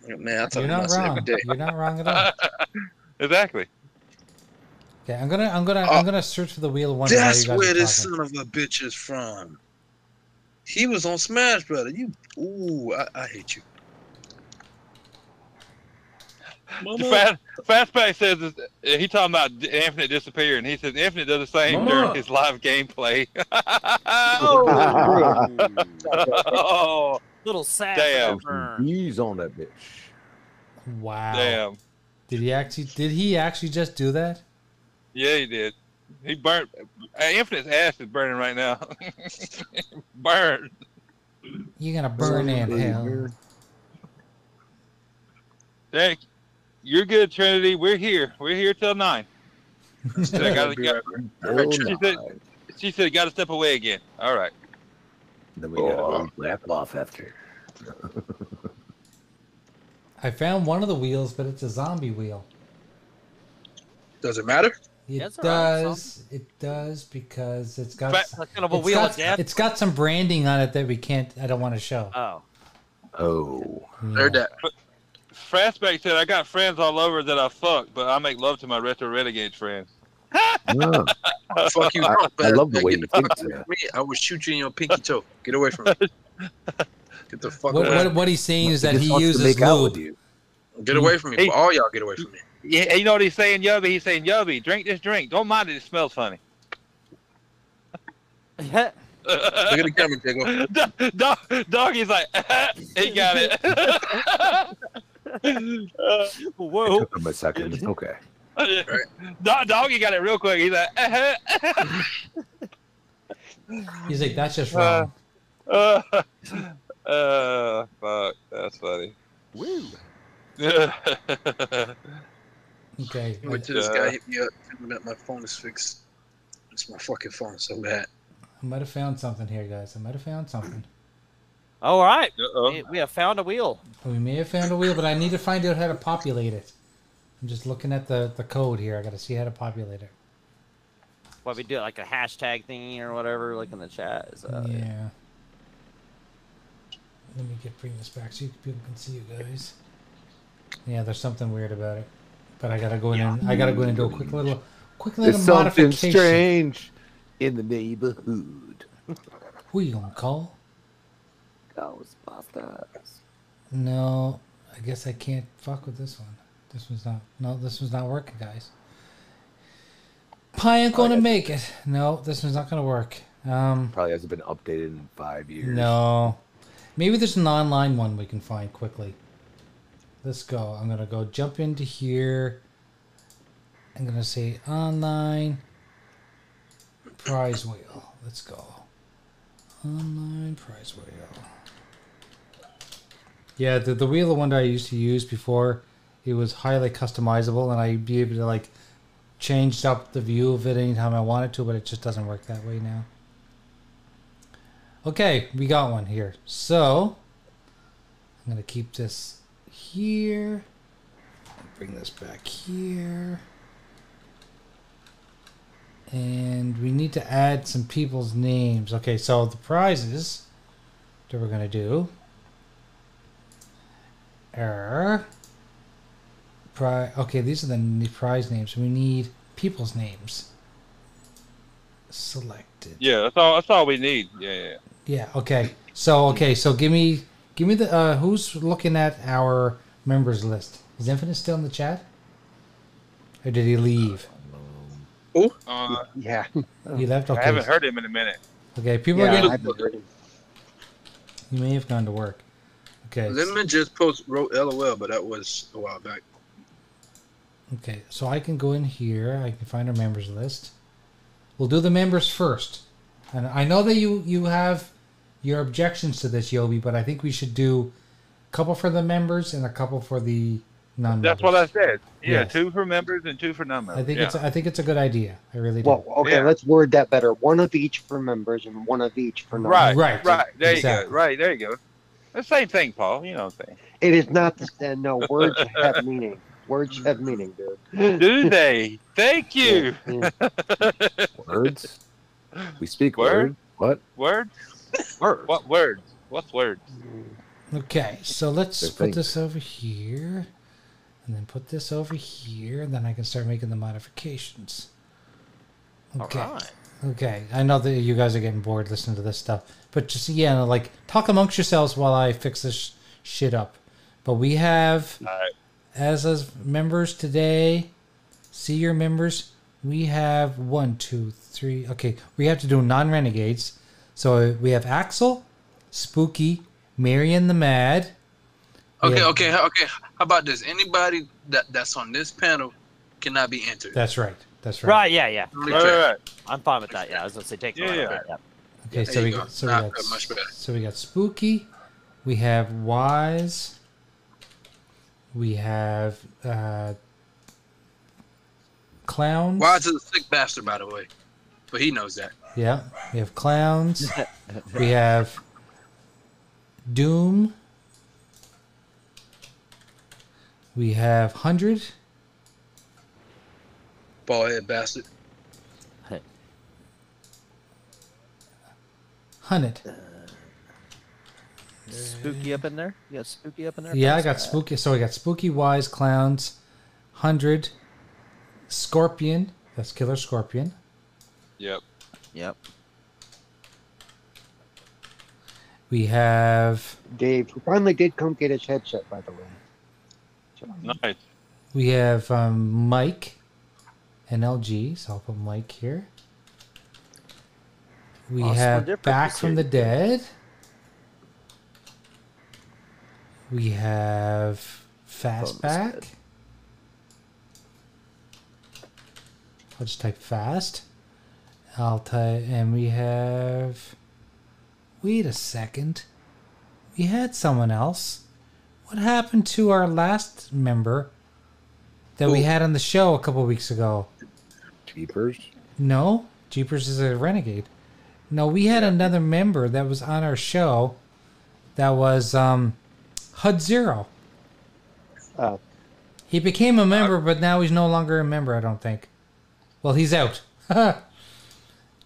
Speaker 5: Man, I talk
Speaker 1: You're
Speaker 5: to
Speaker 1: not
Speaker 5: myself every
Speaker 1: wrong.
Speaker 5: day.
Speaker 1: You're not wrong at all.
Speaker 3: Exactly.
Speaker 1: Okay, I'm gonna I'm gonna
Speaker 8: Oh.
Speaker 1: I'm gonna search for the wheel one while you
Speaker 5: That's
Speaker 1: guys are
Speaker 5: where this
Speaker 1: talking.
Speaker 5: son of a bitch is from. He was on Smash Brother. You, ooh, I, I hate you.
Speaker 3: Fast, Fastback says this- uh, he talking about D- Infinite disappearing. He says Infinite does the same
Speaker 5: Mama.
Speaker 3: during his live gameplay.
Speaker 8: Oh,
Speaker 3: oh,
Speaker 2: little sad.
Speaker 3: damn,
Speaker 8: He's on that bitch.
Speaker 1: Wow.
Speaker 3: damn.
Speaker 1: Did he actually did he actually just do that?
Speaker 3: Yeah, he did. He burnt. Uh, Infinite's ass is burning right now. Burn.
Speaker 1: You're gonna burn in hell.
Speaker 3: Thank. You're good, Trinity. We're here. We're here till nine. She said, I gotta, got-
Speaker 5: Oh,
Speaker 8: Till
Speaker 3: she said, she said, gotta step away again. All right.
Speaker 8: Then we gotta wrap it off after.
Speaker 1: I found one of the wheels, but it's a zombie wheel.
Speaker 5: Does it matter?
Speaker 1: It
Speaker 2: That's all right,
Speaker 1: does. It does because it's got
Speaker 2: That's kind of a
Speaker 1: it's
Speaker 2: wheel
Speaker 1: got-
Speaker 2: of death.
Speaker 1: It's got some branding on it that we can't. I don't want to show.
Speaker 2: Oh.
Speaker 8: Oh.
Speaker 5: Heard that.
Speaker 3: Fastback said, I got friends all over that I fuck, but I make love to my retro renegade friends.
Speaker 8: Yeah.
Speaker 5: Fuck you.
Speaker 8: I-
Speaker 5: drunk,
Speaker 8: I love the
Speaker 5: bastard.
Speaker 8: way
Speaker 5: Get
Speaker 8: you
Speaker 5: fuck
Speaker 8: think
Speaker 5: away from me. I will shoot you in your pinky toe. Get away from me. Get the fuck
Speaker 1: What,
Speaker 5: away.
Speaker 1: what, what he's saying is that
Speaker 8: Just
Speaker 1: he
Speaker 8: wants to
Speaker 1: uses
Speaker 8: make out with
Speaker 1: lube.
Speaker 8: you.
Speaker 5: Get away from me.
Speaker 3: Hey.
Speaker 5: All y'all get away from me.
Speaker 3: Yeah, you know what he's saying, Yubby? He's saying, Yubby, drink this drink. Don't mind it. It smells funny.
Speaker 2: Yeah.
Speaker 5: Look at the camera, Jago.
Speaker 3: Dog, doggy's like, he got it.
Speaker 2: Whoa.
Speaker 8: Took him a second. It's okay.
Speaker 3: Dog, doggy got it real quick. He's like,
Speaker 1: He's like, that's just
Speaker 3: Uh,
Speaker 1: wrong.
Speaker 3: uh, uh, fuck, that's funny.
Speaker 8: Woo.
Speaker 1: okay.
Speaker 5: Wait till this guy hit me up. telling me that My phone is fixed. It's my fucking phone so bad.
Speaker 1: I might have found something here, guys. I might have found something.
Speaker 2: All right.
Speaker 3: Uh-oh.
Speaker 2: We- We have found a wheel.
Speaker 1: We may have found a wheel, but I need to find out how to populate it. I'm just looking at the, the code here. I got to see how to populate it.
Speaker 2: What we do, like a hashtag thingy or whatever, like in the chat. Is that
Speaker 1: yeah. Let me get bring this back so you, people can see you guys. Yeah, there's something weird about it, but I gotta go in. And, I gotta go in and do a quick little, quick little
Speaker 8: There's something
Speaker 1: modification.
Speaker 8: strange in the neighborhood.
Speaker 1: Who you gonna call?
Speaker 8: Ghostbusters.
Speaker 1: No, I guess I can't fuck with this one. This was not. No, this was not working, guys. Pie ain't gonna make it. No, this one's not gonna work. Um,
Speaker 8: Probably hasn't been updated in five years.
Speaker 1: no. Maybe there's an online one we can find quickly. Let's go. I'm gonna go jump into here. I'm gonna say online prize wheel. Let's go. Online prize wheel. Yeah, the, the wheel of wonder I used to use before, it was highly customizable, and I'd be able to like change up the view of it anytime I wanted to, but it just doesn't work that way now. Okay, we got one here. So I'm gonna keep this here. Bring this back here. And we need to add some people's names. Okay, so the prizes that we're gonna do are Pri- okay, these are the n- prize names. We need people's names. Selected.
Speaker 3: Yeah, that's all. That's all we need. Yeah, yeah.
Speaker 1: Yeah. Okay. So okay. So give me give me the uh, who's looking at our members list. Is Infinite still in the chat, or did he leave?
Speaker 13: Oh.
Speaker 3: Uh,
Speaker 7: yeah.
Speaker 1: He left. Okay.
Speaker 3: I haven't heard him in a minute.
Speaker 1: Okay. People
Speaker 7: Yeah,
Speaker 1: are
Speaker 7: I
Speaker 1: getting.
Speaker 7: haven't heard it.
Speaker 1: You may have gone to work. Okay.
Speaker 13: Lemon just post wrote LOL, but that was a while back.
Speaker 1: Okay, so I can go in here. I can find our members list. We'll do the members first. And I know that you you have your objections to this, Yobi, but I think we should do a couple for the members and a couple for the non.
Speaker 3: That's what I said. Yeah,
Speaker 1: Yes.
Speaker 3: two for members and two for non-members.
Speaker 1: I think
Speaker 3: yeah.
Speaker 1: it's I think it's a good idea. I really do.
Speaker 7: Well, okay,
Speaker 3: Yeah.
Speaker 7: let's word that better. One of each for members and one of each for non.
Speaker 3: right,
Speaker 1: right,
Speaker 3: right, right. There you
Speaker 1: exactly.
Speaker 3: go. Right, there you go. The same thing, Paul. You know what I'm saying.
Speaker 7: It is not the same. No, words have meaning. Words have meaning, dude.
Speaker 3: Do they? Thank you.
Speaker 7: Yeah.
Speaker 8: Words? We speak
Speaker 3: Word?
Speaker 8: word? What?
Speaker 3: Word?
Speaker 2: Word.
Speaker 3: What word? What's word?
Speaker 1: Okay, so let's
Speaker 8: Good
Speaker 1: put
Speaker 8: thing.
Speaker 1: this over here, and then put this over here, and then I can start making the modifications. Okay.
Speaker 2: Alright.
Speaker 1: Okay, I know that you guys are getting bored listening to this stuff, but just yeah, like talk amongst yourselves while I fix this sh- shit up. But we have
Speaker 3: All right.
Speaker 1: as as members today, see your members. We have one, two, three. Okay, we have to do non renegades. So we have Axel, Spooky, Marion the Mad. We
Speaker 5: Okay,
Speaker 1: have-
Speaker 5: okay, okay. How about this? Anybody that that's on this panel cannot be entered.
Speaker 1: That's right. That's right.
Speaker 2: Right, yeah, yeah.
Speaker 5: Only
Speaker 3: Right,
Speaker 5: fair.
Speaker 3: right, right.
Speaker 2: I'm fine with that. Yeah, I was gonna say take
Speaker 3: Yeah,
Speaker 2: yeah,
Speaker 3: yeah.
Speaker 2: yeah.
Speaker 1: Okay, so
Speaker 5: There
Speaker 1: we
Speaker 5: you go.
Speaker 1: got so we
Speaker 5: Not
Speaker 1: got
Speaker 5: that much better.
Speaker 1: so we got Spooky, we have Wise, we have uh, clowns.
Speaker 5: Wise is a sick bastard, by the way, but he knows that.
Speaker 1: Yeah, we have clowns. we have Doom. We have hundred.
Speaker 5: Bald head bastard.
Speaker 1: Hundred.
Speaker 2: Spooky up in there? You got spooky up in there?
Speaker 1: Yeah, I got spooky. So I got spooky wise clowns, hundred, scorpion. That's killer scorpion.
Speaker 3: Yep.
Speaker 2: Yep.
Speaker 1: We have
Speaker 7: Dave, who finally did come get his headset, by the way.
Speaker 3: Nice.
Speaker 1: We have um, Mike and LG, so I'll put Mike here. We
Speaker 2: Oh, someone
Speaker 1: have
Speaker 2: different
Speaker 1: Back
Speaker 2: this
Speaker 1: from
Speaker 2: year.
Speaker 1: the Dead. We have Fastback. I'll just type fast. I'll type, and we have. Wait a second. We had someone else. What happened to our last member that we
Speaker 5: Who?
Speaker 1: had on the show a couple weeks ago?
Speaker 8: Jeepers?
Speaker 1: No, Jeepers is a renegade. No, we had another member that was on our show. That was um, Hud Zero.
Speaker 7: Oh.
Speaker 1: He became a member, but now he's no longer a member. I don't think. Well, he's out.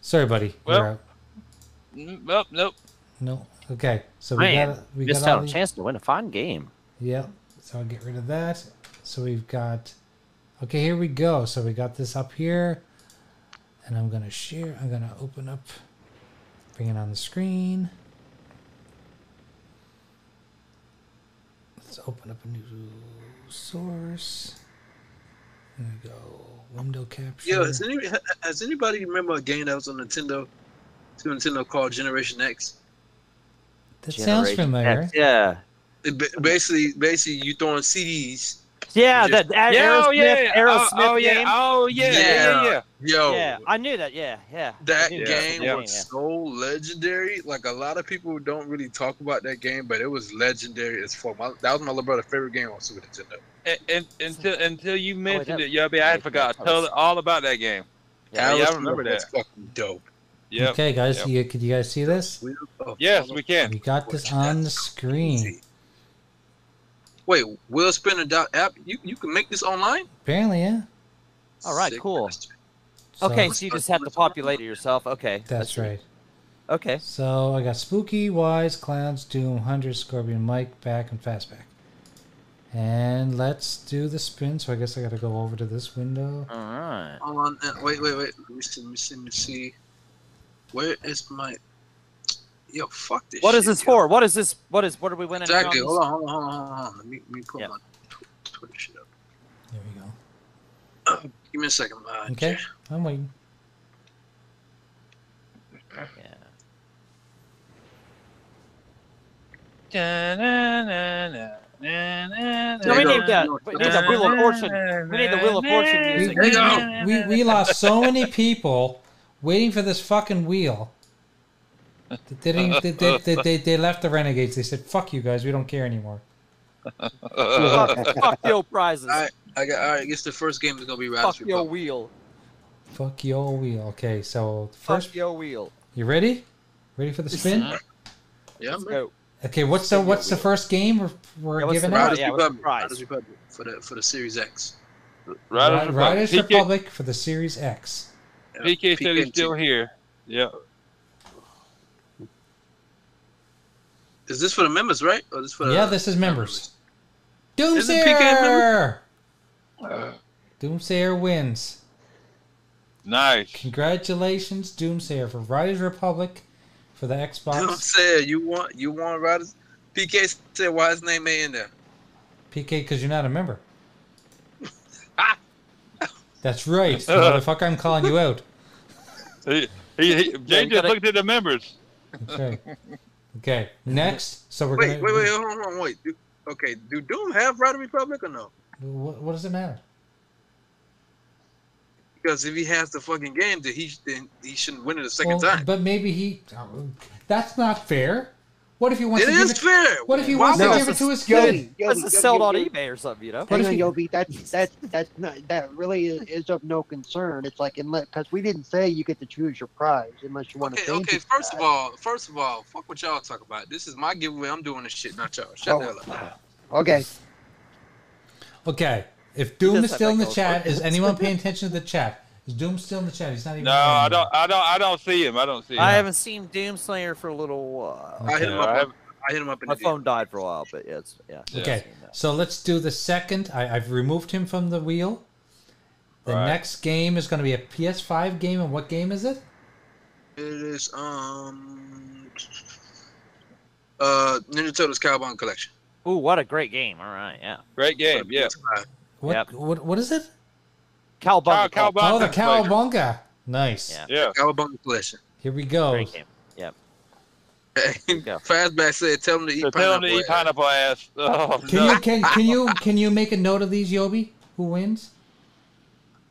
Speaker 1: Sorry, buddy.
Speaker 3: Well-
Speaker 1: You're out.
Speaker 3: Mm, Nope. Nope.
Speaker 1: No. Okay. So we
Speaker 2: Man,
Speaker 1: got we
Speaker 2: we just
Speaker 1: got all
Speaker 2: had a
Speaker 1: the-
Speaker 2: chance to win a fine game.
Speaker 1: Yep. So I'll get rid of that. So we've got. Okay, here we go. So we got this up here. And I'm going to share. I'm going to open up, bring it on the screen. Let's open up a new source. There we go. Window capture.
Speaker 5: Yo, has, any, ha- has anybody remember a game that was on Nintendo, to Nintendo called Generation X?
Speaker 1: that sounds
Speaker 2: Generation
Speaker 1: familiar.
Speaker 2: X, Yeah.
Speaker 5: It ba- basically, basically, you throwing CDs.
Speaker 2: Yeah, that
Speaker 5: Just-
Speaker 2: that Aerosmith,
Speaker 3: oh, yeah, yeah.
Speaker 2: Aerosmith
Speaker 3: oh, oh, yeah.
Speaker 2: game.
Speaker 3: Oh, yeah. Yeah, yeah.
Speaker 5: Yeah.
Speaker 3: yeah.
Speaker 5: Yo,
Speaker 2: Yeah, I knew that. Yeah, yeah.
Speaker 5: that
Speaker 2: I knew that.
Speaker 5: game
Speaker 2: Yeah.
Speaker 5: was so legendary. Like a lot of people don't really talk about that game, but it was legendary as fuck. My, that was my little brother's favorite game on Super Nintendo.
Speaker 3: And, and, until until you mentioned
Speaker 2: Oh, that-
Speaker 3: it, Yubby, I
Speaker 2: that-
Speaker 3: had forgot
Speaker 2: that
Speaker 3: totally
Speaker 2: was-
Speaker 3: all about that game. Yeah,
Speaker 5: That
Speaker 3: yeah,
Speaker 5: was
Speaker 3: I remember
Speaker 5: that's
Speaker 3: that.
Speaker 5: Fucking dope.
Speaker 3: Yep.
Speaker 1: Okay, guys.
Speaker 3: Yep.
Speaker 1: You, could you guys see this?
Speaker 5: Wheel of
Speaker 3: Yes, we can.
Speaker 1: We got this on the screen.
Speaker 5: Wait, WillSpinner.app? You you can make this online?
Speaker 1: Apparently, yeah.
Speaker 2: All right,
Speaker 5: Sick
Speaker 2: cool.
Speaker 5: bastard.
Speaker 1: So-
Speaker 2: okay, so you just have to populate it yourself. Okay.
Speaker 1: That's right.
Speaker 2: Okay.
Speaker 1: So I got Spooky, Wise, Clowns, Doom, Hundred, Scorpion, Mike, Back, and Fastback. And let's do the spin. So I guess I got to go over to this window.
Speaker 2: All right.
Speaker 5: Hold on. uh, Wait, wait, wait. Let me see. Let me see. Let me see. Where is my? Yo, fuck this.
Speaker 2: What
Speaker 5: shit,
Speaker 2: is this
Speaker 5: yo.
Speaker 2: for? What is this? What is? What are we winning?
Speaker 5: Exactly.
Speaker 2: from?
Speaker 5: Hold on, hold on, hold on, hold on. Let me, let me pull
Speaker 2: Yeah.
Speaker 5: my Tw- Twitter shit up. There we go. Give me a second. Uh,
Speaker 1: Okay, I'm waiting.
Speaker 2: No, we need the we need the wheel of fortune. We need the wheel of fortune
Speaker 1: We,
Speaker 2: music.
Speaker 1: we, we, we lost so many people waiting for this fucking wheel. That They, didn't, they, they, they, they, they left the Renegades. They said, fuck you guys, we don't care anymore.
Speaker 2: fuck, fuck your prizes.
Speaker 5: All right, I got. All right, I guess the first game is gonna be Riders
Speaker 2: Fuck your
Speaker 5: Republic.
Speaker 2: wheel.
Speaker 1: Fuck your wheel. Okay, so first,
Speaker 2: Fuck your wheel.
Speaker 1: you ready? Ready for the spin?
Speaker 5: Yeah,
Speaker 2: Let's go.
Speaker 1: Okay, what's the what's the first game we're, we're
Speaker 2: Yeah, what's
Speaker 1: giving
Speaker 2: the-
Speaker 1: out?
Speaker 5: Riders
Speaker 2: yeah, what's the
Speaker 5: Republic.
Speaker 2: prize?
Speaker 5: Riders Republic for the for the Series X.
Speaker 1: Riders,
Speaker 3: Riders
Speaker 1: Riders
Speaker 3: Republic. PK,
Speaker 1: Republic for the Series X.
Speaker 3: PK said he's still here. Yeah.
Speaker 5: Is this for the members, right? Or this for the,
Speaker 1: Yeah, this is members.
Speaker 5: Is it PK
Speaker 1: Doomsayer!
Speaker 5: Uh,
Speaker 1: Doomsayer wins.
Speaker 3: Nice.
Speaker 1: Congratulations, Doomsayer, for Riders Republic for the
Speaker 5: you know what I'm
Speaker 1: Xbox.
Speaker 5: saying? You want you want Riders? PK said, "Why his name ain't in there?"
Speaker 1: PK, because you're not a member.
Speaker 5: Ah!
Speaker 1: That's right,
Speaker 5: Uh.
Speaker 1: motherfucker. I'm calling you out.
Speaker 3: He, he, he, Jay
Speaker 2: you
Speaker 3: just
Speaker 2: gotta-
Speaker 3: looked at the members.
Speaker 1: Okay. Okay. Next. So we're
Speaker 5: Wait, wait,
Speaker 1: gonna.
Speaker 5: wait, hold on, hold on, wait. Do, okay, do Doom have Riders Republic or no?
Speaker 1: What, what does it matter?
Speaker 5: Because if he has the fucking game, then he then he shouldn't win it a second
Speaker 1: Well,
Speaker 5: time.
Speaker 1: But maybe he. oh, That's not fair. What if he wants
Speaker 5: It
Speaker 1: to give
Speaker 5: is
Speaker 1: it?
Speaker 5: fair.
Speaker 1: What if he
Speaker 5: Why
Speaker 1: wants to
Speaker 5: would-
Speaker 1: give it to his
Speaker 7: Yogi,
Speaker 1: kid?
Speaker 7: Yogi,
Speaker 2: This is
Speaker 7: Yogi,
Speaker 2: sold on
Speaker 7: Yogi.
Speaker 2: eBay or something, you know.
Speaker 1: What
Speaker 7: Hang
Speaker 1: if
Speaker 7: on,
Speaker 1: he-
Speaker 7: Yobi. That's that's that's not that really is, is of no concern. It's like unless because we didn't say you get to choose your prize unless you want to.
Speaker 5: Okay, okay. First of all, first of all, fuck what y'all talk about. This is my giveaway. I'm doing this shit, not y'all. Shut
Speaker 13: Oh,
Speaker 5: the hell up.
Speaker 7: Okay.
Speaker 1: Okay. If Doom
Speaker 2: does
Speaker 1: is
Speaker 2: have
Speaker 1: still in the
Speaker 2: like those
Speaker 1: chat, is
Speaker 2: buttons.
Speaker 1: anyone paying attention to the chat? Is Doom still in the chat? He's not even.
Speaker 3: No,
Speaker 1: there
Speaker 3: I
Speaker 1: anymore.
Speaker 3: don't. I don't. I don't see him. I don't see him.
Speaker 2: I haven't seen Doomslayer for a little while.
Speaker 5: I hit him
Speaker 3: Yeah,
Speaker 5: up.
Speaker 3: I haven't-
Speaker 5: I hit him up in
Speaker 2: My
Speaker 5: the phone.
Speaker 2: phone died for a while, but yeah, it's, yeah.
Speaker 3: Yeah.
Speaker 1: Okay,
Speaker 2: Seen that.
Speaker 1: so let's do the second. I, I've removed him from the wheel. The
Speaker 3: Right.
Speaker 1: next game is going to be a PS5 game, and what game is it?
Speaker 5: It is um uh Ninja Turtles Cowboy Collection.
Speaker 2: Ooh, what a great game! All right, yeah.
Speaker 3: Great game. Yeah.
Speaker 1: What
Speaker 2: Yep.
Speaker 1: what, what is it?
Speaker 2: Cowabunga. Cow,
Speaker 3: Cow-
Speaker 1: oh, the
Speaker 3: Cowabunga Collection.
Speaker 1: Cowabunga. Nice.
Speaker 2: Yeah.
Speaker 3: Yeah.
Speaker 5: Cowboy Collection.
Speaker 1: Here we go.
Speaker 2: Oh, great game. go.
Speaker 5: Fastback said, "Tell him to eat
Speaker 3: So
Speaker 5: pineapple."
Speaker 3: tell him to eat
Speaker 5: ass."
Speaker 3: pineapple ass. Oh,
Speaker 1: Can
Speaker 3: no.
Speaker 1: you can can you can you make a note of these, Yobi? Who wins?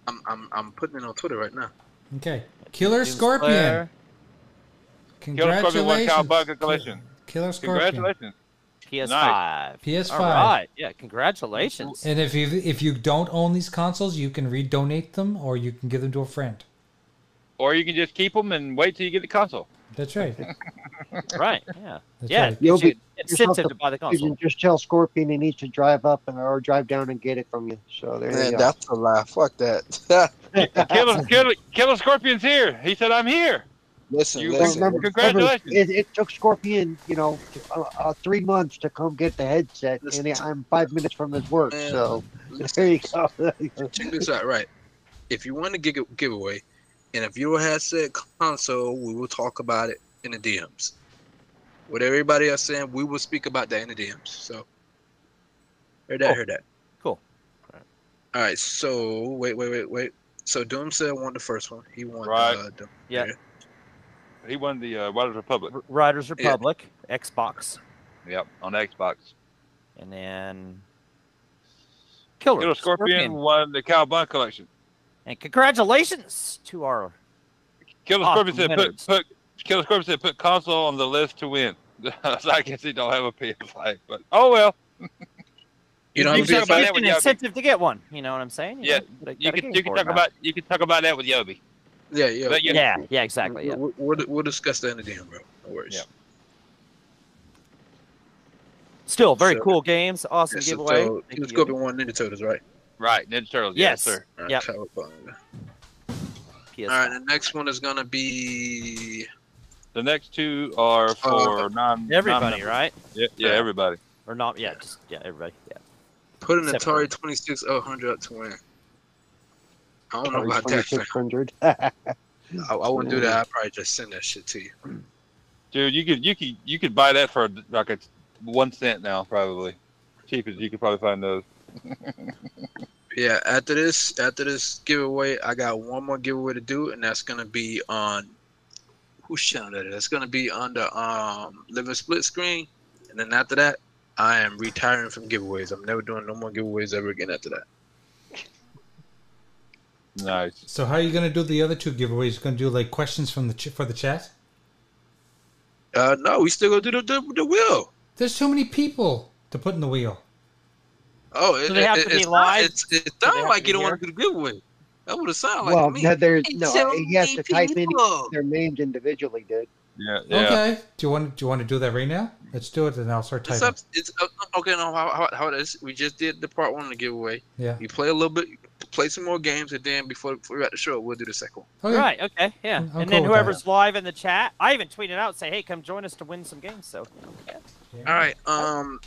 Speaker 5: I'm, I'm I'm putting it on Twitter right now.
Speaker 1: Okay, Killer
Speaker 2: Doomslayer.
Speaker 1: Scorpion.
Speaker 3: Killer Scorpion won
Speaker 1: Congratulations,
Speaker 3: Cowabunga Collection.
Speaker 1: Killer Scorpion.
Speaker 3: Congratulations.
Speaker 2: PS5.
Speaker 1: PS5.
Speaker 2: All right. Yeah. Congratulations.
Speaker 1: And if you if you don't own these consoles, you can redonate them, or you can give them to a friend.
Speaker 3: Or you can just keep them and wait till you get the console.
Speaker 1: That's right.
Speaker 2: right. Yeah.
Speaker 1: That's
Speaker 2: yeah.
Speaker 1: right.
Speaker 2: It gives you
Speaker 7: Yogi,
Speaker 2: incentive to buy the
Speaker 7: You
Speaker 2: console.
Speaker 7: can just tell Scorpion he needs to drive up and or drive down and get it from you. So there
Speaker 13: Man,
Speaker 7: you go.
Speaker 13: that's a lie. Fuck that.
Speaker 3: Killer, killer, killer Scorpion's here. He said, I'm here.
Speaker 13: listen,
Speaker 3: You-
Speaker 13: listen.
Speaker 7: Remember-
Speaker 3: Congratulations.
Speaker 7: remember, It, it took Scorpion, you know, uh, uh, three months to come get the headset, and he- I'm five minutes from his work.
Speaker 5: Man.
Speaker 7: So there you go.
Speaker 5: Check this out, right? If you win the gig- giveaway, and if you have said console, we will talk about it in the DMs. What everybody else saying, we will speak about that in the DMs. So, heard that,
Speaker 2: Cool.
Speaker 5: heard that.
Speaker 2: Cool.
Speaker 5: All right, so wait, wait, wait, wait. So Doom said won the first one. He won.
Speaker 3: Right.
Speaker 5: Uh, Doom.
Speaker 2: Yeah.
Speaker 3: He won the uh, Riders Republic.
Speaker 2: R- Riders Republic, Xbox,
Speaker 3: Yep, on Xbox.
Speaker 2: and then Killer,
Speaker 3: Killer Scorpion, won the Cowabunga Collection.
Speaker 2: And congratulations to our.
Speaker 3: Killer
Speaker 2: Awesome
Speaker 3: Scorpion said,
Speaker 2: winners.
Speaker 3: put, put, Killer Scorpion said, put console on the list to win. so I guess he don't have a PS5, but oh well.
Speaker 5: You don't have
Speaker 3: You
Speaker 5: a
Speaker 3: can talk about
Speaker 5: PS5?
Speaker 3: that
Speaker 2: It's
Speaker 3: with
Speaker 2: an
Speaker 3: Yogi.
Speaker 2: incentive to get one. You know what I'm saying?
Speaker 3: Yeah,
Speaker 2: know, gotta-
Speaker 3: You
Speaker 2: gotta
Speaker 3: can
Speaker 2: game
Speaker 3: you can
Speaker 2: for it
Speaker 3: talk
Speaker 2: now.
Speaker 3: about you can talk about that with Yobi.
Speaker 5: Yeah, yeah.
Speaker 3: But you-
Speaker 2: Yeah. Yeah. Exactly. Yeah.
Speaker 5: We'll, we'll, we'll discuss that in the DM, bro. No worries.
Speaker 3: Yeah.
Speaker 2: Still very
Speaker 5: So-
Speaker 2: cool games. Awesome
Speaker 5: Yeah, so,
Speaker 2: giveaway.
Speaker 5: so,
Speaker 2: Thank
Speaker 5: Killer
Speaker 2: you.
Speaker 5: Scorpion won Ninja Turtles, right?
Speaker 3: Right, Ninja Turtles.
Speaker 2: Yes.
Speaker 3: Yes, sir.
Speaker 5: All right,
Speaker 2: Yep.
Speaker 5: Cowabunga.
Speaker 2: PS5.
Speaker 5: All right, the next one is gonna be
Speaker 3: The next two are for non
Speaker 2: Everybody,
Speaker 3: non-members.
Speaker 2: right?
Speaker 3: Yeah, yeah, everybody.
Speaker 2: Or not? Yeah. Just yeah. Everybody. Yeah.
Speaker 5: Put an
Speaker 7: Except
Speaker 5: Atari 2600 up to win. I don't know about that. fam.
Speaker 7: Six hundred.
Speaker 5: I, I wouldn't do that. I'd probably just send that shit to you.
Speaker 3: Dude, you could you could you could buy that for like a one cent now probably. Cheap as you could probably find those.
Speaker 5: Yeah, after this, after this giveaway, I got one more giveaway to do, and that's gonna be on whose channel that is. It's gonna be on the um living split screen, and then after that, I am retiring from giveaways. I'm never doing no more giveaways ever again after that.
Speaker 3: Nice.
Speaker 1: So how are you going to do the other two giveaways? You're going to do like questions from the ch- for the chat?
Speaker 5: Uh, no, we still gonna do the the, the wheel.
Speaker 1: There's too many people to put in the wheel.
Speaker 5: Oh, it,
Speaker 1: Do they have
Speaker 5: it-
Speaker 1: to be
Speaker 5: it's not-
Speaker 1: live?
Speaker 5: it's, it
Speaker 1: they
Speaker 5: sounds
Speaker 1: have
Speaker 5: like
Speaker 1: to be
Speaker 5: you don't want to do the giveaway. That would have sounded like
Speaker 7: well,
Speaker 5: Oh, me.
Speaker 7: no, there's
Speaker 5: It's
Speaker 7: no.
Speaker 5: so
Speaker 7: He has to
Speaker 5: many
Speaker 7: type
Speaker 5: people.
Speaker 7: in their names individually, dude.
Speaker 3: Yeah.
Speaker 1: Okay. Do you want do you want to do that right now? Let's do it, and I'll start
Speaker 5: It's
Speaker 1: typing.
Speaker 5: up. It's up, okay. No, how, how, how it is? We just did the part one of the giveaway.
Speaker 1: Yeah.
Speaker 5: You play a little bit, play some more games, and then before, before we wrap the show, we'll do the second one.
Speaker 2: Right. Okay. Yeah.
Speaker 5: I'm
Speaker 2: and
Speaker 5: cool
Speaker 2: then
Speaker 5: with that.
Speaker 2: whoever's live in the chat, I even tweeted out say, "Hey, come join us to win some games." So. Yeah.
Speaker 5: All right. Um,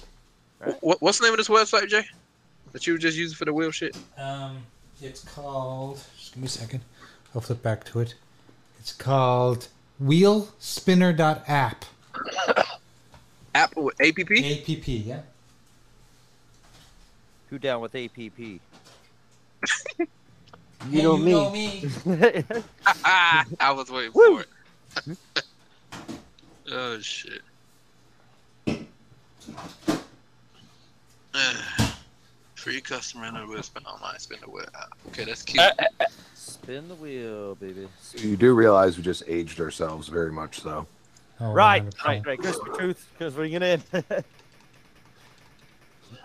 Speaker 5: what, what's the name of this website, Jay? That you were just using for the wheel shit?
Speaker 1: Um, it's called. Just give me a second. I'll flip back to it. It's called wheelspinner.app.
Speaker 5: App with app.
Speaker 1: App. Yeah.
Speaker 2: Who down with APP?
Speaker 7: You know me.
Speaker 5: Ah, I was waiting for it. oh shit. Free customer and a wheel spin online, spin the wheel. Okay, that's cute.
Speaker 2: Spin the wheel, baby.
Speaker 8: You do realize we just aged ourselves very much, though.
Speaker 1: Oh,
Speaker 2: right. Right. Right. Crispy truth. Because we're gonna end.
Speaker 3: Mm-hmm.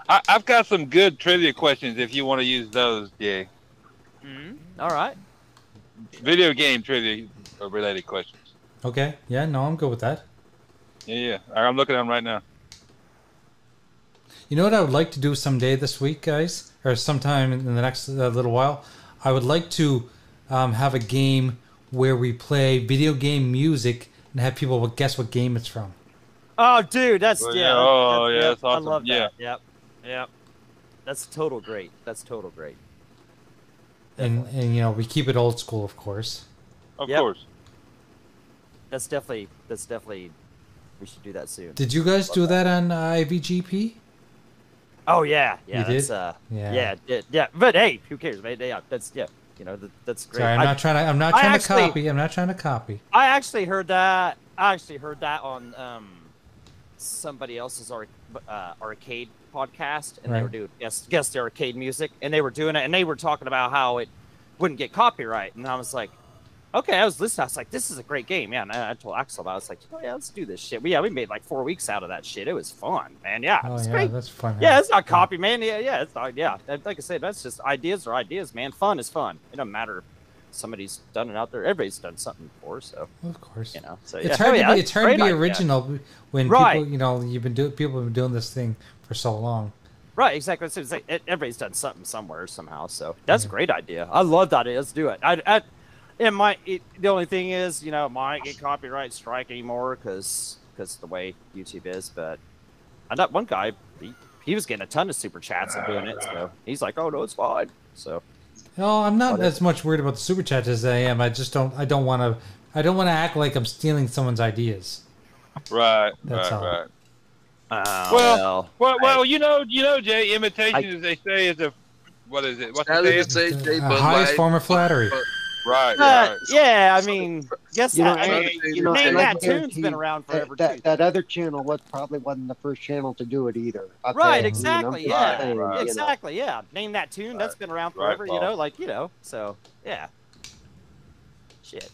Speaker 3: I, I've got some good trivia questions if you want to use those, Jay.
Speaker 2: Mhm. All right.
Speaker 3: Video game trivia uh, related questions.
Speaker 1: Okay. Yeah. No, I'm good with that.
Speaker 3: Yeah, yeah. All right, I'm looking at them right now.
Speaker 1: You know what I would like to do someday this week, guys, or sometime in the next uh, little while? I would like to um, have a game where we play video game music and have people guess what game it's from.
Speaker 2: Oh, dude, that's
Speaker 3: Well,
Speaker 2: yeah.
Speaker 3: yeah, oh, yeah, that's awesome.
Speaker 2: I love
Speaker 3: Yeah.
Speaker 2: that. Yep. Yep. That's total great. That's total great.
Speaker 1: And, and, you know, we keep it old school, of course.
Speaker 3: Of
Speaker 2: course. That's definitely. That's definitely. We should do that soon.
Speaker 1: Did you guys
Speaker 2: Love
Speaker 1: do that on uh, IVGP?
Speaker 2: Oh yeah, yeah.
Speaker 1: You
Speaker 2: that's,
Speaker 1: did?
Speaker 2: Uh,
Speaker 1: Yeah.
Speaker 2: yeah. yeah, yeah, But hey, who cares, man? Yeah, that's yeah. You know, that, that's great.
Speaker 1: Sorry, I'm
Speaker 2: I-
Speaker 1: not trying to. I'm not
Speaker 2: I
Speaker 1: trying
Speaker 2: actually-
Speaker 1: to copy. I'm not trying to copy.
Speaker 2: I actually heard that. I actually heard that on um, somebody else's ar- uh, arcade podcast, and they
Speaker 1: Right.
Speaker 2: were doing guess guess the arcade music, and they were doing it, and they were talking about how it wouldn't get copyright, and I was like, okay, I was listening, I was like, this is a great game, yeah. And I, I told Axel about, it. I was like, oh yeah, let's do this shit. We, yeah, we made like four weeks out of that shit. It was fun, man. Yeah, it
Speaker 1: Oh
Speaker 2: was
Speaker 1: yeah,
Speaker 2: great.
Speaker 1: that's fun. huh?
Speaker 2: Yeah, it's not copy, man. Yeah, yeah, it's not, yeah. That- Like I said, that's just ideas are ideas, man. Fun is fun. It doesn't matter if somebody's done it out there. Everybody's done something before, so
Speaker 1: of course.
Speaker 2: you know. So yeah,
Speaker 1: It's hard
Speaker 2: yeah,
Speaker 1: to be.
Speaker 2: that's
Speaker 1: It's hard to
Speaker 2: great
Speaker 1: be
Speaker 2: idea.
Speaker 1: original when
Speaker 2: Right.
Speaker 1: people. You know, you've been doing. People have been doing this thing for so long.
Speaker 2: Right, exactly. It's, it's like e- everybody's done something somewhere somehow. So that's a great idea. I love that idea. Let's do it. I, I it might. It, the only thing is, you know, it might get copyright strike anymore because the way YouTube is. But I know one guy. He, he was getting a ton of super chats and doing it. So he's like, oh no, it's fine. So
Speaker 1: No, I'm not as much worried about the super chat as I am. I just don't. I don't want to. I don't want to act like I'm stealing someone's ideas.
Speaker 3: Right,
Speaker 1: That's
Speaker 3: right,
Speaker 1: all.
Speaker 3: right.
Speaker 2: Uh,
Speaker 3: well,
Speaker 2: well,
Speaker 3: well, well, you know, you know, Jay, imitation, as they say, is a what is it? What's
Speaker 5: Sadly
Speaker 3: the
Speaker 5: to
Speaker 3: saying?
Speaker 5: say, Jay
Speaker 1: The
Speaker 5: Bud
Speaker 1: uh, highest
Speaker 5: Light-
Speaker 1: form of flattery.
Speaker 3: Right,
Speaker 2: uh,
Speaker 3: right.
Speaker 2: yeah. I mean, guess
Speaker 7: You know,
Speaker 2: that. I
Speaker 7: and-
Speaker 2: mean,
Speaker 7: you know,
Speaker 2: man,
Speaker 7: and I
Speaker 2: that
Speaker 7: can
Speaker 2: tune's been
Speaker 7: guarantee
Speaker 2: around
Speaker 7: that-
Speaker 2: forever
Speaker 7: that,
Speaker 2: too.
Speaker 7: That other channel was probably wasn't the first channel to do it either. out there, you
Speaker 2: Right,
Speaker 7: know,
Speaker 2: exactly,
Speaker 7: I'm just
Speaker 2: yeah,
Speaker 7: saying, you know.
Speaker 2: exactly, yeah. Name that tune. That's been around
Speaker 7: Right,
Speaker 2: forever, you know,
Speaker 7: Paul.
Speaker 2: like you know. So yeah, shit,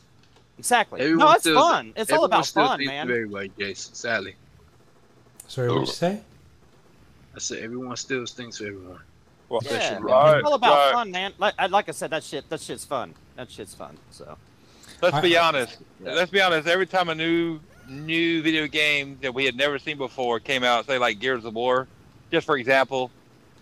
Speaker 2: exactly. no,
Speaker 5: Everyone
Speaker 2: it's
Speaker 5: still-
Speaker 2: fun. It's all
Speaker 5: everyone
Speaker 2: about
Speaker 5: still
Speaker 2: fun,
Speaker 5: thinks
Speaker 2: man.
Speaker 5: you're Everybody, Jason. Sadly,
Speaker 1: Sorry, what did you say?
Speaker 5: I said everyone steals things for everyone.
Speaker 2: yeah, man,
Speaker 5: right,
Speaker 2: it's all about
Speaker 5: right.
Speaker 2: fun, man. Like, I- like I said, that shit, that shit's fun. That shit's fun. So
Speaker 3: Let's be honest. Let's be honest. Every time a new new video game that we had never seen before came out, say like Gears of War, just for example,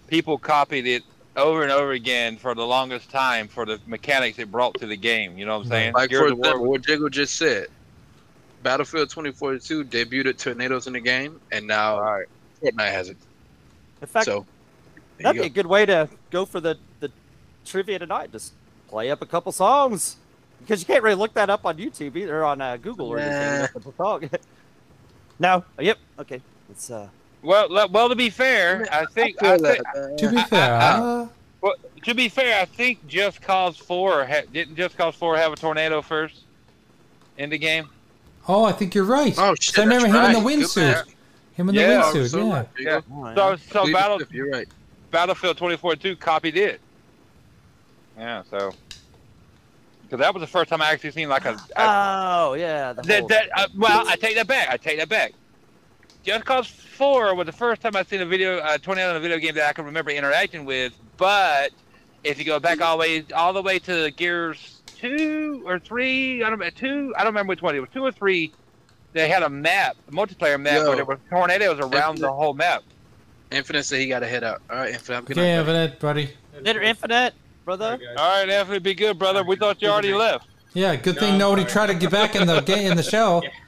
Speaker 3: people copied it over and over again for the longest time for the mechanics it brought to the game. You know what I'm saying?
Speaker 5: Like
Speaker 3: Gears
Speaker 5: for
Speaker 3: of War
Speaker 5: example, what Jago just said, Battlefield 2042 debuted at tornadoes in the game, and now Fortnite has it.
Speaker 2: In fact,
Speaker 5: so you
Speaker 2: That'd be
Speaker 5: go.
Speaker 2: a good way to go for the, the trivia tonight. Just play up a couple songs. Because you can't really look that up on YouTube either, on uh, Google or anything. You
Speaker 5: Nah.
Speaker 2: have to look up. no? Oh, Yep. Okay. It's, uh,
Speaker 3: Well, le- well, to be fair, I think. I
Speaker 2: feel that,
Speaker 3: think Ah,
Speaker 1: To be fair, uh,
Speaker 3: well, to be fair, I think Just Cause Four ha- didn't Just Cause Four have a tornado first in the game.
Speaker 1: oh, I think you're right.
Speaker 3: Oh,
Speaker 1: 'Cause
Speaker 3: shit,
Speaker 1: I remember him
Speaker 3: that's
Speaker 1: in the
Speaker 3: right. Good
Speaker 1: windsuit. Him in the
Speaker 3: Yeah.
Speaker 1: windsuit.
Speaker 3: So-
Speaker 1: yeah.
Speaker 3: Yeah.
Speaker 2: Alright.
Speaker 3: So, so
Speaker 5: Leave it
Speaker 3: Battle,
Speaker 5: if you're right.
Speaker 3: Battlefield 24 2 copied it. Yeah, so. Because that was the first time I actually seen like a.
Speaker 2: oh, yeah. The
Speaker 3: that,
Speaker 2: whole-
Speaker 3: that, uh, well, I take that back. I take that back. Just Cause 4 was the first time I seen a video, uh, tornado in a video game that I can remember interacting with. But if you go back all the way, all the way to Gears 2 or 3, I don't know, 2, I don't remember which one it was, 2 or 3, they had a map, a multiplayer map,
Speaker 5: Yo.
Speaker 3: where there were tornadoes around the whole map.
Speaker 5: Infinite said he got to head out. All right, Infinite. Have a good
Speaker 1: Okay,
Speaker 5: night,
Speaker 1: have that, buddy.
Speaker 2: Later, Infinite, brother.
Speaker 3: All right, Anthony, be good, brother. We thought you already left.
Speaker 1: Yeah, good thing nobody tried to get back in the game in the show.
Speaker 9: Right?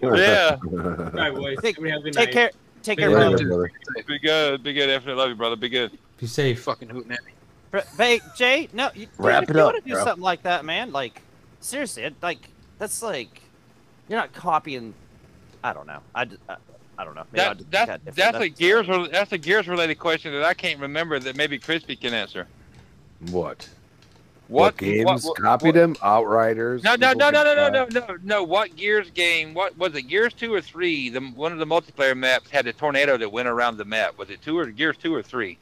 Speaker 3: Yeah.
Speaker 9: Right, boys.
Speaker 2: Take,
Speaker 9: Everybody have a good
Speaker 2: take
Speaker 9: night.
Speaker 2: care. Take care,
Speaker 1: Later,
Speaker 2: brother.
Speaker 1: brother.
Speaker 3: Be good, be good, Anthony. Love you, brother. Be good.
Speaker 1: Be safe.
Speaker 5: Fucking hootin' at me.
Speaker 2: Br- Hey, Jay, no, you,
Speaker 1: Wrap it
Speaker 2: dude, if you
Speaker 1: up,
Speaker 2: want to do
Speaker 1: bro.
Speaker 2: something like that, man, like seriously, it- like that's like you're not copying. I don't know. I, d- I, I don't know. Maybe I
Speaker 3: That,
Speaker 2: just
Speaker 3: that's
Speaker 2: got different.
Speaker 3: that's a gears rel- that's a gears related question that I can't remember that maybe Crispy can answer.
Speaker 8: What?
Speaker 3: What-
Speaker 8: games
Speaker 3: what- what-
Speaker 8: copied him? Outriders.
Speaker 3: No, no, no, no, no, no,
Speaker 8: Evil
Speaker 3: no, no, no. What gears game? What was it? Gears two or three? The one of the multiplayer maps had a tornado that went around the map. Was it two or gears two or three?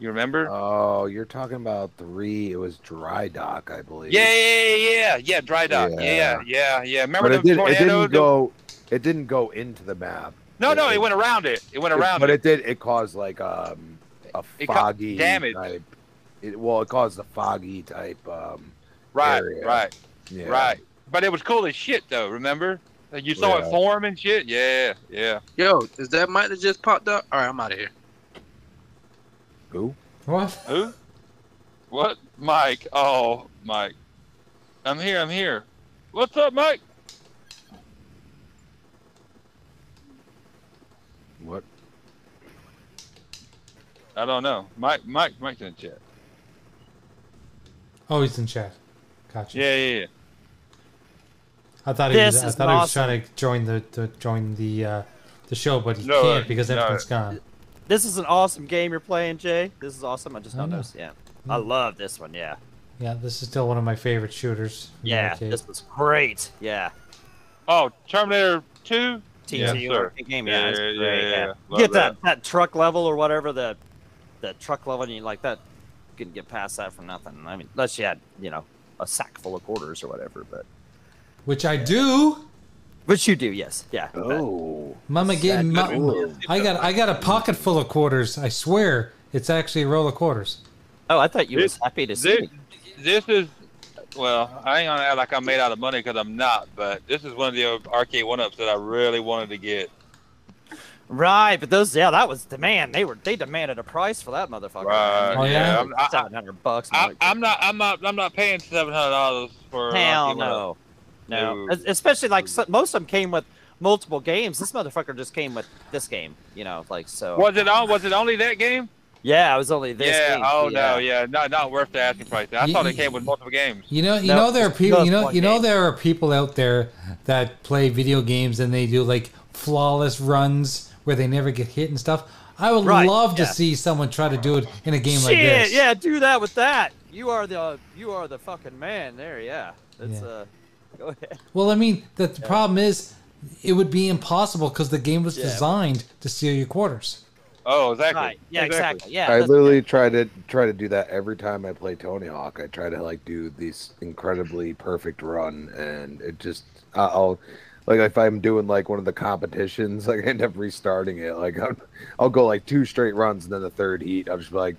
Speaker 3: You remember?
Speaker 8: Oh, you're talking about three. It was Dry Dock, I believe.
Speaker 3: Yeah, yeah, yeah, yeah, yeah. Dry dock. Yeah, yeah,
Speaker 8: Yeah.
Speaker 3: yeah. yeah. Remember
Speaker 8: but
Speaker 3: the
Speaker 8: it, did, it
Speaker 3: tornado?
Speaker 8: didn't go. It didn't go into the map.
Speaker 3: no, no, it went around it. It went around.
Speaker 8: but
Speaker 3: it.
Speaker 8: it did. It caused like um, a
Speaker 3: It ca-
Speaker 8: foggy
Speaker 3: damage.
Speaker 8: type. It, well, it caused a foggy type. Um,
Speaker 3: Right,
Speaker 8: area.
Speaker 3: right,
Speaker 8: Yeah.
Speaker 3: right. But it was cool as shit, though. Remember? Like, You saw it
Speaker 8: Yeah.
Speaker 3: form and shit. Yeah, yeah.
Speaker 5: Yo, is that Mike that just popped up? All right, I'm out of here.
Speaker 8: Who?
Speaker 1: What?
Speaker 3: Who? What? Mike? Oh, Mike. I'm here. I'm here. What's up, Mike?
Speaker 8: What?
Speaker 3: I don't know. Mike. Mike. Mike's in the chat.
Speaker 1: Oh, he's in chat. Gotcha.
Speaker 3: Yeah, yeah, yeah.
Speaker 1: I thought he
Speaker 2: This
Speaker 1: was. I
Speaker 2: is
Speaker 1: thought he was
Speaker 2: awesome.
Speaker 1: trying to join the, the join the uh, the show, but he
Speaker 3: No,
Speaker 1: can't because
Speaker 3: no.
Speaker 1: everything's gone.
Speaker 2: This is an awesome game you're playing, Jay. This is awesome. I just
Speaker 1: I know.
Speaker 2: noticed. Yeah, I love this one. Yeah,
Speaker 1: Yeah, this is still one of my favorite shooters. from
Speaker 2: yeah.
Speaker 1: arcade.
Speaker 2: This was great. Yeah.
Speaker 3: Oh, Terminator Two.
Speaker 2: TT
Speaker 3: Yes, sir.
Speaker 2: game.
Speaker 3: Yeah,
Speaker 2: Yeah, it's
Speaker 3: yeah, yeah,
Speaker 2: great.
Speaker 3: yeah,
Speaker 2: Yeah,
Speaker 3: yeah.
Speaker 2: You
Speaker 3: Love
Speaker 2: get
Speaker 3: that.
Speaker 2: that. that truck level or whatever the the truck level, and you like that. You can get past that for nothing. I mean, unless you had you know a sack full of quarters or whatever, but.
Speaker 1: Which I do.
Speaker 2: Which you do, yes. Yeah.
Speaker 8: Oh.
Speaker 1: Mama getting
Speaker 2: Sack
Speaker 1: mu- I got I got a pocket full of quarters. I swear it's actually a roll of quarters.
Speaker 2: Oh, I thought you
Speaker 3: This-
Speaker 2: was happy to see
Speaker 3: This,
Speaker 2: me.
Speaker 3: this is. Well, I ain't gonna act like I'm made out of money because I'm not, but this is one of the arcade one ups that I really wanted to get.
Speaker 2: Right, but those yeah, that was demand. They were they demanded a price for that motherfucker.
Speaker 3: Right.
Speaker 1: Oh, yeah?
Speaker 3: I'm, I,
Speaker 2: Seven hundred bucks. I'm
Speaker 3: I,
Speaker 2: like,
Speaker 3: I'm not. I'm not. I'm not paying seven hundred dollars for. an
Speaker 2: Hell
Speaker 3: arcade one-up.
Speaker 2: no. No.
Speaker 3: No.
Speaker 2: Es- Especially like so, most of them came with multiple games. This motherfucker just came with this game, you know, like so
Speaker 3: Was it on? Was it only that game?
Speaker 2: Yeah, it was only this
Speaker 3: yeah.
Speaker 2: game.
Speaker 3: Oh no. Yeah. Not not worth the asking price. I thought it
Speaker 1: Ye-
Speaker 3: came with multiple games.
Speaker 1: You know, you
Speaker 2: No,
Speaker 1: know there are
Speaker 2: it's
Speaker 1: people.
Speaker 2: just
Speaker 1: You know,
Speaker 2: one
Speaker 1: you know
Speaker 2: game.
Speaker 1: there are people out there that play video games and they do like flawless runs where they never get hit and stuff. I would
Speaker 2: Right,
Speaker 1: love
Speaker 2: yeah.
Speaker 1: to see someone try to do it in a game
Speaker 2: Shit,
Speaker 1: like this.
Speaker 2: yeah, do that with that. You are the you are the fucking man there, yeah. That's
Speaker 1: Yeah.
Speaker 2: uh go ahead.
Speaker 1: Well, I mean, the, the problem is it would be impossible because the game was
Speaker 2: Yeah.
Speaker 1: designed to steal your quarters.
Speaker 3: Oh, exactly.
Speaker 2: Right. Yeah, exactly. Yeah.
Speaker 8: I
Speaker 2: that's-
Speaker 8: literally try to try to do that every time I play Tony Hawk. I try to like do this incredibly perfect run, and it just I- I'll like if I'm doing like one of the competitions, like I end up restarting it. Like I'll, I'll go like two straight runs, and then the third heat, I'll just be like,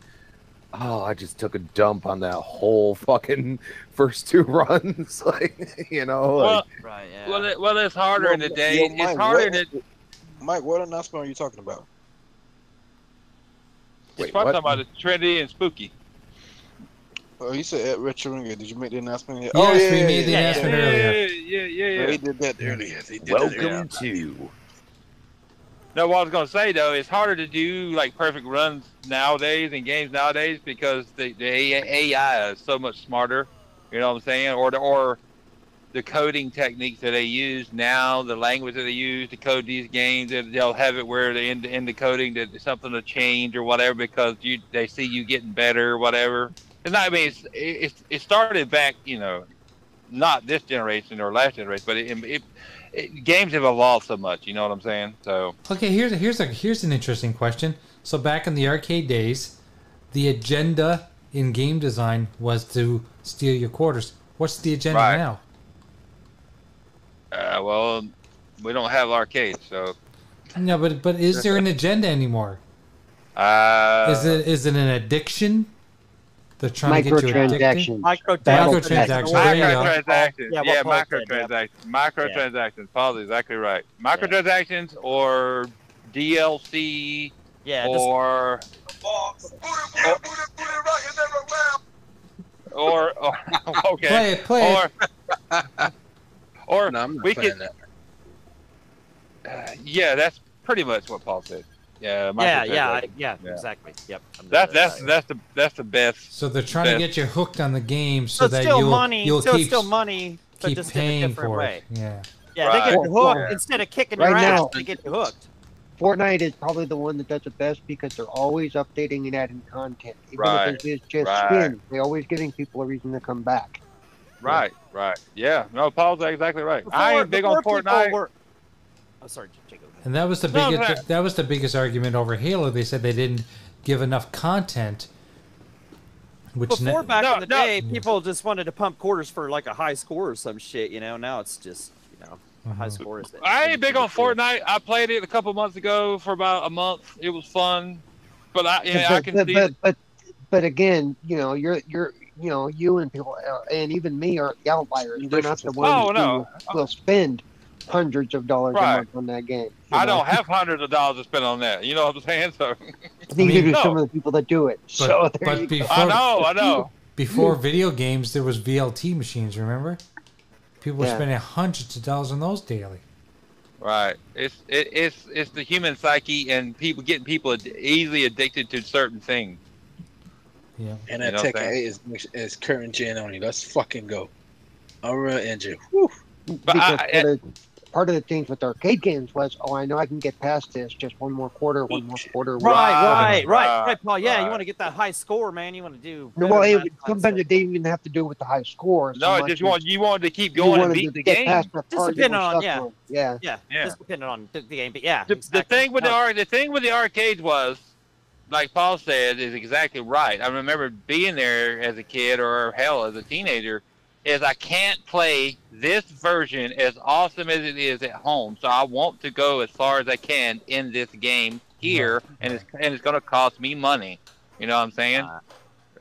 Speaker 8: oh, I just took a dump on that whole fucking first two runs. like you know, like,
Speaker 3: Well,
Speaker 2: Right, yeah.
Speaker 3: well, it, well, it's harder in the
Speaker 5: Yo,
Speaker 3: day.
Speaker 5: yo,
Speaker 3: it's
Speaker 5: Mike,
Speaker 3: harder
Speaker 5: what-
Speaker 3: in the.
Speaker 5: Mike, what announcement are you talking about?
Speaker 3: It's
Speaker 8: Wait,
Speaker 3: probably
Speaker 8: what?
Speaker 3: talking about it's trendy and spooky.
Speaker 5: Oh, you said at Retro Ringer. Did you make the announcement yet?
Speaker 1: Yes, we made the
Speaker 5: yeah,
Speaker 1: announcement
Speaker 3: yeah,
Speaker 1: earlier.
Speaker 3: yeah, yeah, yeah,
Speaker 5: yeah.
Speaker 3: yeah.
Speaker 5: They did that earlier. They did that earlier.
Speaker 8: welcome to
Speaker 3: No, what I was gonna say though, it's harder to do like perfect runs nowadays in games nowadays because the, the A- AI is so much smarter. You know what I'm saying? Or the or the coding techniques that they use now, the language that they use to code these games, and they'll have it where they end in the coding that something will change or whatever because you they see you getting better or whatever. It's not. I mean, it's, it's it started back, you know, not this generation or last generation, but it, it, it games have evolved so much. You know what I'm saying? So.
Speaker 1: Okay, here's here's a here's an interesting question. So back in the arcade days, the agenda in game design was to steal your quarters. What's the agenda
Speaker 3: Right.
Speaker 1: now?
Speaker 3: Uh, well, we don't have arcades, so.
Speaker 1: No, but but is there an agenda anymore?
Speaker 3: Uh,
Speaker 1: is it is it an addiction? They're trying to get you addicted.
Speaker 7: Microtransactions.
Speaker 1: Microtransactions. There you go.
Speaker 3: Microtransactions.
Speaker 2: Yeah,
Speaker 3: Yeah,
Speaker 2: what Paul said, yeah.
Speaker 3: microtransactions. Microtransactions. Paul is exactly right. Microtransactions or DLC
Speaker 2: Yeah, just-
Speaker 3: or, or or okay.
Speaker 1: Play it, play it.
Speaker 3: or, Or
Speaker 13: No, I'm not
Speaker 3: we
Speaker 13: playing
Speaker 3: could.
Speaker 13: that.
Speaker 3: Uh, yeah, that's pretty much what Paul said. Yeah,
Speaker 2: yeah, yeah, I-
Speaker 3: microtransactions.
Speaker 2: yeah,
Speaker 3: Yeah.
Speaker 2: exactly. Yep. I'm
Speaker 3: That's
Speaker 2: doing
Speaker 3: that's that's the that's the best.
Speaker 1: So they're trying to
Speaker 3: Yeah.
Speaker 1: get you hooked on the game so
Speaker 2: So it's
Speaker 1: that
Speaker 2: still
Speaker 1: you'll
Speaker 2: money.
Speaker 1: you'll
Speaker 2: so it's
Speaker 1: keep
Speaker 2: still money, but
Speaker 1: keep
Speaker 2: just in a
Speaker 1: paying
Speaker 2: different
Speaker 1: for
Speaker 2: way.
Speaker 1: it. Yeah.
Speaker 2: Yeah, they get
Speaker 7: Right.
Speaker 2: you hooked
Speaker 7: Yeah.
Speaker 2: instead of kicking
Speaker 7: Right
Speaker 2: your ass.
Speaker 7: now-
Speaker 2: They get you hooked.
Speaker 7: Fortnite is probably the one that does it best because they're always updating and adding content. Even
Speaker 3: Right,
Speaker 7: if it is just
Speaker 3: right.
Speaker 7: skin, they're always giving people a reason to come back.
Speaker 3: Right, right. Yeah. No, Paul's exactly right. I
Speaker 2: Before-
Speaker 3: ain't big on
Speaker 2: before people
Speaker 3: Fortnite.
Speaker 2: Were... Oh, sorry, Jacob.
Speaker 1: And that was the
Speaker 3: No,
Speaker 1: biggest
Speaker 3: right.
Speaker 1: that was the biggest argument over Halo. They said they didn't give enough content which ne-
Speaker 2: Before back
Speaker 3: No,
Speaker 2: in the
Speaker 3: no.
Speaker 2: day, people just wanted to pump quarters for like a high score or some shit. You know, now it's just you know a high
Speaker 7: Uh-huh.
Speaker 1: Mhm.
Speaker 2: score is.
Speaker 3: I ain't big on
Speaker 2: Fortnite.
Speaker 3: Fortnite. I played it a couple months ago for about a month. It was fun, but I yeah, I
Speaker 7: but,
Speaker 3: can
Speaker 7: but,
Speaker 3: see.
Speaker 7: but,
Speaker 3: it.
Speaker 7: but but again, you know, you're you're you know, you and people uh, and even me are the outliers. We're not the ones
Speaker 3: Oh, no.
Speaker 7: who will spend hundreds of dollars
Speaker 3: Right.
Speaker 7: a month on that game. you
Speaker 3: I
Speaker 7: know?
Speaker 3: don't have hundreds of dollars to spend on that. You know what I'm saying? So
Speaker 7: Neither
Speaker 1: I mean,
Speaker 7: do some
Speaker 3: no.
Speaker 7: of the people that do it. so there you
Speaker 1: but before
Speaker 3: I know, I know.
Speaker 1: before video games there was VLT machines, remember? People were
Speaker 7: Yeah.
Speaker 1: spending hundreds of dollars on those daily.
Speaker 3: Right. It's it, it's it's the human psyche and people getting people ad- easily addicted to certain things.
Speaker 1: Yeah.
Speaker 13: And
Speaker 3: You
Speaker 13: that
Speaker 3: know what I'm
Speaker 13: Tekken
Speaker 3: saying?
Speaker 13: 8 is, is current gen only. Let's fucking go. Unreal Engine. Whew.
Speaker 3: But I-
Speaker 7: because part, of, part of the things with arcade games was, oh, I know I can get past this. Just one more quarter, one more quarter. one-
Speaker 2: Right,
Speaker 3: Right,
Speaker 2: right, right, right, Paul. Yeah,
Speaker 3: Uh, right.
Speaker 2: you want to get that high score, man. You want to do.
Speaker 7: No,
Speaker 2: better
Speaker 7: well,
Speaker 2: than
Speaker 7: it,
Speaker 2: that.
Speaker 7: sometimes it didn't even have to do with the high score. so
Speaker 3: No, I
Speaker 7: much
Speaker 3: just
Speaker 7: as
Speaker 3: want you wanted to keep
Speaker 7: you
Speaker 3: going and
Speaker 7: wanted
Speaker 3: beat
Speaker 7: to
Speaker 3: the
Speaker 7: get
Speaker 3: game.
Speaker 7: past the
Speaker 2: Just
Speaker 7: part you
Speaker 2: depending
Speaker 7: were
Speaker 2: on-
Speaker 7: stuck
Speaker 2: yeah.
Speaker 7: Yeah.
Speaker 2: Yeah,
Speaker 3: Yeah.
Speaker 2: just depending on the, the game, but yeah.
Speaker 3: the,
Speaker 2: exactly.
Speaker 3: the thing with the
Speaker 2: No,
Speaker 3: ar- the thing with the arcades was, like Paul said, is exactly right. I remember being there as a kid or hell as a teenager. Is I can't play this version as awesome as it is at home, so I want to go as far as I can in this game here, and it's and it's gonna cost me money. You know what I'm saying?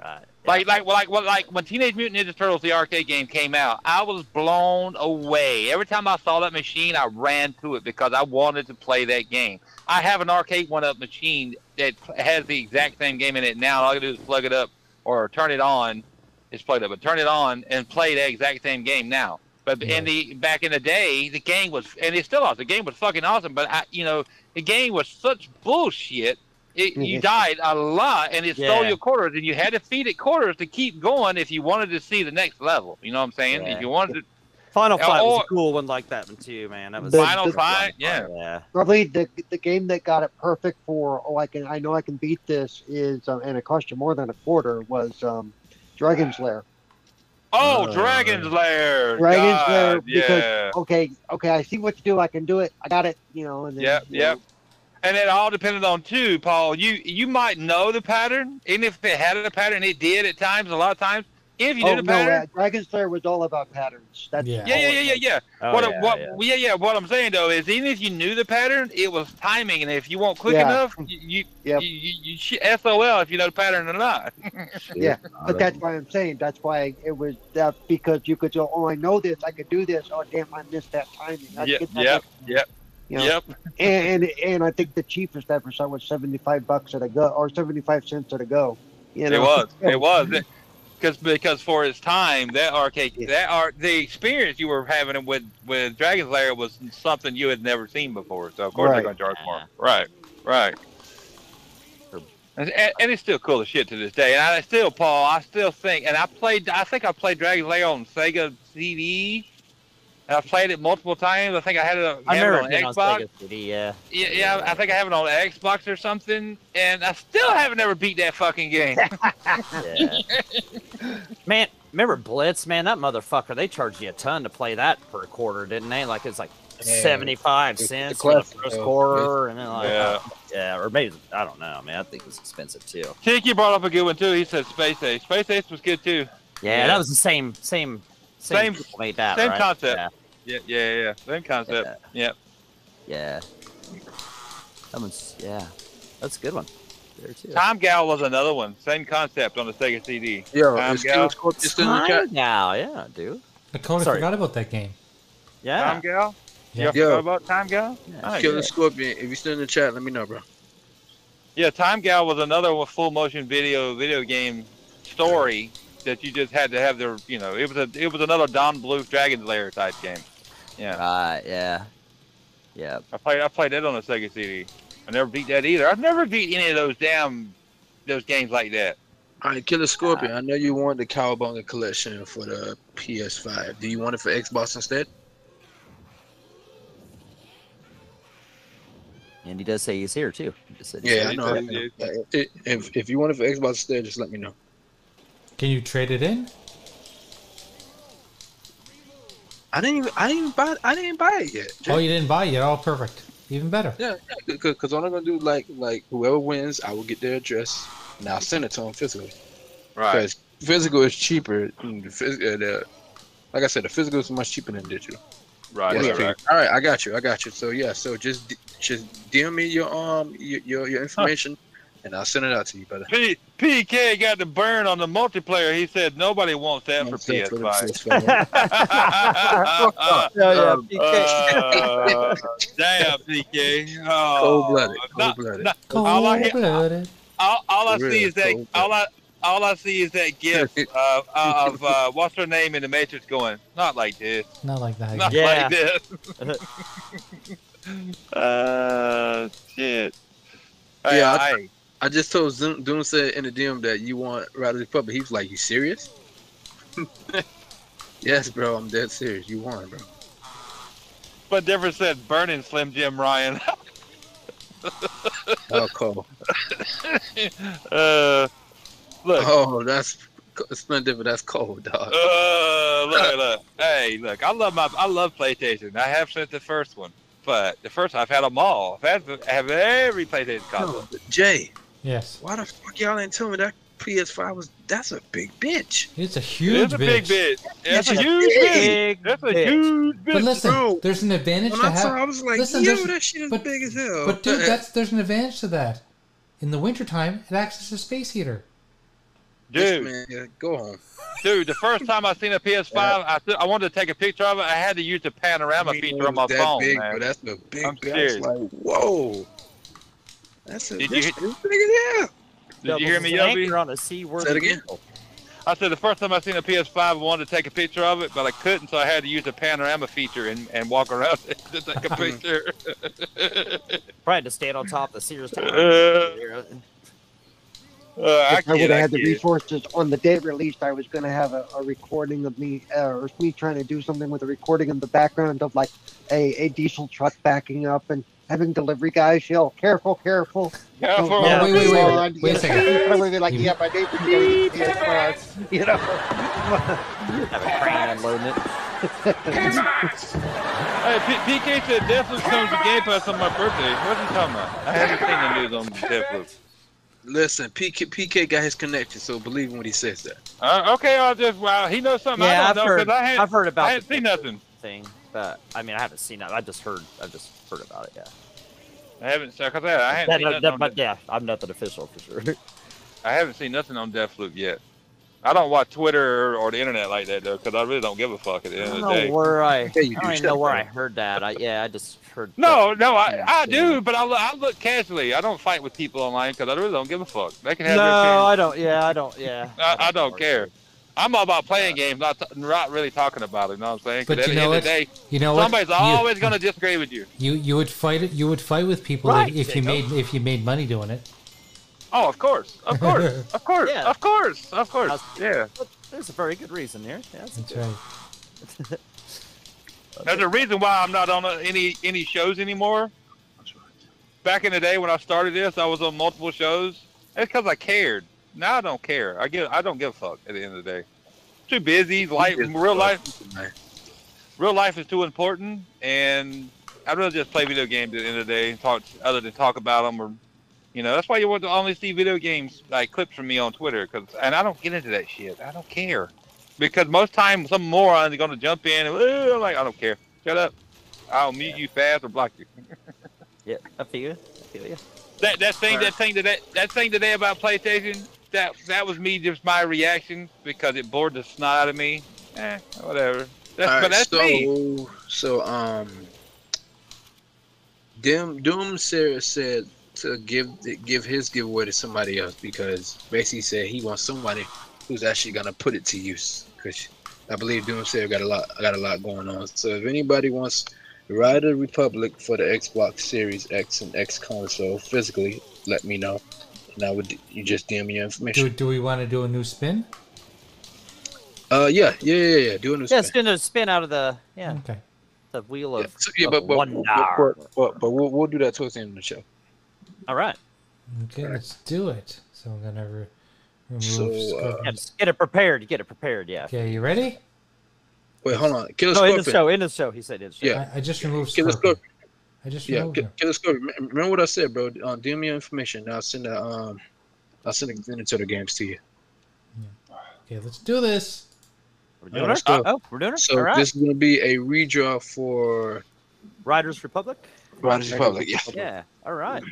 Speaker 2: right.
Speaker 3: Like, like, like, well, like when Teenage Mutant Ninja Turtles the arcade game came out, I was blown away. Every time I saw that machine, I ran to it because I wanted to play that game. I have an arcade one-up machine that pl- has the exact same game in it now. All I do is plug it up or turn it on. It's plugged up, but turn it on and play the exact same game now. But in the back in the day, the game was, and it's still awesome. The game was fucking awesome, but I, you know, the game was such bullshit. It, you died a lot, and it stole
Speaker 2: Yeah.
Speaker 3: your quarters, and you had to feed it quarters to keep going if you wanted to see the next level. You know what I'm saying?
Speaker 2: Yeah.
Speaker 3: If you wanted to,
Speaker 2: Final
Speaker 3: Yeah,
Speaker 2: Fight was
Speaker 3: or-
Speaker 2: a cool one like that one too, man. That was Oh,
Speaker 7: The-
Speaker 3: uh, oh. Final
Speaker 7: the-
Speaker 3: Fight, yeah.
Speaker 2: yeah.
Speaker 7: Probably the the game that got it perfect for oh I can I know I can beat this is um, and it cost you more than a quarter was um, Dragon's Lair.
Speaker 3: oh, Dragon's Lair,
Speaker 7: Dragon's
Speaker 3: God,
Speaker 7: Lair, because-
Speaker 3: yeah.
Speaker 7: Okay, okay, I see what to do. I can do it. I got it. You know. And then,
Speaker 3: Yep,
Speaker 7: you know,
Speaker 3: yep. And it all depended on too, Paul. You you might know the pattern, even if it had a pattern, it did at times, a lot of times. If you
Speaker 7: oh
Speaker 3: knew the
Speaker 7: no,
Speaker 3: pattern,
Speaker 7: uh, Dragon's Lair was all about patterns. That's
Speaker 1: Yeah.
Speaker 3: yeah, yeah, yeah, yeah, yeah.
Speaker 2: Oh,
Speaker 3: what,
Speaker 2: yeah,
Speaker 3: what,
Speaker 2: yeah.
Speaker 3: yeah. yeah, What I'm saying though is, even if you knew the pattern, it was timing, and if you weren't quick
Speaker 7: Yeah. Mm.
Speaker 3: enough, you, you,
Speaker 7: Yep.
Speaker 3: you, you, you shit SOL if you know the pattern or not.
Speaker 7: Yeah, But that's why I'm saying that's why it was that because you could go, oh, I know this, I could do this. Oh, damn, I missed that timing. I
Speaker 3: Yep,
Speaker 7: get that
Speaker 3: yep,
Speaker 7: next-
Speaker 3: yep,
Speaker 7: You know?
Speaker 3: Yep.
Speaker 7: And, and and I think the cheapest I ever saw was 75 bucks at a go or 75 cents at a go. You know?
Speaker 3: It was. It was. because because for its time, that arcade, that art, the experience you were having with with Dragon's Lair was something you had never seen before. So of course they're
Speaker 14: Right.
Speaker 3: going to charge more. Right, right. And, and it's still cool as shit to this day. And I still, Paul, I still think, and I played, I think I played Dragon's Lair on Sega CD. And I played it multiple times. I think I had it,
Speaker 2: I
Speaker 3: had it
Speaker 2: remember
Speaker 3: on
Speaker 2: it being on
Speaker 3: Xbox.
Speaker 2: Sega CD, yeah.
Speaker 3: Yeah, yeah, I think I have it on Xbox or something, and I still haven't ever beat that fucking game.
Speaker 2: Yeah. man, remember Blitz? Man, that motherfucker, they charged you a ton to play that per quarter, didn't they? Like it's like
Speaker 5: Yeah.
Speaker 2: 75
Speaker 5: It's
Speaker 2: cents
Speaker 5: the
Speaker 2: for the
Speaker 5: classic,
Speaker 2: first
Speaker 5: though.
Speaker 2: quarter, and then like,
Speaker 3: Yeah.
Speaker 2: Oh, yeah. or maybe, I don't know, man. I think it was expensive too.
Speaker 3: Tiki brought up a good one too. He said Space Ace. Space Ace was good too.
Speaker 2: Yeah, that was the same, same, same,
Speaker 3: Same-
Speaker 2: people made that,
Speaker 3: same
Speaker 2: right?
Speaker 3: concept.
Speaker 2: Yeah.
Speaker 3: Yeah, yeah, yeah. Same concept. Yeah.
Speaker 2: Yeah. That one's, yeah. That's a good one. There too.
Speaker 3: Time Gal was another one. Same concept on the Sega CD.
Speaker 5: Yo,
Speaker 3: Time
Speaker 5: is Kill
Speaker 3: Gal.
Speaker 5: Scorpion still in the
Speaker 2: Time
Speaker 5: chat?
Speaker 2: now, yeah, dude.
Speaker 1: Dakota
Speaker 2: Sorry.
Speaker 1: forgot about that game.
Speaker 2: Yeah.
Speaker 3: Time Gal.
Speaker 1: Yeah.
Speaker 3: You
Speaker 5: Yo.
Speaker 3: forgot about Time Gal? Nice.
Speaker 5: Killer Scorpion, if you still in the chat, let me know, bro.
Speaker 3: Yeah, Time Gal was another one- full motion video video game story that you just had to have their you know it was a it was another Don Bluth Dragon's Lair type game. Yeah.
Speaker 2: Right, yeah. Yeah.
Speaker 3: I played I played that on the Sega CD. I never beat that either. I've never beat any of those damn those games like that.
Speaker 5: All right, Killer Scorpion, I know you want the Cowabunga collection for the PS5. Do you want it for Xbox instead?
Speaker 2: And he does say he's here too. He just said he's
Speaker 5: Yeah, I
Speaker 2: here.
Speaker 5: know. I know. Like, If, if you want it for Xbox instead, just let me know.
Speaker 1: Can you trade it in?
Speaker 5: I didn't even I didn't even buy I didn't buy it yet.
Speaker 1: Oh, you didn't buy it. All perfect. Even better.
Speaker 5: Yeah, because all I'm gonna do like like whoever wins, I will get their address and I'll send it to them physically. Because physical is cheaper. than the phys- uh, the- like I said, the physical is much cheaper than digital.
Speaker 3: Right,
Speaker 5: Yes, King. All right, I got you. I got you. So yeah, so just d- just deal me your um your your, your information, and I'll send it out to you, brother.
Speaker 3: P- PK got the burn on the multiplayer. He said nobody wants that for
Speaker 5: Send it to the
Speaker 3: PS5.
Speaker 5: PS5.
Speaker 15: Yeah, yeah,
Speaker 5: Um,
Speaker 3: Uh, damn, PK. Oh,
Speaker 5: Cold-blooded,
Speaker 3: not-
Speaker 5: cold-blooded.
Speaker 3: not- all I, hear-
Speaker 1: Cold-blooded.
Speaker 3: all, all I
Speaker 5: Real
Speaker 3: see is that
Speaker 5: cold-blooded.
Speaker 3: all I all I see is that gift of, of uh, what's her name in the Matrix going. Not like this.
Speaker 1: Not like that.
Speaker 3: Not
Speaker 1: again.
Speaker 2: Yeah.
Speaker 3: like this. uh, shit. Hey,
Speaker 5: Yeah, I-
Speaker 3: I-
Speaker 5: I just told Zoom, Doom said in the DM that you want Riley the Puppet. He was like, "You serious?" yes, bro. I'm dead serious. You won, bro.
Speaker 3: But difference said burning Slim Jim Ryan.
Speaker 5: Oh, cool.
Speaker 3: uh, look,
Speaker 5: Oh, that's splendid, but that's cold, dog.
Speaker 3: uh, look, look. Hey, look. I love my. I love PlayStation. I have since the first one. But the first, I've had them all. I've had I have every PlayStation console.
Speaker 5: No, but Jay,
Speaker 1: Yes.
Speaker 5: why the fuck y'all didn't tell me that PS5 was? That's a big bitch.
Speaker 1: It's a
Speaker 3: It
Speaker 1: huge
Speaker 3: is a big
Speaker 1: bitch.
Speaker 3: bit. It's a
Speaker 5: It's a
Speaker 3: huge
Speaker 2: big
Speaker 3: bit. That's a
Speaker 2: bitch.
Speaker 3: huge bit.
Speaker 1: But listen,
Speaker 5: bro.
Speaker 1: there's an advantage
Speaker 5: When
Speaker 1: to
Speaker 5: I saw,
Speaker 1: have.
Speaker 5: I was like,
Speaker 1: Listen,
Speaker 5: "Yo,
Speaker 1: there's-
Speaker 5: that shit is
Speaker 1: but-
Speaker 5: big as hell."
Speaker 1: But dude, that's there's an advantage to that. In the wintertime, it acts as a space heater.
Speaker 5: This
Speaker 3: Dude,
Speaker 5: man, yeah, go home.
Speaker 3: dude, the first time I seen a PS5, I, took- I wanted to take a picture of it. I had to use the panorama
Speaker 5: It
Speaker 3: feature
Speaker 5: was
Speaker 3: on my
Speaker 5: that
Speaker 3: phone,
Speaker 5: big,
Speaker 3: man.
Speaker 5: But that's a big.
Speaker 3: I'm
Speaker 5: bitch. I was
Speaker 3: serious.
Speaker 5: like, whoa. That's a
Speaker 3: Did
Speaker 5: this
Speaker 3: you-
Speaker 5: shit is big as hell.
Speaker 3: Did you hear me,
Speaker 2: Doubles
Speaker 3: Yobi?
Speaker 2: anchor on a C-word.
Speaker 5: Say it again?
Speaker 3: I said the first time I seen a PS5, I wanted to take a picture of it, but I couldn't, so I had to use the panorama feature and, and walk around it to take a picture.
Speaker 2: Probably had to stand on top of the Sears Tower.
Speaker 3: uh, uh, I,
Speaker 7: If I would
Speaker 3: kid,
Speaker 7: have
Speaker 3: I
Speaker 7: had the
Speaker 3: kid.
Speaker 7: resources on the day it released, I was going to have a, a recording of me uh, or me trying to do something with a recording in the background of like a, a diesel truck backing up and having delivery guys yell, "Careful, careful!"
Speaker 3: Yeah, for
Speaker 1: Yeah,
Speaker 3: a-
Speaker 1: wait, wait, wait,
Speaker 7: Oh,
Speaker 1: wait, wait a second.
Speaker 7: I would be like,
Speaker 1: You-
Speaker 7: "Yeah, my neighbor's getting a PS5," you know.
Speaker 2: Have a crane unloading it.
Speaker 3: Hey, P- PK said Deathloop comes to Game Pass on my birthday. What's he talking about? I haven't seen the news on Deathloop.
Speaker 5: Listen, PK, PK got his connection, so believe him when he says that.
Speaker 3: Uh, okay, I'll just, wow, he knows something
Speaker 2: Yeah,
Speaker 3: I
Speaker 2: I've
Speaker 3: don't know,
Speaker 2: heard.
Speaker 3: 'cause I hadn't,
Speaker 2: I've heard about.
Speaker 3: I hadn't
Speaker 2: the
Speaker 3: seen nothing.
Speaker 2: thing, but I mean, I haven't seen it. I just heard. I just heard about it. Yeah.
Speaker 3: I haven't, cause I, I
Speaker 2: That-
Speaker 3: haven't seen
Speaker 2: that-
Speaker 3: nothing on
Speaker 2: but yeah, I'm nothing official for sure.
Speaker 3: I haven't seen nothing on Deathloop yet. I don't watch Twitter or the internet like that though, because I really don't give a fuck at the
Speaker 2: I
Speaker 3: end
Speaker 2: don't
Speaker 3: of
Speaker 2: know
Speaker 3: the day.
Speaker 2: where I. I
Speaker 5: Yeah, you do
Speaker 2: don't even
Speaker 5: shut
Speaker 2: know where
Speaker 5: up.
Speaker 2: I heard that. I, yeah, I just heard.
Speaker 3: No, no, I,
Speaker 2: Yeah.
Speaker 3: I do, but I, lo- I look casually. I don't fight with people online because I really don't give a fuck. They can have
Speaker 2: No,
Speaker 3: their
Speaker 2: I don't. Yeah, I don't. Yeah.
Speaker 3: I- I don't care. I'm all about playing games, not t- not really talking about it. You know what I'm saying? 'Cause
Speaker 1: But
Speaker 3: at
Speaker 1: you
Speaker 3: the
Speaker 1: know
Speaker 3: end of the
Speaker 1: what?
Speaker 3: day,
Speaker 1: You know what?
Speaker 3: somebody's
Speaker 1: You-
Speaker 3: always going to disagree with you.
Speaker 1: You you would fight it. You would fight with people
Speaker 3: Right,
Speaker 1: if, if you
Speaker 3: Jacob.
Speaker 1: made if you made money doing it.
Speaker 3: Oh, of course, of course, of course,
Speaker 2: Yeah.
Speaker 3: of course, of course. Yeah,
Speaker 2: There's a very good reason here. Yeah, that's,
Speaker 1: That's
Speaker 2: good.
Speaker 1: right.
Speaker 3: there's a reason why I'm not on uh, any any shows anymore. Back in the day when I started this, I was on multiple shows. It's because I cared. Now I don't care. I give I don't give a fuck at the end of the day. Too busy. Life, real life, real life is too important, and I'd rather just play video games at the end of the day and talk other than talk about them or. You know, that's why you want to only see video games like clips from me on Twitter, cause and I don't get into that shit. I don't care, because most time some moron is gonna jump in and "Ugh," like I don't care. Shut up. I'll mute you fast or block you.
Speaker 2: Yeah, I feel you. I feel you.
Speaker 3: That that thing that thing today that thing today about PlayStation that that was me just my reaction because it bored the snot out of me. Eh, whatever. That's,
Speaker 5: All
Speaker 3: but
Speaker 5: right,
Speaker 3: that's
Speaker 5: so,
Speaker 3: me.
Speaker 5: So um, Doom Doom Sarah said to give give his giveaway to somebody else because basically said he wants somebody who's actually gonna put it to use. Because I believe Doom Sarah got a lot got a lot going on. So if anybody wants Ride of the Republic for the Xbox Series X and X console physically, let me know. And I would you just DM me your
Speaker 1: Do,
Speaker 5: information.
Speaker 1: do we want to do a new spin?
Speaker 5: Uh yeah yeah yeah yeah. Doing this.
Speaker 2: Yeah, it's gonna spin out of the yeah
Speaker 1: Okay.
Speaker 2: the wheel of,
Speaker 5: So, yeah,
Speaker 2: of
Speaker 5: but but,
Speaker 2: wonder.
Speaker 5: but, but, but we'll, we'll do that towards the end of the show.
Speaker 2: All right.
Speaker 1: Okay, let's do it. So I'm gonna re- remove.
Speaker 5: So, uh,
Speaker 2: Yeah,
Speaker 1: Scorpion.
Speaker 2: just get it prepared. Get it prepared. Yeah.
Speaker 1: okay, you ready?
Speaker 5: Wait, hold on. Killer
Speaker 2: No, in the
Speaker 5: Scorpion.
Speaker 2: show. In the show, he said in the show.
Speaker 5: Yeah.
Speaker 1: I, I just removed
Speaker 5: Killer
Speaker 1: Scorpion.
Speaker 5: Scorpion.
Speaker 1: I just
Speaker 5: Yeah,
Speaker 1: removed
Speaker 5: Ki-
Speaker 1: him.
Speaker 5: Killer Scorpion. Rem- Remember what I said, bro. Uh, do me your information. I'll send the um, I'll send the Nintendo games to you.
Speaker 1: Okay, let's do this.
Speaker 2: We're doing
Speaker 5: Alright,
Speaker 2: it.
Speaker 5: so-
Speaker 2: oh, we're doing it.
Speaker 5: So
Speaker 2: All right.
Speaker 5: this is gonna be a redraw for
Speaker 2: Riders Republic.
Speaker 5: Riders Republic. Yeah.
Speaker 2: Yeah. All right.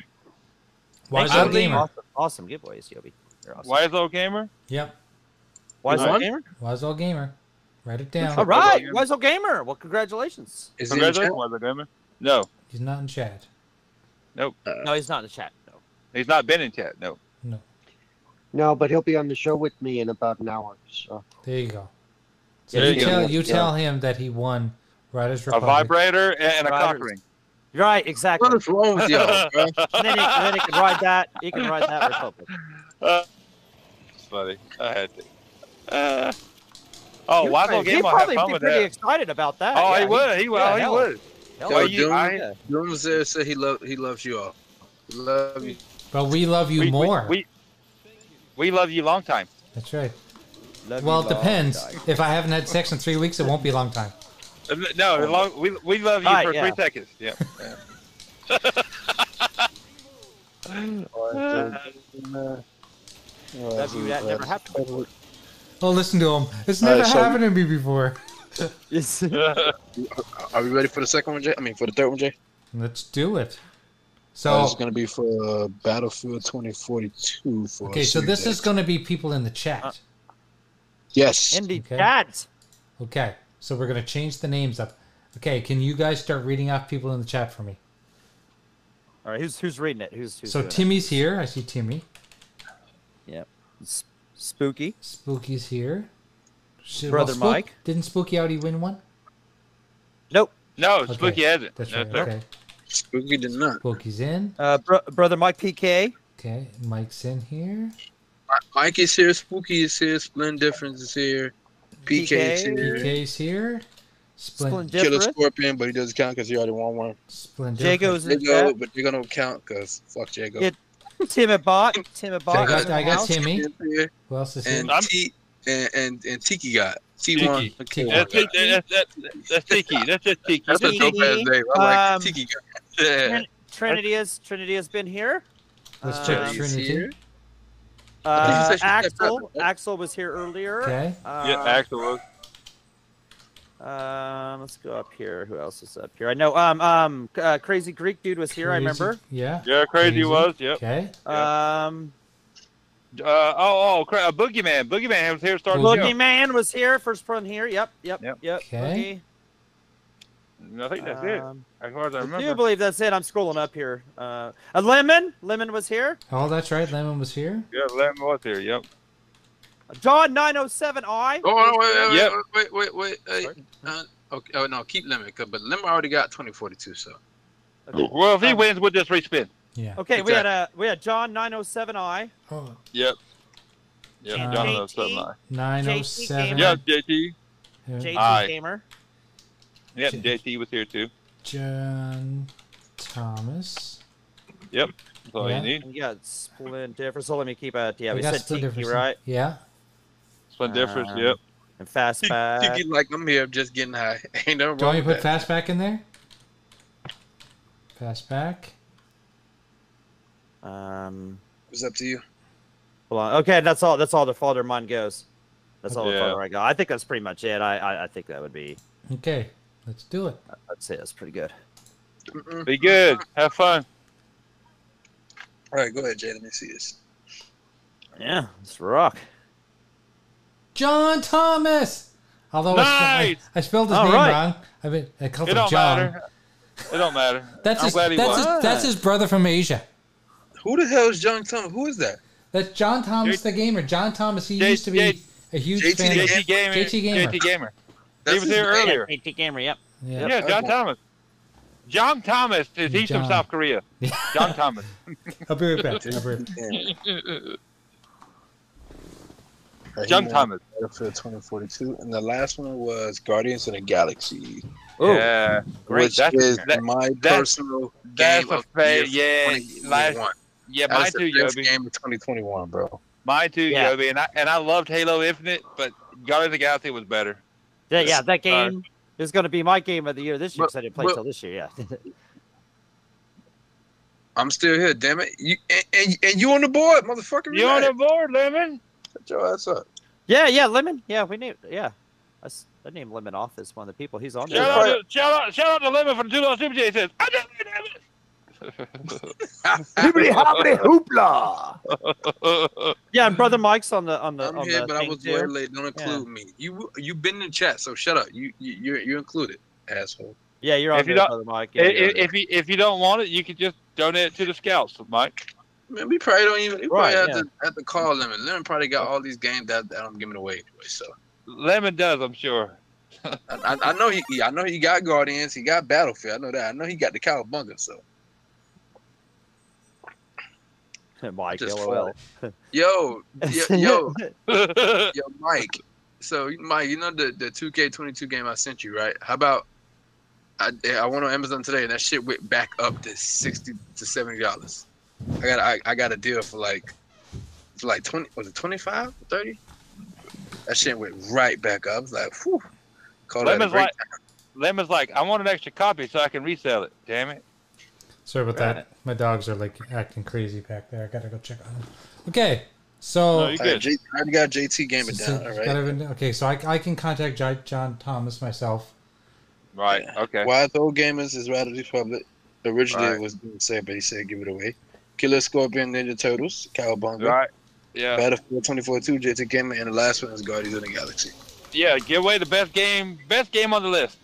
Speaker 1: Why
Speaker 2: Thanks,
Speaker 1: is that
Speaker 2: Yobi.
Speaker 1: gamer?
Speaker 2: Awesome, awesome giveaways, Yobi. You're awesome.
Speaker 3: Why is old gamer?
Speaker 1: Yep.
Speaker 2: Why is
Speaker 5: One?
Speaker 2: gamer?
Speaker 1: Was all gamer. Write it
Speaker 2: All
Speaker 1: down.
Speaker 2: right. Why gamer? Well, congratulations.
Speaker 5: Is it in
Speaker 3: Congratulations, Wiseau gamer. No,
Speaker 1: He's not in chat.
Speaker 2: No, he's not in the chat. No.
Speaker 3: he's not been in chat. No.
Speaker 7: No, but he'll be on the show with me in about an hour. So
Speaker 1: There you go. So
Speaker 3: There
Speaker 1: you,
Speaker 3: you go.
Speaker 1: tell you tell him that he won Riders
Speaker 3: A
Speaker 1: Republic.
Speaker 3: vibrator and a
Speaker 2: Riders.
Speaker 3: cock ring.
Speaker 2: You're right.
Speaker 5: chat?
Speaker 2: Exactly.
Speaker 5: What is wrong with y'all, bro?
Speaker 2: and then, he, and then he can ride that. He can ride that Republic.
Speaker 3: It's funny. I had to. Uh, oh,
Speaker 2: You're
Speaker 3: why
Speaker 2: probably-
Speaker 3: don't
Speaker 2: He'd
Speaker 3: game I'll have
Speaker 2: probably
Speaker 3: fun
Speaker 2: be
Speaker 3: with
Speaker 2: pretty
Speaker 3: that?
Speaker 2: excited about that.
Speaker 3: Oh,
Speaker 2: yeah,
Speaker 3: he would. He would.
Speaker 2: yeah,
Speaker 3: oh, he
Speaker 2: hell.
Speaker 3: would.
Speaker 2: hell
Speaker 5: Yo,
Speaker 3: Are
Speaker 2: yeah.
Speaker 3: you-
Speaker 5: Doom,
Speaker 3: I-
Speaker 5: Doom Zero said he love he loves you all. He Love you.
Speaker 1: But we love you
Speaker 3: We- we-
Speaker 1: more.
Speaker 3: We, we love you long time.
Speaker 1: That's right. well, it depends. If I haven't had sex in three weeks, it won't be a long time.
Speaker 3: Uh, No, long, we we love you
Speaker 2: Right,
Speaker 3: for
Speaker 2: yeah.
Speaker 3: three seconds. Yeah. yeah.
Speaker 7: uh,
Speaker 1: Uh,
Speaker 2: That'd be- that never happened before.
Speaker 1: Oh, listen to him. It's never
Speaker 5: Alright, so-
Speaker 1: happened to me before.
Speaker 5: Are we ready for the second one, Jay? I mean, for the third one, Jay.
Speaker 1: Let's do it.
Speaker 5: Uh,
Speaker 1: So,
Speaker 5: it's gonna be for uh, Battlefield 2042. For
Speaker 1: okay, so
Speaker 5: Series
Speaker 1: this is
Speaker 5: X.
Speaker 1: going to be people in the chat.
Speaker 3: Uh.
Speaker 5: yes.
Speaker 2: In the
Speaker 1: Okay.
Speaker 2: chat.
Speaker 1: Okay, so we're going to change the names up. Okay, can you guys start reading off people in the chat for me?
Speaker 2: All right. Who's who's reading it? Who's who's
Speaker 1: So
Speaker 2: doing it?
Speaker 1: Timmy's here. I see Timmy.
Speaker 2: S- Spooky.
Speaker 1: Spooky's here. Sh-
Speaker 2: Brother Mike.
Speaker 1: Didn't Spooky already win one?
Speaker 2: Nope.
Speaker 3: No,
Speaker 1: Okay.
Speaker 3: Spooky has it.
Speaker 1: That's
Speaker 3: No,
Speaker 1: right.
Speaker 3: sir.
Speaker 1: Okay.
Speaker 5: Spooky did not.
Speaker 1: Spooky's in.
Speaker 2: Uh, bro- brother Mike PK.
Speaker 1: Okay, Mike's in here.
Speaker 5: Mike is here. Spooky is here. Splend Difference is here. PK, is
Speaker 2: PK.
Speaker 5: here.
Speaker 1: PK's here. Splend-
Speaker 5: Killer
Speaker 2: Splendiferous.
Speaker 5: Scorpion, but he doesn't count because he already won one.
Speaker 1: Splendid.
Speaker 2: Jago's
Speaker 5: They
Speaker 2: in
Speaker 5: go,
Speaker 2: chat.
Speaker 5: but they're gonna count because fuck Jago.
Speaker 2: Yeah, Timid Bot. Timid
Speaker 1: I
Speaker 2: Bot.
Speaker 1: got, I got
Speaker 2: Tim.
Speaker 1: Timmy.
Speaker 5: Here,
Speaker 1: Who else is here?
Speaker 5: and,
Speaker 3: I'm-
Speaker 5: T, and and and Tiki got T one.
Speaker 3: Tiki.
Speaker 5: Tiki.
Speaker 3: That's,
Speaker 5: got.
Speaker 3: it, that's, that's, that's Tiki. That's just Tiki.
Speaker 5: That's a
Speaker 2: Tiki.
Speaker 5: dope ass name. I like
Speaker 2: Um,
Speaker 5: Tiki got. Yeah.
Speaker 2: Trinity is Trinity has been here.
Speaker 1: Let's
Speaker 2: um,
Speaker 1: check
Speaker 5: He's
Speaker 1: Trinity.
Speaker 5: here.
Speaker 2: Uh,
Speaker 5: This is actually stepped
Speaker 2: Axel.
Speaker 5: up, right?
Speaker 2: Axel was here earlier.
Speaker 1: Okay.
Speaker 2: Uh,
Speaker 3: Yeah, Axel was.
Speaker 2: Um, let's go up here. Who else is up here? I know. Um, um, uh, crazy Greek dude was here. I
Speaker 1: Crazy-
Speaker 2: remember.
Speaker 1: Yeah.
Speaker 3: Yeah, crazy
Speaker 1: Crazy.
Speaker 3: was. Yep.
Speaker 1: Okay.
Speaker 2: Um,
Speaker 3: Uh, oh, oh, cra- uh, Boogeyman. Boogeyman was here starting the
Speaker 2: Boogie
Speaker 3: show.
Speaker 2: Man was here. First person here. Yep, yep,
Speaker 3: Yep.
Speaker 2: yep. yep.
Speaker 1: Okay.
Speaker 3: I think that's it.
Speaker 1: Uh,
Speaker 2: Um,
Speaker 3: As far as I
Speaker 2: I do
Speaker 3: remember.
Speaker 2: believe that's it. I'm scrolling up here. Uh, uh, Lemon. Lemon was here.
Speaker 1: Oh, that's right. Lemon was here.
Speaker 3: Yeah, Lemon was here. Yep.
Speaker 2: John 907i.
Speaker 5: Oh, wait, wait, wait, wait, wait, wait. wait. Uh, okay, oh, no, keep Lemon, 'cause- but Lemon already got 2042, so.
Speaker 3: Well,
Speaker 1: Um,
Speaker 3: if he wins, we'll just respin.
Speaker 1: Yeah.
Speaker 2: Okay, we had a we had John 907i.
Speaker 1: Oh.
Speaker 3: Yep. Yep.
Speaker 2: And
Speaker 3: John
Speaker 2: JT?
Speaker 3: knows something like-
Speaker 1: 907.
Speaker 3: Yep, JT.
Speaker 1: Yeah.
Speaker 2: JT
Speaker 3: Aye.
Speaker 2: Gamer.
Speaker 3: Yep, JT was here too.
Speaker 1: John Thomas.
Speaker 3: Yep. That's all
Speaker 1: Yeah.
Speaker 3: you need.
Speaker 2: We got split difference. So let me keep it. Yeah, we,
Speaker 1: got
Speaker 2: said
Speaker 1: split
Speaker 2: Tiki,
Speaker 1: difference.
Speaker 2: right?
Speaker 1: Yeah.
Speaker 3: Split difference.
Speaker 2: Um,
Speaker 1: Uh,
Speaker 3: Yep.
Speaker 2: And fast
Speaker 3: Uh,
Speaker 2: back.
Speaker 5: Tiki like I'm here just getting high. Ain't no wrong.
Speaker 1: Do you want me to
Speaker 5: with
Speaker 1: put
Speaker 5: that.
Speaker 1: fastback in there? Fastback.
Speaker 2: Um,
Speaker 5: It's up to you.
Speaker 2: hold on. Okay, that's all. That's all the folder mine goes. That's all the
Speaker 3: Yeah.
Speaker 2: folder I got. I think that's pretty much it. I I, I think that would be.
Speaker 1: Okay. Let's do it.
Speaker 2: I'd say that's pretty good.
Speaker 5: Mm-mm.
Speaker 3: Be good. Have fun.
Speaker 5: All right, go ahead, Jay. Let me see this.
Speaker 2: Yeah, let's rock.
Speaker 1: John Thomas. Although I, spe-
Speaker 3: Nice!
Speaker 1: I, I spelled his
Speaker 2: All
Speaker 1: name
Speaker 2: right.
Speaker 1: wrong. I mean, I called
Speaker 3: It
Speaker 1: him
Speaker 3: don't
Speaker 1: John.
Speaker 3: matter. It don't matter.
Speaker 1: That's
Speaker 3: I'm
Speaker 1: his,
Speaker 3: glad he
Speaker 1: that's
Speaker 3: won.
Speaker 1: his,
Speaker 2: won.
Speaker 1: that's his brother from Asia.
Speaker 5: Who the hell is John Thomas? Who is that?
Speaker 1: That's John Thomas, the gamer. John Thomas. He
Speaker 3: J-
Speaker 1: used to be
Speaker 3: J-
Speaker 1: a huge
Speaker 5: JT
Speaker 1: fan. of,
Speaker 3: JT Gamer.
Speaker 1: JT Gamer.
Speaker 3: JT Gamer.
Speaker 5: That's
Speaker 3: he was
Speaker 5: his
Speaker 3: here
Speaker 5: name.
Speaker 3: earlier.
Speaker 2: JT Gamer. Yep.
Speaker 1: yeah.
Speaker 3: Yeah, John
Speaker 5: Okay.
Speaker 3: Thomas. John Thomas is he's
Speaker 1: John.
Speaker 3: from South Korea. John Thomas.
Speaker 1: I'll be right back. I'll be right back.
Speaker 5: Right, he
Speaker 3: John
Speaker 5: won
Speaker 3: Thomas.
Speaker 5: Battlefield 2042, and the last one was Guardians of the Galaxy,
Speaker 2: Ooh,
Speaker 3: yeah. Great.
Speaker 5: which
Speaker 3: That's-
Speaker 5: is
Speaker 3: that-
Speaker 5: my
Speaker 3: that's-
Speaker 5: personal
Speaker 3: that's
Speaker 5: game
Speaker 3: a
Speaker 5: of the
Speaker 3: fa-
Speaker 5: year for
Speaker 3: yeah,
Speaker 5: 2021.
Speaker 3: last- Yeah,
Speaker 5: That
Speaker 3: mine
Speaker 5: is
Speaker 3: too,
Speaker 5: the best
Speaker 3: Yobi.
Speaker 5: game of 2021, bro.
Speaker 3: Mine too,
Speaker 2: Yeah.
Speaker 3: Yobi. And I and I loved Halo Infinite, but Guardians of the Galaxy was better.
Speaker 2: That- yeah, that game is going to be my game of the year this year
Speaker 5: But-
Speaker 2: because I didn't play
Speaker 5: but-
Speaker 2: till this year. Yeah.
Speaker 5: I'm still here, damn it. You and, and, and you on the board, motherfucker.
Speaker 3: You on
Speaker 5: relax.
Speaker 3: the board, Lemon?
Speaker 5: Shut your ass up.
Speaker 2: yeah, yeah, Lemon. Yeah, we need. Yeah, I, s- I named Lemon off as one of the people. He's on
Speaker 3: Shout
Speaker 2: there.
Speaker 3: out, to, shout out, shout out to Lemon from the Two Dollar Super J. He says, "I just made
Speaker 6: Hibbity hoppity hoopla.
Speaker 3: Lemon."
Speaker 2: Yeah, and brother Mike's on the on the.
Speaker 5: I'm
Speaker 2: on
Speaker 5: here,
Speaker 2: the
Speaker 5: but I
Speaker 2: thing
Speaker 5: was
Speaker 2: too.
Speaker 5: way late. Don't include me. You you been in the chat, so shut up. You, you you're you're included, asshole.
Speaker 2: Yeah, you're on
Speaker 3: If you
Speaker 2: there, brother
Speaker 3: don't-
Speaker 2: Mike. Yeah,
Speaker 3: If-
Speaker 2: you're on
Speaker 3: if, if you if you don't want it, you can just donate it to the Scouts, Mike.
Speaker 5: Man, we probably don't even. We
Speaker 2: Right,
Speaker 5: probably have,
Speaker 2: yeah.
Speaker 5: to, have to call Lemon. Lemon probably got all these games that, that I'm giving away anyway. So
Speaker 3: Lemon does, I'm sure.
Speaker 5: I, I, I know he, he- I know he got Guardians. He got Battlefield. I know that. I know he got the Cowabunga. So
Speaker 2: there. Mike,
Speaker 5: just
Speaker 2: LOL.
Speaker 5: yo yo yo,
Speaker 3: yeah,
Speaker 5: yo Mike. So Mike, you know the the 2K22 game I sent you, right? How about I I went on Amazon today and that shit went back up to sixty to seventy dollars. I got I, I got a deal for like for like twenty was it 25, 30? That shit went right back up. I was like, whew. Call that a
Speaker 3: Lemon's
Speaker 5: great
Speaker 3: like- Lemon's like, I want an extra copy so I can resell it. Damn it.
Speaker 1: Sorry about that. My dogs are like acting crazy back there. I gotta go check on them. Okay. So.
Speaker 3: No, you
Speaker 5: All right,
Speaker 3: good.
Speaker 5: J- I already got JT game it
Speaker 1: so-
Speaker 5: down. All right.
Speaker 1: gotta even- okay, so I, I can contact J- John Thomas myself.
Speaker 3: Right. Okay.
Speaker 5: Why the old gamers is radically public. Originally
Speaker 3: Right.
Speaker 5: it was being said, but he said give it away. Killer Scorpion, Ninja Turtles, Cowabunga,
Speaker 3: Right. Yeah.
Speaker 5: Battlefield 2042, JT Gamer, and the last one is Guardians of the Galaxy.
Speaker 3: Yeah. Give away the best game. Best game on the list.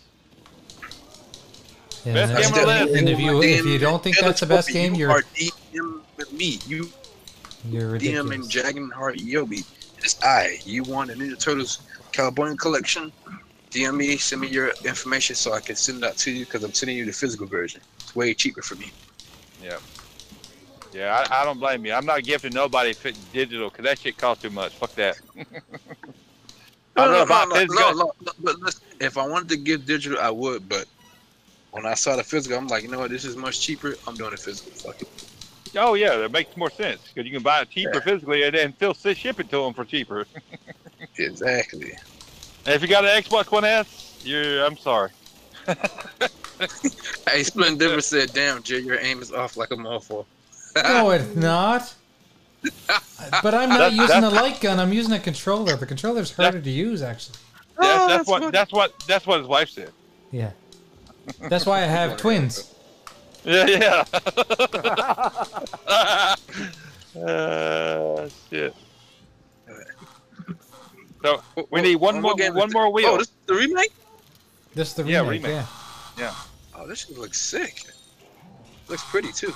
Speaker 1: And,
Speaker 3: Best
Speaker 1: that's-
Speaker 3: game on the
Speaker 1: and,
Speaker 3: list.
Speaker 1: if you if you don't think that's the best game,
Speaker 5: you
Speaker 1: you're
Speaker 5: are DMing with me. You
Speaker 1: you're
Speaker 5: DM and
Speaker 1: ridiculous.
Speaker 5: Dragon Heart Yobi. It's I. You want the Ninja Turtles Cowabunga collection? DM me, send me your information so I can send that to you because I'm sending you the physical version. It's way cheaper for me.
Speaker 3: Yeah. I, I don't blame you. I'm not gifting nobody fit digital because that shit costs too much. Fuck that. I don't know about
Speaker 5: no,
Speaker 3: physical.
Speaker 5: no, no, no, but listen, if I wanted to give digital, I would. But when I saw the physical, I'm like, you know what? This is much cheaper. I'm doing the physical. Fuck it.
Speaker 3: Oh yeah, that makes more sense because you can buy it cheaper physically and then still s- ship it to them for cheaper.
Speaker 5: Exactly.
Speaker 3: And if you got an Xbox One S, you're I'm sorry.
Speaker 5: Hey, Splendid Denver said, "Damn, Jay, your aim is off like a motherfucker."
Speaker 1: No, it's not. But I'm not
Speaker 3: That's-
Speaker 1: using a light gun. I'm using a controller. The controller's harder to use, actually.
Speaker 3: That's,
Speaker 5: Oh,
Speaker 3: that's,
Speaker 5: that's
Speaker 3: what
Speaker 5: funny.
Speaker 3: that's what that's what his wife said.
Speaker 1: Yeah. That's why I have twins.
Speaker 3: Yeah, yeah. uh, shit. So we need one more
Speaker 5: game
Speaker 3: one
Speaker 5: is-
Speaker 3: more
Speaker 5: Oh,
Speaker 3: wheel.
Speaker 5: this is the remake.
Speaker 1: This is the
Speaker 3: Yeah,
Speaker 1: remake.
Speaker 3: remake.
Speaker 1: Yeah.
Speaker 5: Oh, this shit looks sick. Looks pretty too.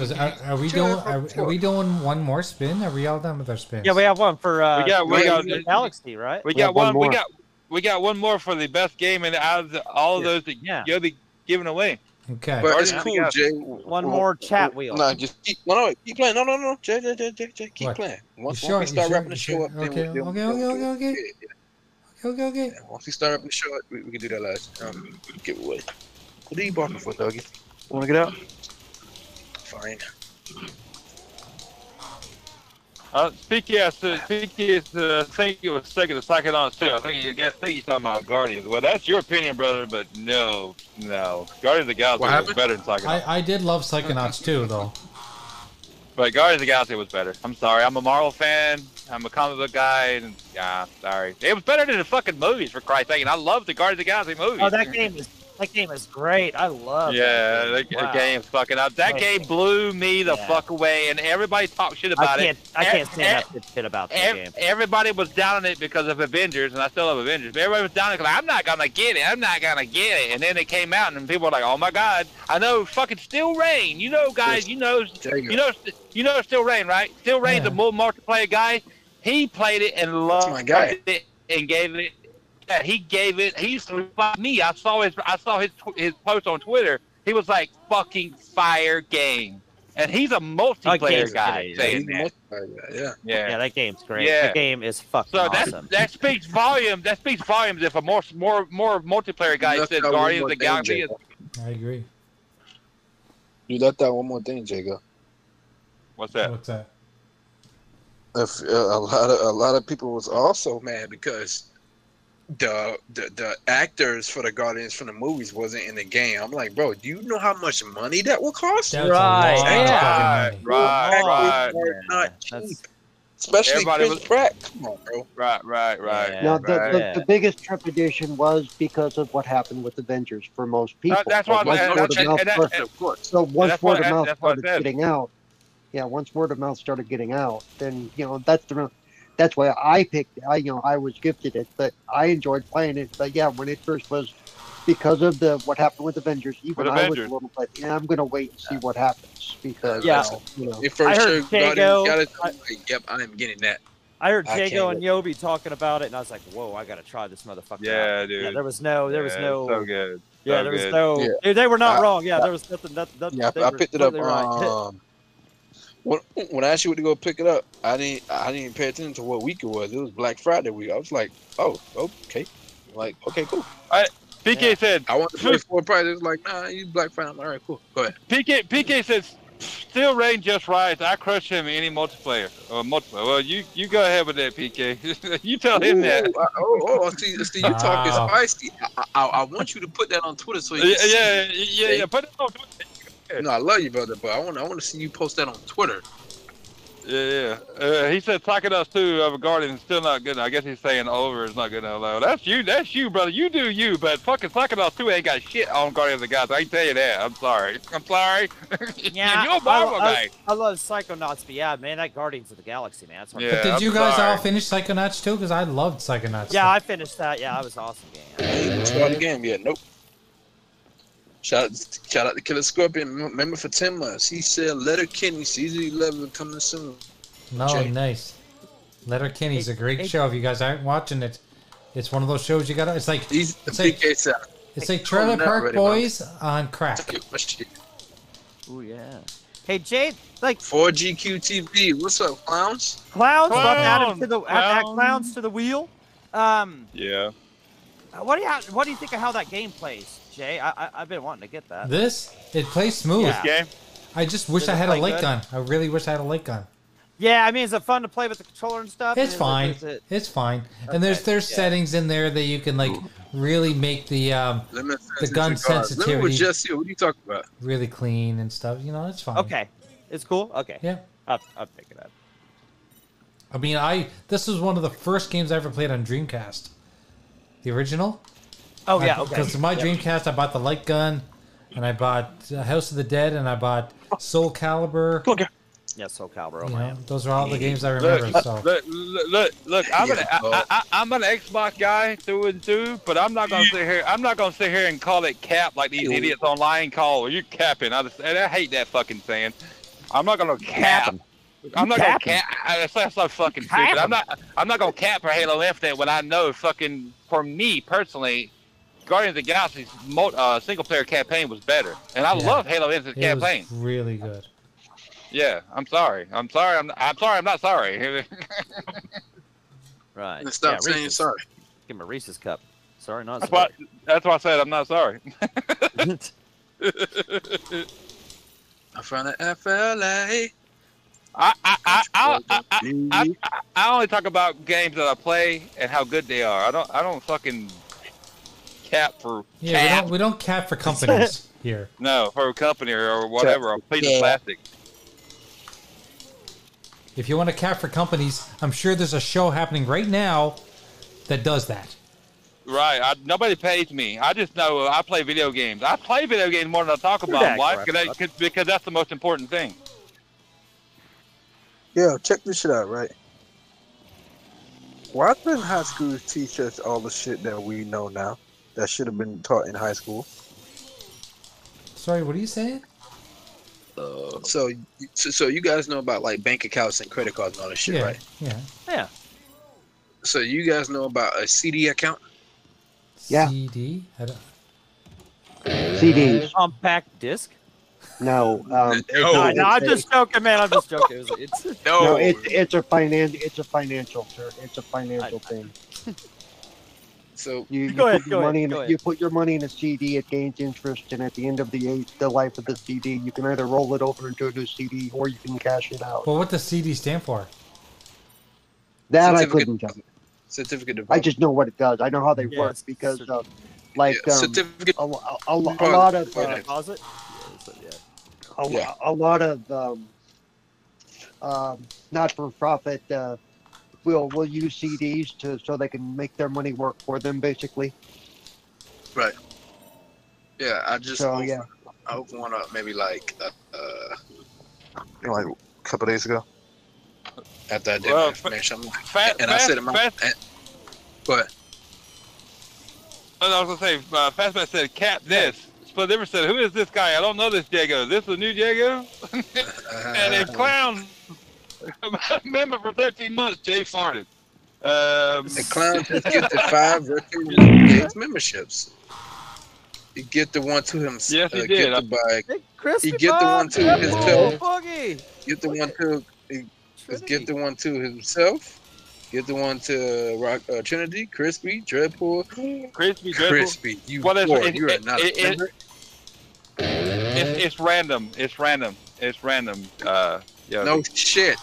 Speaker 1: Is- Are, are we doing? Are, are we doing one more spin? Are we all done with our spins?
Speaker 2: Yeah, we have one for uh,
Speaker 3: We got- we got-
Speaker 2: Galaxy, right?
Speaker 3: We got one. We got we got one more for the best game, and out of the, all of those that
Speaker 2: Yeah.
Speaker 3: you'll be giving away.
Speaker 1: Okay.
Speaker 5: But it's
Speaker 3: Yeah.
Speaker 5: cool,
Speaker 3: Yeah.
Speaker 5: Jay.
Speaker 2: One
Speaker 5: Well,
Speaker 2: more chat
Speaker 5: well,
Speaker 2: wheel.
Speaker 5: No, just keep, no, no, keep playing. No, no, no, Jay, Jay, Jay, Jay, Jay keep
Speaker 1: What?
Speaker 5: playing. Once,
Speaker 1: sure?
Speaker 5: once
Speaker 1: You
Speaker 5: we start
Speaker 1: sure?
Speaker 5: wrapping
Speaker 1: You
Speaker 5: the
Speaker 1: sure?
Speaker 5: show up, then
Speaker 1: Okay,
Speaker 5: we'll,
Speaker 1: okay, okay,
Speaker 5: we'll, we'll,
Speaker 1: okay, okay.
Speaker 5: yeah,
Speaker 1: Okay, okay, okay.
Speaker 5: yeah. Once we start wrapping the show up, we, we can do that last um, giveaway. What are you barking for, doggy?
Speaker 16: Want to get out?
Speaker 5: Fine.
Speaker 3: Uh, speak yes, uh, speak yes. Uh, I think it was second the second on sale. I think you got think you talking about Guardians. Well, that's your opinion, brother. But no, no, Guardians of the Galaxy
Speaker 5: What
Speaker 3: was
Speaker 5: happened?
Speaker 3: better than Psychonauts.
Speaker 1: I, I did love Psychonauts too, though.
Speaker 3: But Guardians of the Galaxy was better. I'm sorry. I'm a Marvel fan. I'm a comic book guy, and yeah, sorry. It was better than the fucking movies, for Christ's sake. And I love the Guardians of the Galaxy movies.
Speaker 2: Oh, that game is that game is great. I love.
Speaker 3: yeah,
Speaker 2: that
Speaker 3: that
Speaker 2: game. Wow.
Speaker 3: game fucking up. That
Speaker 2: Nice.
Speaker 3: game blew me the
Speaker 2: Yeah.
Speaker 3: fuck away, and everybody talked shit
Speaker 2: I
Speaker 3: about
Speaker 2: can't.
Speaker 3: it.
Speaker 2: I can't
Speaker 3: Eh,
Speaker 2: stand
Speaker 3: eh,
Speaker 2: that shit about that
Speaker 3: Ev-
Speaker 2: game.
Speaker 3: everybody was down on it because of Avengers, and I still love Avengers. But everybody was down on it 'cause, like, I'm not gonna get it. I'm not gonna get it. And then it came out, and people were like, "Oh my god!" I know fucking Still Rain. You know, guys. You know,
Speaker 5: Jay,
Speaker 3: you know, you know Still Rain, right? Still Rain's
Speaker 1: Yeah.
Speaker 3: a more multiplayer guy. He played it and loved
Speaker 5: my guy.
Speaker 3: it and gave it. Yeah, he gave it. He used to reply to me. I saw his. I saw his tw- his post on Twitter. He was like, "Fucking fire game," and he's a multiplayer
Speaker 2: game's
Speaker 3: guy.
Speaker 2: great.
Speaker 5: Yeah, he's
Speaker 3: Saying that.
Speaker 5: multiplayer, yeah.
Speaker 3: Yeah.
Speaker 2: Yeah, that game's great.
Speaker 3: Yeah.
Speaker 2: That game is fucking
Speaker 3: So
Speaker 2: awesome.
Speaker 3: that that speaks volume. That speaks volumes. If a more more more multiplayer guy
Speaker 5: That's
Speaker 3: said
Speaker 5: not one
Speaker 3: Guardians of
Speaker 5: more
Speaker 3: the
Speaker 5: thing,
Speaker 3: Galaxy,
Speaker 5: Jay.
Speaker 3: is,
Speaker 1: I agree.
Speaker 5: You left out one more thing, Jago.
Speaker 3: what's that?
Speaker 1: What's that?
Speaker 5: If, uh, a lot of a lot of people was also mad because the, the the actors for the Guardians from the movies wasn't in the game. I'm like, bro, do you know how much money that will cost?
Speaker 1: That's
Speaker 2: Right,
Speaker 1: A lot of
Speaker 2: yeah.
Speaker 1: fucking money.
Speaker 3: Right, right,
Speaker 5: Actors are not cheap,
Speaker 2: That's-
Speaker 5: especially
Speaker 3: Everybody
Speaker 5: Chris
Speaker 3: was-
Speaker 5: Pratt. Come on, bro.
Speaker 3: right, right, right.
Speaker 2: Yeah.
Speaker 7: Now, the,
Speaker 3: right.
Speaker 7: the,
Speaker 2: Yeah.
Speaker 7: the biggest trepidation was because of what happened with Avengers for most people.
Speaker 3: That- that's
Speaker 7: But
Speaker 3: why.
Speaker 7: once
Speaker 3: and-
Speaker 7: word
Speaker 3: and-
Speaker 7: of
Speaker 3: and-
Speaker 7: mouth
Speaker 3: and-
Speaker 7: first-
Speaker 3: and-
Speaker 7: So once
Speaker 3: that's why-
Speaker 7: word of mouth
Speaker 3: that's why I
Speaker 7: started
Speaker 3: said.
Speaker 7: getting out, yeah, once word of mouth started getting out, then you know that's the real- that's why I picked. I you know I was gifted it, but I enjoyed playing it. But yeah, when it first was, because of the what happened with Avengers, even
Speaker 3: With
Speaker 7: I was
Speaker 3: Avengers.
Speaker 7: a little bit. Yeah, I'm gonna wait and see what happens because
Speaker 2: Yeah.
Speaker 7: you know,
Speaker 5: Your first
Speaker 2: I
Speaker 5: I
Speaker 2: heard
Speaker 5: heard Guardians
Speaker 2: Jago-
Speaker 5: got it. I'm like, yep, I am getting that.
Speaker 2: I heard
Speaker 5: I
Speaker 2: Jago
Speaker 5: can't
Speaker 2: and Yobi talking about it, and I was like, "Whoa, I gotta try this motherfucker." out."
Speaker 3: yeah,
Speaker 2: Yeah,
Speaker 3: dude.
Speaker 2: there was no, there was
Speaker 3: Yeah,
Speaker 2: no,
Speaker 3: So good.
Speaker 2: yeah,
Speaker 3: so
Speaker 2: there was
Speaker 3: good.
Speaker 2: no.
Speaker 5: Yeah.
Speaker 2: Dude, they were not
Speaker 5: I-
Speaker 2: wrong. Yeah, there was nothing. nothing, nothing
Speaker 5: Yeah,
Speaker 2: they
Speaker 5: I, I
Speaker 2: were
Speaker 5: picked it up.
Speaker 2: completely Right.
Speaker 5: Um, when when I asked you where to go pick it up, I didn't I didn't even pay attention to what week it was. It was Black Friday week. I was like, oh, okay, like okay, cool.
Speaker 3: PK said.
Speaker 5: I want to pay full price. It's like, nah, you Black Friday. I'm like, all right, cool. Go ahead.
Speaker 3: PK PK says. Still rain just right. I crush him in any multiplayer. Or multiplayer. Well, you you go ahead with that, PK. you tell him that.
Speaker 5: Ooh, I- oh, oh, see, see, you talking
Speaker 1: Wow.
Speaker 5: spicy. I, I, I want you to put that on Twitter so you
Speaker 3: Yeah,
Speaker 5: can see.
Speaker 3: yeah, yeah, yeah. Put it on Twitter.
Speaker 5: No, I love you, brother, but I want I want to see you post that on Twitter.
Speaker 3: Yeah, yeah. Uh, he said Psychonauts 2 of a Guardian is still not good enough. I guess he's saying over is not good enough. Like, well, that's you, that's you, brother. You do you, but fucking Psychonauts 2 ain't got shit on Guardians of the Galaxy. I can tell you that. I'm sorry. I'm sorry.
Speaker 2: Yeah,
Speaker 3: You're a Marvel
Speaker 2: I, I,
Speaker 3: guy.
Speaker 2: I love Psychonauts, but yeah, man, that Guardians of the Galaxy, man, that's hard.
Speaker 3: Yeah,
Speaker 1: but did
Speaker 3: I'm
Speaker 1: you guys all
Speaker 3: sorry.
Speaker 1: finish Psychonauts too? Because I loved Psychonauts.
Speaker 2: Yeah, I finished that. Yeah, that was an awesome game.
Speaker 5: I ain't even started the game yet. Nope. Shout out, shout out to Killer Scorpion. Mem- Member for 10 months. He said, Letter Kenny, season 11 coming soon.
Speaker 1: No,
Speaker 5: Jay.
Speaker 1: nice. Letter Kenny's a great
Speaker 2: Hey, hey.
Speaker 1: show. If you guys aren't watching it, it's one of those shows you got. to It's like
Speaker 5: He's the
Speaker 1: It's like-
Speaker 5: PK said,
Speaker 1: it's like
Speaker 5: I'm
Speaker 1: Trailer
Speaker 5: not
Speaker 1: Park
Speaker 5: ready, bro.
Speaker 1: Boys on crack.
Speaker 5: "Fuck my shit."
Speaker 2: Oh yeah. Hey Jade, like
Speaker 5: 4GQTV. What's up, clowns?
Speaker 2: clowns,
Speaker 3: Clown,
Speaker 2: added to the add, add
Speaker 3: clown.
Speaker 2: clowns to the wheel. Um,
Speaker 3: Yeah.
Speaker 2: what do you what do you think of how that game plays, Jay? I, I I've been wanting to get that.
Speaker 1: This it plays smooth.
Speaker 2: Yeah.
Speaker 3: Game?
Speaker 1: I just wish
Speaker 2: Does
Speaker 1: I
Speaker 2: it
Speaker 1: had a
Speaker 2: play
Speaker 1: light
Speaker 2: good?
Speaker 1: gun. I really wish I had a light gun.
Speaker 2: Yeah, I mean, is it fun to play with the controller and stuff?
Speaker 1: It's
Speaker 2: Is it-
Speaker 1: fine.
Speaker 2: is it-
Speaker 1: It's fine. And there's
Speaker 2: Okay,
Speaker 1: there's
Speaker 2: yeah.
Speaker 1: settings in there that you can like really make the um
Speaker 5: Let me
Speaker 1: The gun
Speaker 5: Let me
Speaker 1: sensitivity.
Speaker 5: with Jesse. What are you talking about?
Speaker 1: really clean and stuff. You know, it's fine.
Speaker 2: Okay, it's cool. Okay,
Speaker 1: Yeah.
Speaker 2: I'll, I'll pick it up.
Speaker 1: I mean, I this was one of the first games I ever played on Dreamcast, the original.
Speaker 2: Oh yeah, okay.
Speaker 1: Because my
Speaker 2: Yeah.
Speaker 1: Dreamcast, I bought the light gun, and I bought uh, House of the Dead, and I bought Soul Calibur.
Speaker 2: Yeah, SoCal, bro.
Speaker 1: You
Speaker 2: man.
Speaker 1: know, those are all the games I remember.
Speaker 3: Look,
Speaker 1: so
Speaker 3: look, look, look, look, I'm an I, I, I'm an Xbox guy through and through, but I'm not gonna sit here. I'm not gonna sit here and call it cap like these idiots online call. You capping? I just and I hate that fucking saying. I'm not gonna cap. I'm not gonna cap. I- That's, that's so fucking stupid. I'm not. I'm not gonna cap for Halo Infinite when I know fucking for me personally, Guardians of the Galaxy's mo- uh, single player campaign was better, and I
Speaker 1: Yeah.
Speaker 3: love Halo Infinite
Speaker 1: It was
Speaker 3: campaign.
Speaker 1: really good.
Speaker 3: Yeah, I'm sorry. I'm sorry. I'm. I'm sorry. I'm not sorry.
Speaker 2: Right.
Speaker 3: And stop saying
Speaker 2: Reese's.
Speaker 3: sorry.
Speaker 2: Give him a Reese's cup. Sorry, not
Speaker 3: That's
Speaker 2: sorry.
Speaker 3: why. That's why I said I'm not sorry.
Speaker 5: I'm from the FLA.
Speaker 3: I I I I, I,
Speaker 5: E."
Speaker 3: I, I I only talk about games that I play and how good they are. I don't. I don't fucking cap for
Speaker 1: Yeah, we
Speaker 3: cap.
Speaker 1: don't, we don't cap for companies here.
Speaker 3: No, for a company or whatever, a piece of plastic.
Speaker 1: If you want to cap for companies, I'm sure there's a show happening right now that does that.
Speaker 3: Right. I, nobody pays me. I just know I play video games. I play video games more than I talk about
Speaker 5: that
Speaker 3: them. Why?
Speaker 5: crap
Speaker 3: Because that- 'cause- because that's the most important thing.
Speaker 5: Yo, check this shit out, right? Why couldn't high school teach us all the shit that we know now that should have been taught in high school?
Speaker 1: Sorry, what are you saying?
Speaker 5: so, so, so you guys know about like bank accounts and credit cards and all that shit,
Speaker 1: yeah,
Speaker 5: right?
Speaker 1: yeah.
Speaker 2: Yeah.
Speaker 5: So you guys know about a CD account?
Speaker 1: Yeah. CD? I don't,
Speaker 7: CDs.
Speaker 2: Compact disc.
Speaker 7: No. Um,
Speaker 2: No,
Speaker 7: it's-
Speaker 2: no, I'm
Speaker 7: it's-
Speaker 2: just joking, man. I'm just joking. It was- It's,
Speaker 5: Oh.
Speaker 7: No, it's it's a finan- it's a financial sir. It's a financial thing.
Speaker 5: So
Speaker 7: you, you
Speaker 5: Go ahead,
Speaker 7: put
Speaker 5: go
Speaker 7: your
Speaker 5: ahead, go
Speaker 7: money in,
Speaker 5: ahead.
Speaker 7: you put your money in a CD. It gains interest, and at the end of the eight, the life of the CD, you can either roll it over into a new CD or you can cash it out.
Speaker 1: Well, what does CD stand for?
Speaker 7: That I
Speaker 5: Certificate-
Speaker 7: couldn't tell.
Speaker 5: Certificate of
Speaker 7: I just know what it does. I know how they
Speaker 5: Yeah,
Speaker 7: work
Speaker 5: it's
Speaker 7: because, uh, like,
Speaker 5: Yeah,
Speaker 7: um,
Speaker 5: certificate
Speaker 7: a, lo- a, lo- a lot of uh,
Speaker 2: deposit.
Speaker 7: a,
Speaker 5: Yeah.
Speaker 7: a lot of um, um, not for profit uh, will will use CDs to so they can make their money work for them, basically.
Speaker 5: Right. Yeah, I just
Speaker 7: So,
Speaker 5: opened,
Speaker 7: yeah.
Speaker 5: I opened one up maybe like uh, uh you know, like a couple days ago. After I did my
Speaker 3: Well,
Speaker 5: information, I'm like,
Speaker 3: fast-
Speaker 5: and I said in my
Speaker 3: fast-
Speaker 5: and, but
Speaker 3: I was gonna say, uh, Fastback said, "Cap this." Split Liver said, "Who is this guy? I don't know this Jago. This is new Jago." and
Speaker 2: Uh,
Speaker 5: Uh,
Speaker 3: if clown member for 13 months, Jay farted. Um,
Speaker 5: the clown just get the five virtual games memberships. You get the one to him.
Speaker 3: Yes, he
Speaker 5: uh,
Speaker 3: did.
Speaker 5: Get the bike.
Speaker 2: Crispy
Speaker 5: You get the
Speaker 2: Bob,
Speaker 5: one to his
Speaker 2: Apple,
Speaker 5: toe.
Speaker 2: Boogie.
Speaker 5: Get the one to get the one to himself. Get the one to Rock uh, Trinity, Crispy, Dreadpool,
Speaker 3: Crispy, Dreadful.
Speaker 5: Crispy. You
Speaker 3: Well,
Speaker 5: well,
Speaker 3: it's- it-
Speaker 5: you are
Speaker 3: it-
Speaker 5: not
Speaker 3: it-
Speaker 5: a
Speaker 3: it-
Speaker 5: member.
Speaker 3: It's, it's random. It's random. It's random. Uh, yeah.
Speaker 5: No shit.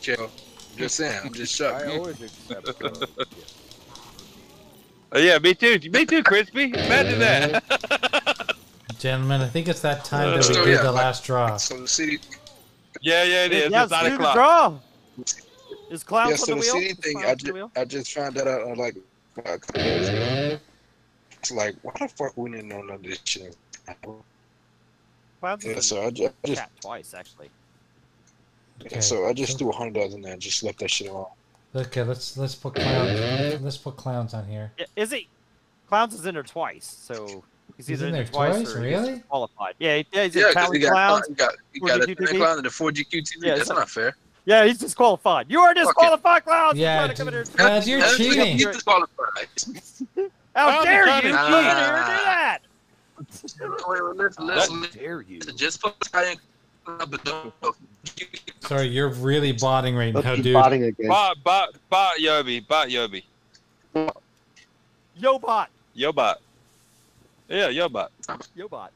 Speaker 5: Joe, just saying, I'm just shocked. I always accept.
Speaker 3: Uh, yeah, me too. Me too, Crispy. Imagine that.
Speaker 1: Gentlemen, I think it's that time that we
Speaker 5: So,
Speaker 1: do
Speaker 5: yeah,
Speaker 1: the
Speaker 5: like-
Speaker 1: last draw.
Speaker 5: So the CD,
Speaker 3: yeah, yeah, it is.
Speaker 2: Yeah,
Speaker 3: it's
Speaker 2: let's
Speaker 3: nine
Speaker 2: do the
Speaker 3: o'clock.
Speaker 2: draw. Is clown
Speaker 5: yeah,
Speaker 2: for
Speaker 5: so
Speaker 2: the
Speaker 5: the
Speaker 2: wheel?
Speaker 5: CD
Speaker 2: Is
Speaker 5: thing,
Speaker 2: Clown
Speaker 5: I
Speaker 2: for the
Speaker 5: just,
Speaker 2: wheel?
Speaker 5: I just found that out uh, like a couple days ago. It's like, why the fuck we didn't know none of this shit?
Speaker 2: Clown's
Speaker 5: Yeah,
Speaker 2: been
Speaker 5: so I ju- I just-
Speaker 2: capped twice actually.
Speaker 1: Okay,
Speaker 5: So I just threw a hundred dollars in there and just left that shit alone.
Speaker 1: Okay, let's let's put clowns. Let's put clowns on here.
Speaker 2: I- Is he? Clowns is in there twice, so he's
Speaker 1: He's
Speaker 2: either
Speaker 1: in there
Speaker 2: twice,
Speaker 1: twice?
Speaker 2: or
Speaker 1: Really?
Speaker 2: he's qualified. Yeah, he- yeah, he's
Speaker 5: Yeah,
Speaker 2: in
Speaker 5: because
Speaker 2: Clown
Speaker 5: he got,
Speaker 2: Clowns.
Speaker 5: he got, he
Speaker 2: for
Speaker 5: got a
Speaker 2: GQTV.
Speaker 5: thin clown and a 4GQTV.
Speaker 2: Yeah,
Speaker 5: That's
Speaker 2: so-
Speaker 5: not fair.
Speaker 2: Yeah, he's disqualified. You are disqualified, Clowns.
Speaker 1: Yeah,
Speaker 2: Trying to come in here-
Speaker 1: dude. Clowns, you're
Speaker 5: How did you
Speaker 1: cheating.
Speaker 5: get disqualified?
Speaker 2: How
Speaker 3: Clowns
Speaker 2: dare you?
Speaker 3: are trying to
Speaker 2: come in
Speaker 3: cheat.
Speaker 2: here and do that?
Speaker 5: Wait, wait, listen, listen, listen.
Speaker 6: dare you?
Speaker 5: Just fuck Italian, but don't
Speaker 1: Sorry, you're really botting right now,
Speaker 7: Let's keep
Speaker 1: dude.
Speaker 7: botting again.
Speaker 3: Bot, bot, bot, Yobi, bot, Yobi,
Speaker 2: Yo
Speaker 5: Ah.
Speaker 2: bot.
Speaker 3: Yobot. Yeah, Yobot.
Speaker 2: Yo bot.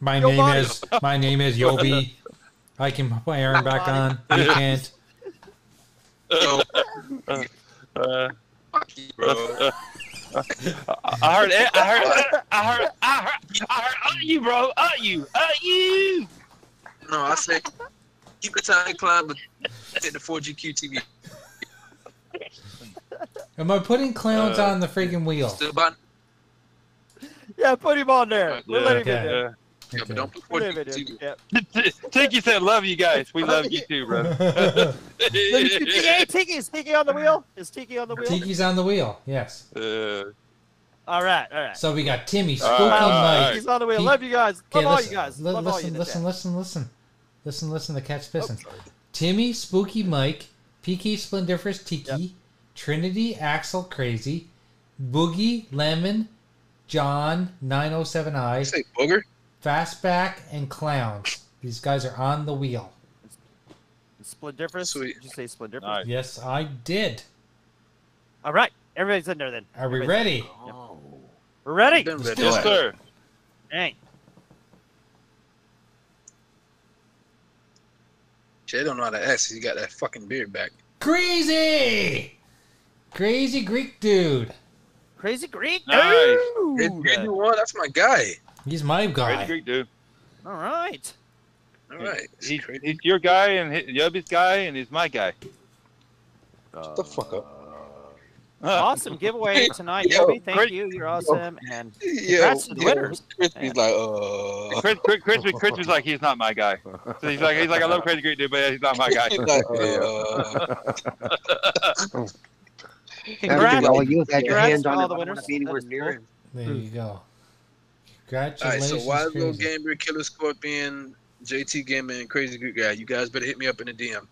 Speaker 1: My
Speaker 2: Yo,
Speaker 1: name
Speaker 2: Bonnie.
Speaker 1: is my name is Yobi. I can put my Aaron back on. You can't.
Speaker 5: Yo,
Speaker 3: Uh,
Speaker 5: fuck you, bro.
Speaker 3: I heard, it- I heard, I heard, I heard, I heard, uh, you, bro, uh, you, uh, you.
Speaker 5: No, I said keep Italian clown, but take the 4GQTV.
Speaker 1: Am I putting clowns
Speaker 3: Uh,
Speaker 1: on the freaking wheel?
Speaker 5: Still about
Speaker 2: Yeah, put him on there. We're letting him in there.
Speaker 3: Yeah.
Speaker 5: yeah, but
Speaker 1: Okay.
Speaker 5: don't put
Speaker 2: We're letting him in
Speaker 5: 4GQTV.
Speaker 2: there. Yep.
Speaker 3: Tinky said, "Love you guys. We love you too, bro."
Speaker 2: Let me see. Tiki, hey, Tiki, is Tiki on the wheel? Is Tiki on the wheel?
Speaker 1: Tiki's on the wheel. Yes.
Speaker 3: Uh,
Speaker 2: All right, all right.
Speaker 1: So we got Timmy, Spooky
Speaker 3: All right, all
Speaker 1: Mike.
Speaker 3: right.
Speaker 2: Tiki's on the wheel.
Speaker 1: He-
Speaker 2: Love you guys.
Speaker 1: Okay,
Speaker 2: Love all you
Speaker 1: listen-
Speaker 2: guys.
Speaker 1: li-
Speaker 2: Love all you.
Speaker 1: listen,
Speaker 2: in the
Speaker 1: listen,
Speaker 2: chat.
Speaker 1: listen, listen. Listen, listen to
Speaker 5: Oh,
Speaker 1: Catch Pistons. Timmy, Spooky Mike, PK Splendiferous Tiki, Trinity, Axel Crazy, Boogie, Lemon, John, 907i.
Speaker 5: Say Booger?
Speaker 1: Fastback and Clowns. These guys are on the wheel.
Speaker 2: Split difference. Did you say split difference?
Speaker 1: Yes, I did.
Speaker 2: All right. Everybody's in there then.
Speaker 1: Are we ready?
Speaker 2: Everybody's in there. Yep. We're ready.
Speaker 1: Then ready. Yes, sir.
Speaker 2: Dang.
Speaker 5: Shit, I don't know how to ask. You got that fucking beard back.
Speaker 1: Crazy! Crazy Greek dude.
Speaker 2: Crazy Greek.
Speaker 5: Nice.
Speaker 2: dude!
Speaker 5: That's my guy.
Speaker 1: He's my guy.
Speaker 3: Crazy Greek dude.
Speaker 2: All right.
Speaker 5: All right.
Speaker 3: He's, he's your guy and he- Yubby's guy and he's my guy.
Speaker 5: Shut the fuck up.
Speaker 8: Uh,
Speaker 3: Uh,
Speaker 2: Awesome giveaway tonight,
Speaker 5: Yo,
Speaker 2: Yobi. Thank
Speaker 5: Chris-
Speaker 2: you. You're awesome. And
Speaker 5: Yo,
Speaker 2: congrats to the
Speaker 5: yo,
Speaker 2: winners.
Speaker 5: Crispy's like,
Speaker 1: Oh
Speaker 5: uh.
Speaker 3: Chris, Chris, Chris, Chris was like, he's not my guy. So he's like, he's like, I love Crazy Greek dude, but he's not my guy.
Speaker 5: He's like, uh, yeah.
Speaker 2: Congrats.
Speaker 7: Well, you had your
Speaker 2: Congrats
Speaker 7: hands
Speaker 2: to
Speaker 7: on
Speaker 2: all
Speaker 7: it.
Speaker 2: the
Speaker 7: I
Speaker 2: winners.
Speaker 7: want to be anywhere
Speaker 2: That's
Speaker 7: near
Speaker 2: cool.
Speaker 7: him.
Speaker 1: There you go.
Speaker 5: All right,
Speaker 1: Congratulations,
Speaker 5: so Wild Little
Speaker 1: Crazy.
Speaker 5: Gamer, Killer Scorpion, JT Gamer, and Crazy Good Guy. You guys better hit me up in the DM. All right.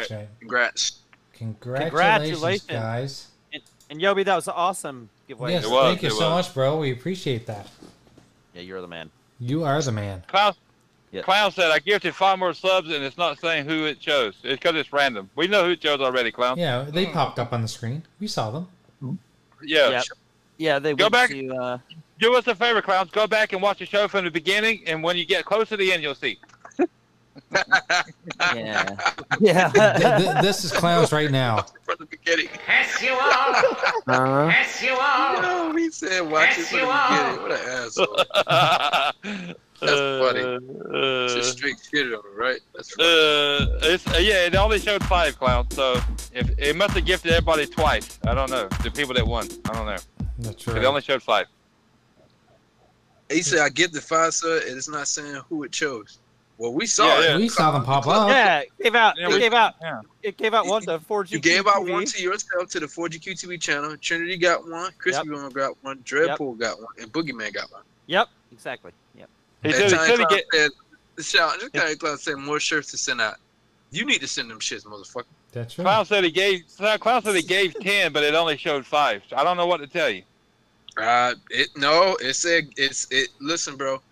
Speaker 1: That's right.
Speaker 5: Congrats.
Speaker 1: Congratulations,
Speaker 2: Congratulations.
Speaker 1: guys.
Speaker 2: And, and Yobi, that was an awesome giveaway.
Speaker 1: yes,
Speaker 3: It was,
Speaker 1: thank you
Speaker 3: it
Speaker 1: so
Speaker 3: was.
Speaker 1: much, bro. We appreciate that.
Speaker 2: Yeah, you're the man.
Speaker 1: You are the man.
Speaker 3: Clown,
Speaker 2: Yeah.
Speaker 3: Clown said, I gifted five more subs and it's not saying who it chose. It's because it's random. We know who it chose already, Clown.
Speaker 1: Yeah, they popped up on the screen. We saw them.
Speaker 3: Yeah.
Speaker 2: Yep. Yeah, they
Speaker 3: Go
Speaker 2: went
Speaker 3: back.
Speaker 2: to. Uh,
Speaker 3: Do us a favor, Clowns. Go back and watch the show from the beginning, and when you get close to the end, you'll see.
Speaker 2: yeah. yeah.
Speaker 1: Th- th- this is clowns right now.
Speaker 5: From the beginning.
Speaker 6: Yes, you are.
Speaker 1: Uh-huh.
Speaker 6: Yes, you are.
Speaker 5: No, he said, watch it from the beginning. What an asshole.
Speaker 3: That's
Speaker 5: funny.
Speaker 3: Uh,
Speaker 5: Just straight shit on him, right? That's right.
Speaker 3: uh, it's, uh, yeah, it only showed five clowns, so if it must have gifted everybody twice. I don't know. The people that won. I don't know.
Speaker 1: That's
Speaker 3: It
Speaker 1: right.
Speaker 3: only showed five.
Speaker 5: He said, I give the five, sir, and it's not saying who it chose. Well, we saw
Speaker 3: Yeah,
Speaker 5: it.
Speaker 3: yeah.
Speaker 1: we saw them pop up.
Speaker 2: yeah, it gave out.
Speaker 3: Yeah,
Speaker 2: it
Speaker 3: we-
Speaker 2: gave out.
Speaker 3: yeah.
Speaker 2: It gave out one to 4G.
Speaker 5: You gave out one to yourself to the 4GQTV channel. Trinity got one. Crispy Woman got one. Dreadpool got one. And Boogeyman got one.
Speaker 2: Yep. Exactly. Yep.
Speaker 3: He
Speaker 5: And
Speaker 3: said he
Speaker 5: Tiny
Speaker 3: said he
Speaker 5: Cloud
Speaker 3: get-
Speaker 5: said, shout, just Tiny Cloud said more shirts to send out. You need to send them shits, motherfucker.
Speaker 1: That's right.
Speaker 3: Clown said he gave Clown said he gave ten, but it only showed five. So I don't know what to tell you.
Speaker 5: Uh, it no, it said it's it. Listen, bro,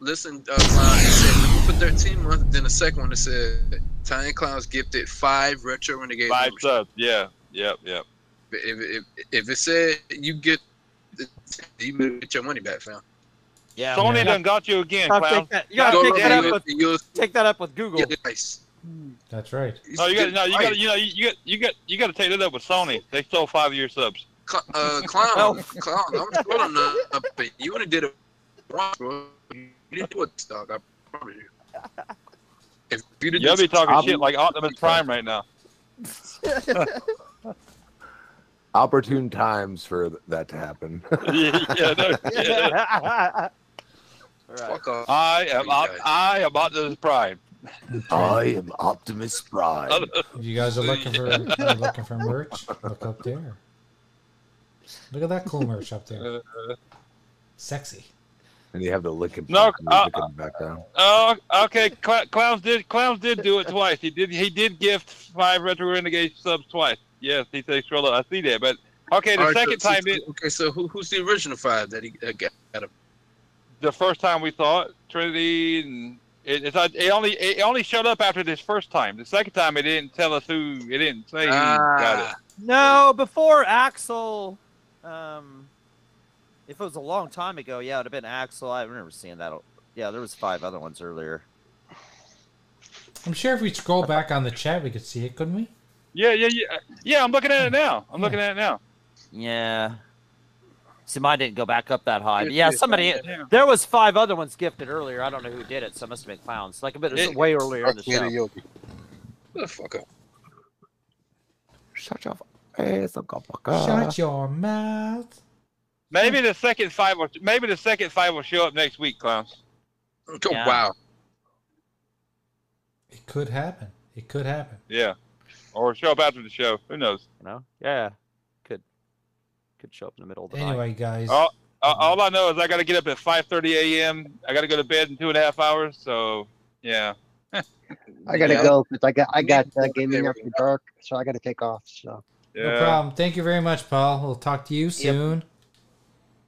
Speaker 5: listen. Uh, Clown, it said number for thirteen months. Then the second one it said Tiny Clowns gifted five retro renegade.
Speaker 3: Five
Speaker 5: members.
Speaker 3: subs. Yeah. Yep. Yep.
Speaker 5: If, if, if it said you get, you better get your money back, fam.
Speaker 2: Yeah.
Speaker 3: Sony
Speaker 1: yeah.
Speaker 3: done got you again,
Speaker 2: Gotta
Speaker 3: Clown.
Speaker 2: take that- You gotta
Speaker 5: Go
Speaker 2: take
Speaker 5: look
Speaker 2: that
Speaker 5: at
Speaker 2: up
Speaker 5: your-
Speaker 2: with
Speaker 5: your
Speaker 2: take that up with Google.
Speaker 5: device.
Speaker 1: That's right.
Speaker 3: No, you got no, you got you know you got you got you got to take that up with Sony. They stole five of your subs.
Speaker 5: Cl- uh, clown, clown. I'm scrolling up, up, but you only did it once, bro. You didn't do it, dog. I promise you. If you did
Speaker 3: You'll be talking
Speaker 8: I'll be-
Speaker 3: shit like Optimus Prime right now.
Speaker 8: Opportune times for th- that to happen.
Speaker 3: yeah, no, yeah.
Speaker 2: All right.
Speaker 5: fuck off.
Speaker 3: I am op- I am Optimus Prime.
Speaker 8: I am Optimus Prime.
Speaker 1: You guys are looking for are looking for merch. Look up there. Look at that cool merch up there. Sexy.
Speaker 8: And you have the Lincoln
Speaker 3: No,
Speaker 8: Park
Speaker 3: uh,
Speaker 8: music in the background.
Speaker 3: Oh, okay. Cl- clowns did clowns did do it twice. He did he did gift five retro renegade subs twice. Yes, he says scroll up. I see that, but okay, the
Speaker 5: All right, so-
Speaker 3: second
Speaker 5: so-
Speaker 3: time it,
Speaker 5: okay, so who, who's the original five that he uh, got?
Speaker 3: the first time we saw it, Trinity, and it, it's not- it only it only showed up after this first time. The second time it didn't tell us who it didn't say who got
Speaker 5: Ah,
Speaker 3: it.
Speaker 2: No, before Axel. Um, if it was a long time ago, yeah, it'd have been Axel. I remember seeing that. Yeah, there was five other ones earlier.
Speaker 1: I'm sure if we scroll back on the chat, we could see it, couldn't we?
Speaker 3: Yeah, yeah, yeah. Yeah, I'm looking at it now. I'm
Speaker 1: Yeah.
Speaker 3: looking at it now.
Speaker 2: Yeah. See, mine didn't go back up that high. But yeah,
Speaker 5: Yeah,
Speaker 2: somebody.
Speaker 3: yeah.
Speaker 2: There was five other ones gifted earlier. I don't know who did it, so it must have been clowns. Like, but it was
Speaker 3: It-
Speaker 2: way earlier in the
Speaker 5: Fuck
Speaker 2: show.
Speaker 5: Yogi. What the fuck up.
Speaker 8: Shut your ass, Uncle Bucka.
Speaker 1: Shut your mouth.
Speaker 3: Maybe the second five will maybe the second five will show up next week, clowns.
Speaker 5: Oh,
Speaker 2: Yeah.
Speaker 5: Wow.
Speaker 1: It could happen. It could happen.
Speaker 3: Yeah, or show up after the show. Who knows?
Speaker 2: You know? Yeah. Could could show up in the middle of the night.
Speaker 1: Anyway, guys.
Speaker 3: Oh, Uh, all I know is I got to get up at 5:30 a.m. I got to go to bed in two and a half hours, so Yeah.
Speaker 7: I gotta
Speaker 3: Yeah.
Speaker 7: go because I got I got uh, gaming after dark, so I gotta take off. So
Speaker 1: No problem. Thank you very much, Paul. We'll talk to you soon.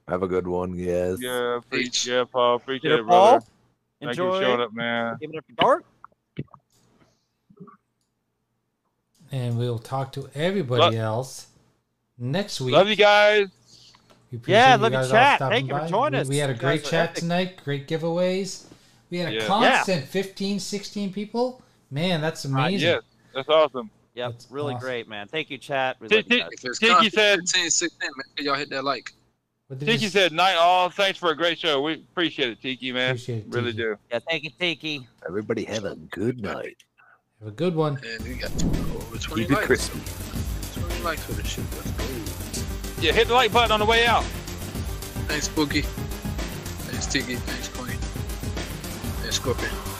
Speaker 8: Have a good one, yes.
Speaker 3: Yeah, preach, yeah, Paul, preach
Speaker 8: Get
Speaker 3: it,
Speaker 8: it,
Speaker 3: brother.
Speaker 8: Paul.
Speaker 3: Thank
Speaker 8: Enjoy.
Speaker 3: you, showed up, man.
Speaker 2: Give it up to dark.
Speaker 1: And we'll talk to everybody else next week.
Speaker 3: Love you guys.
Speaker 1: We
Speaker 2: Yeah,
Speaker 1: appreciate
Speaker 2: love you
Speaker 1: guys all
Speaker 2: chat.
Speaker 1: stopping
Speaker 2: Thank you for
Speaker 1: by.
Speaker 2: joining
Speaker 1: We-
Speaker 2: us.
Speaker 1: We had a
Speaker 2: You
Speaker 1: great
Speaker 2: guys are
Speaker 1: chat
Speaker 2: epic.
Speaker 1: tonight, great giveaways. We had a
Speaker 3: Yeah.
Speaker 1: constant 15, 16 people. Man,
Speaker 2: Uh,
Speaker 1: that's amazing.
Speaker 3: Yes, that's awesome.
Speaker 2: Yep, really
Speaker 1: awesome.
Speaker 2: great, man. Thank you, chat. We love you guys.
Speaker 3: Tiki said,
Speaker 5: y'all hit that like.
Speaker 1: did
Speaker 3: Tiki said, night all. Thanks for a great show. We appreciate it, Tiki, man.
Speaker 1: Appreciate it,
Speaker 3: really do.
Speaker 2: Yeah, thank you, Tiki.
Speaker 8: Everybody have a good night.
Speaker 1: Have a good one.
Speaker 8: Keep it crispy.
Speaker 5: likes for this shit. Let's go.
Speaker 3: Yeah, hit the like button on the way out.
Speaker 5: Thanks, Boogie. Thanks, Tiggy. Thanks, Queen. Thanks, Scorpion.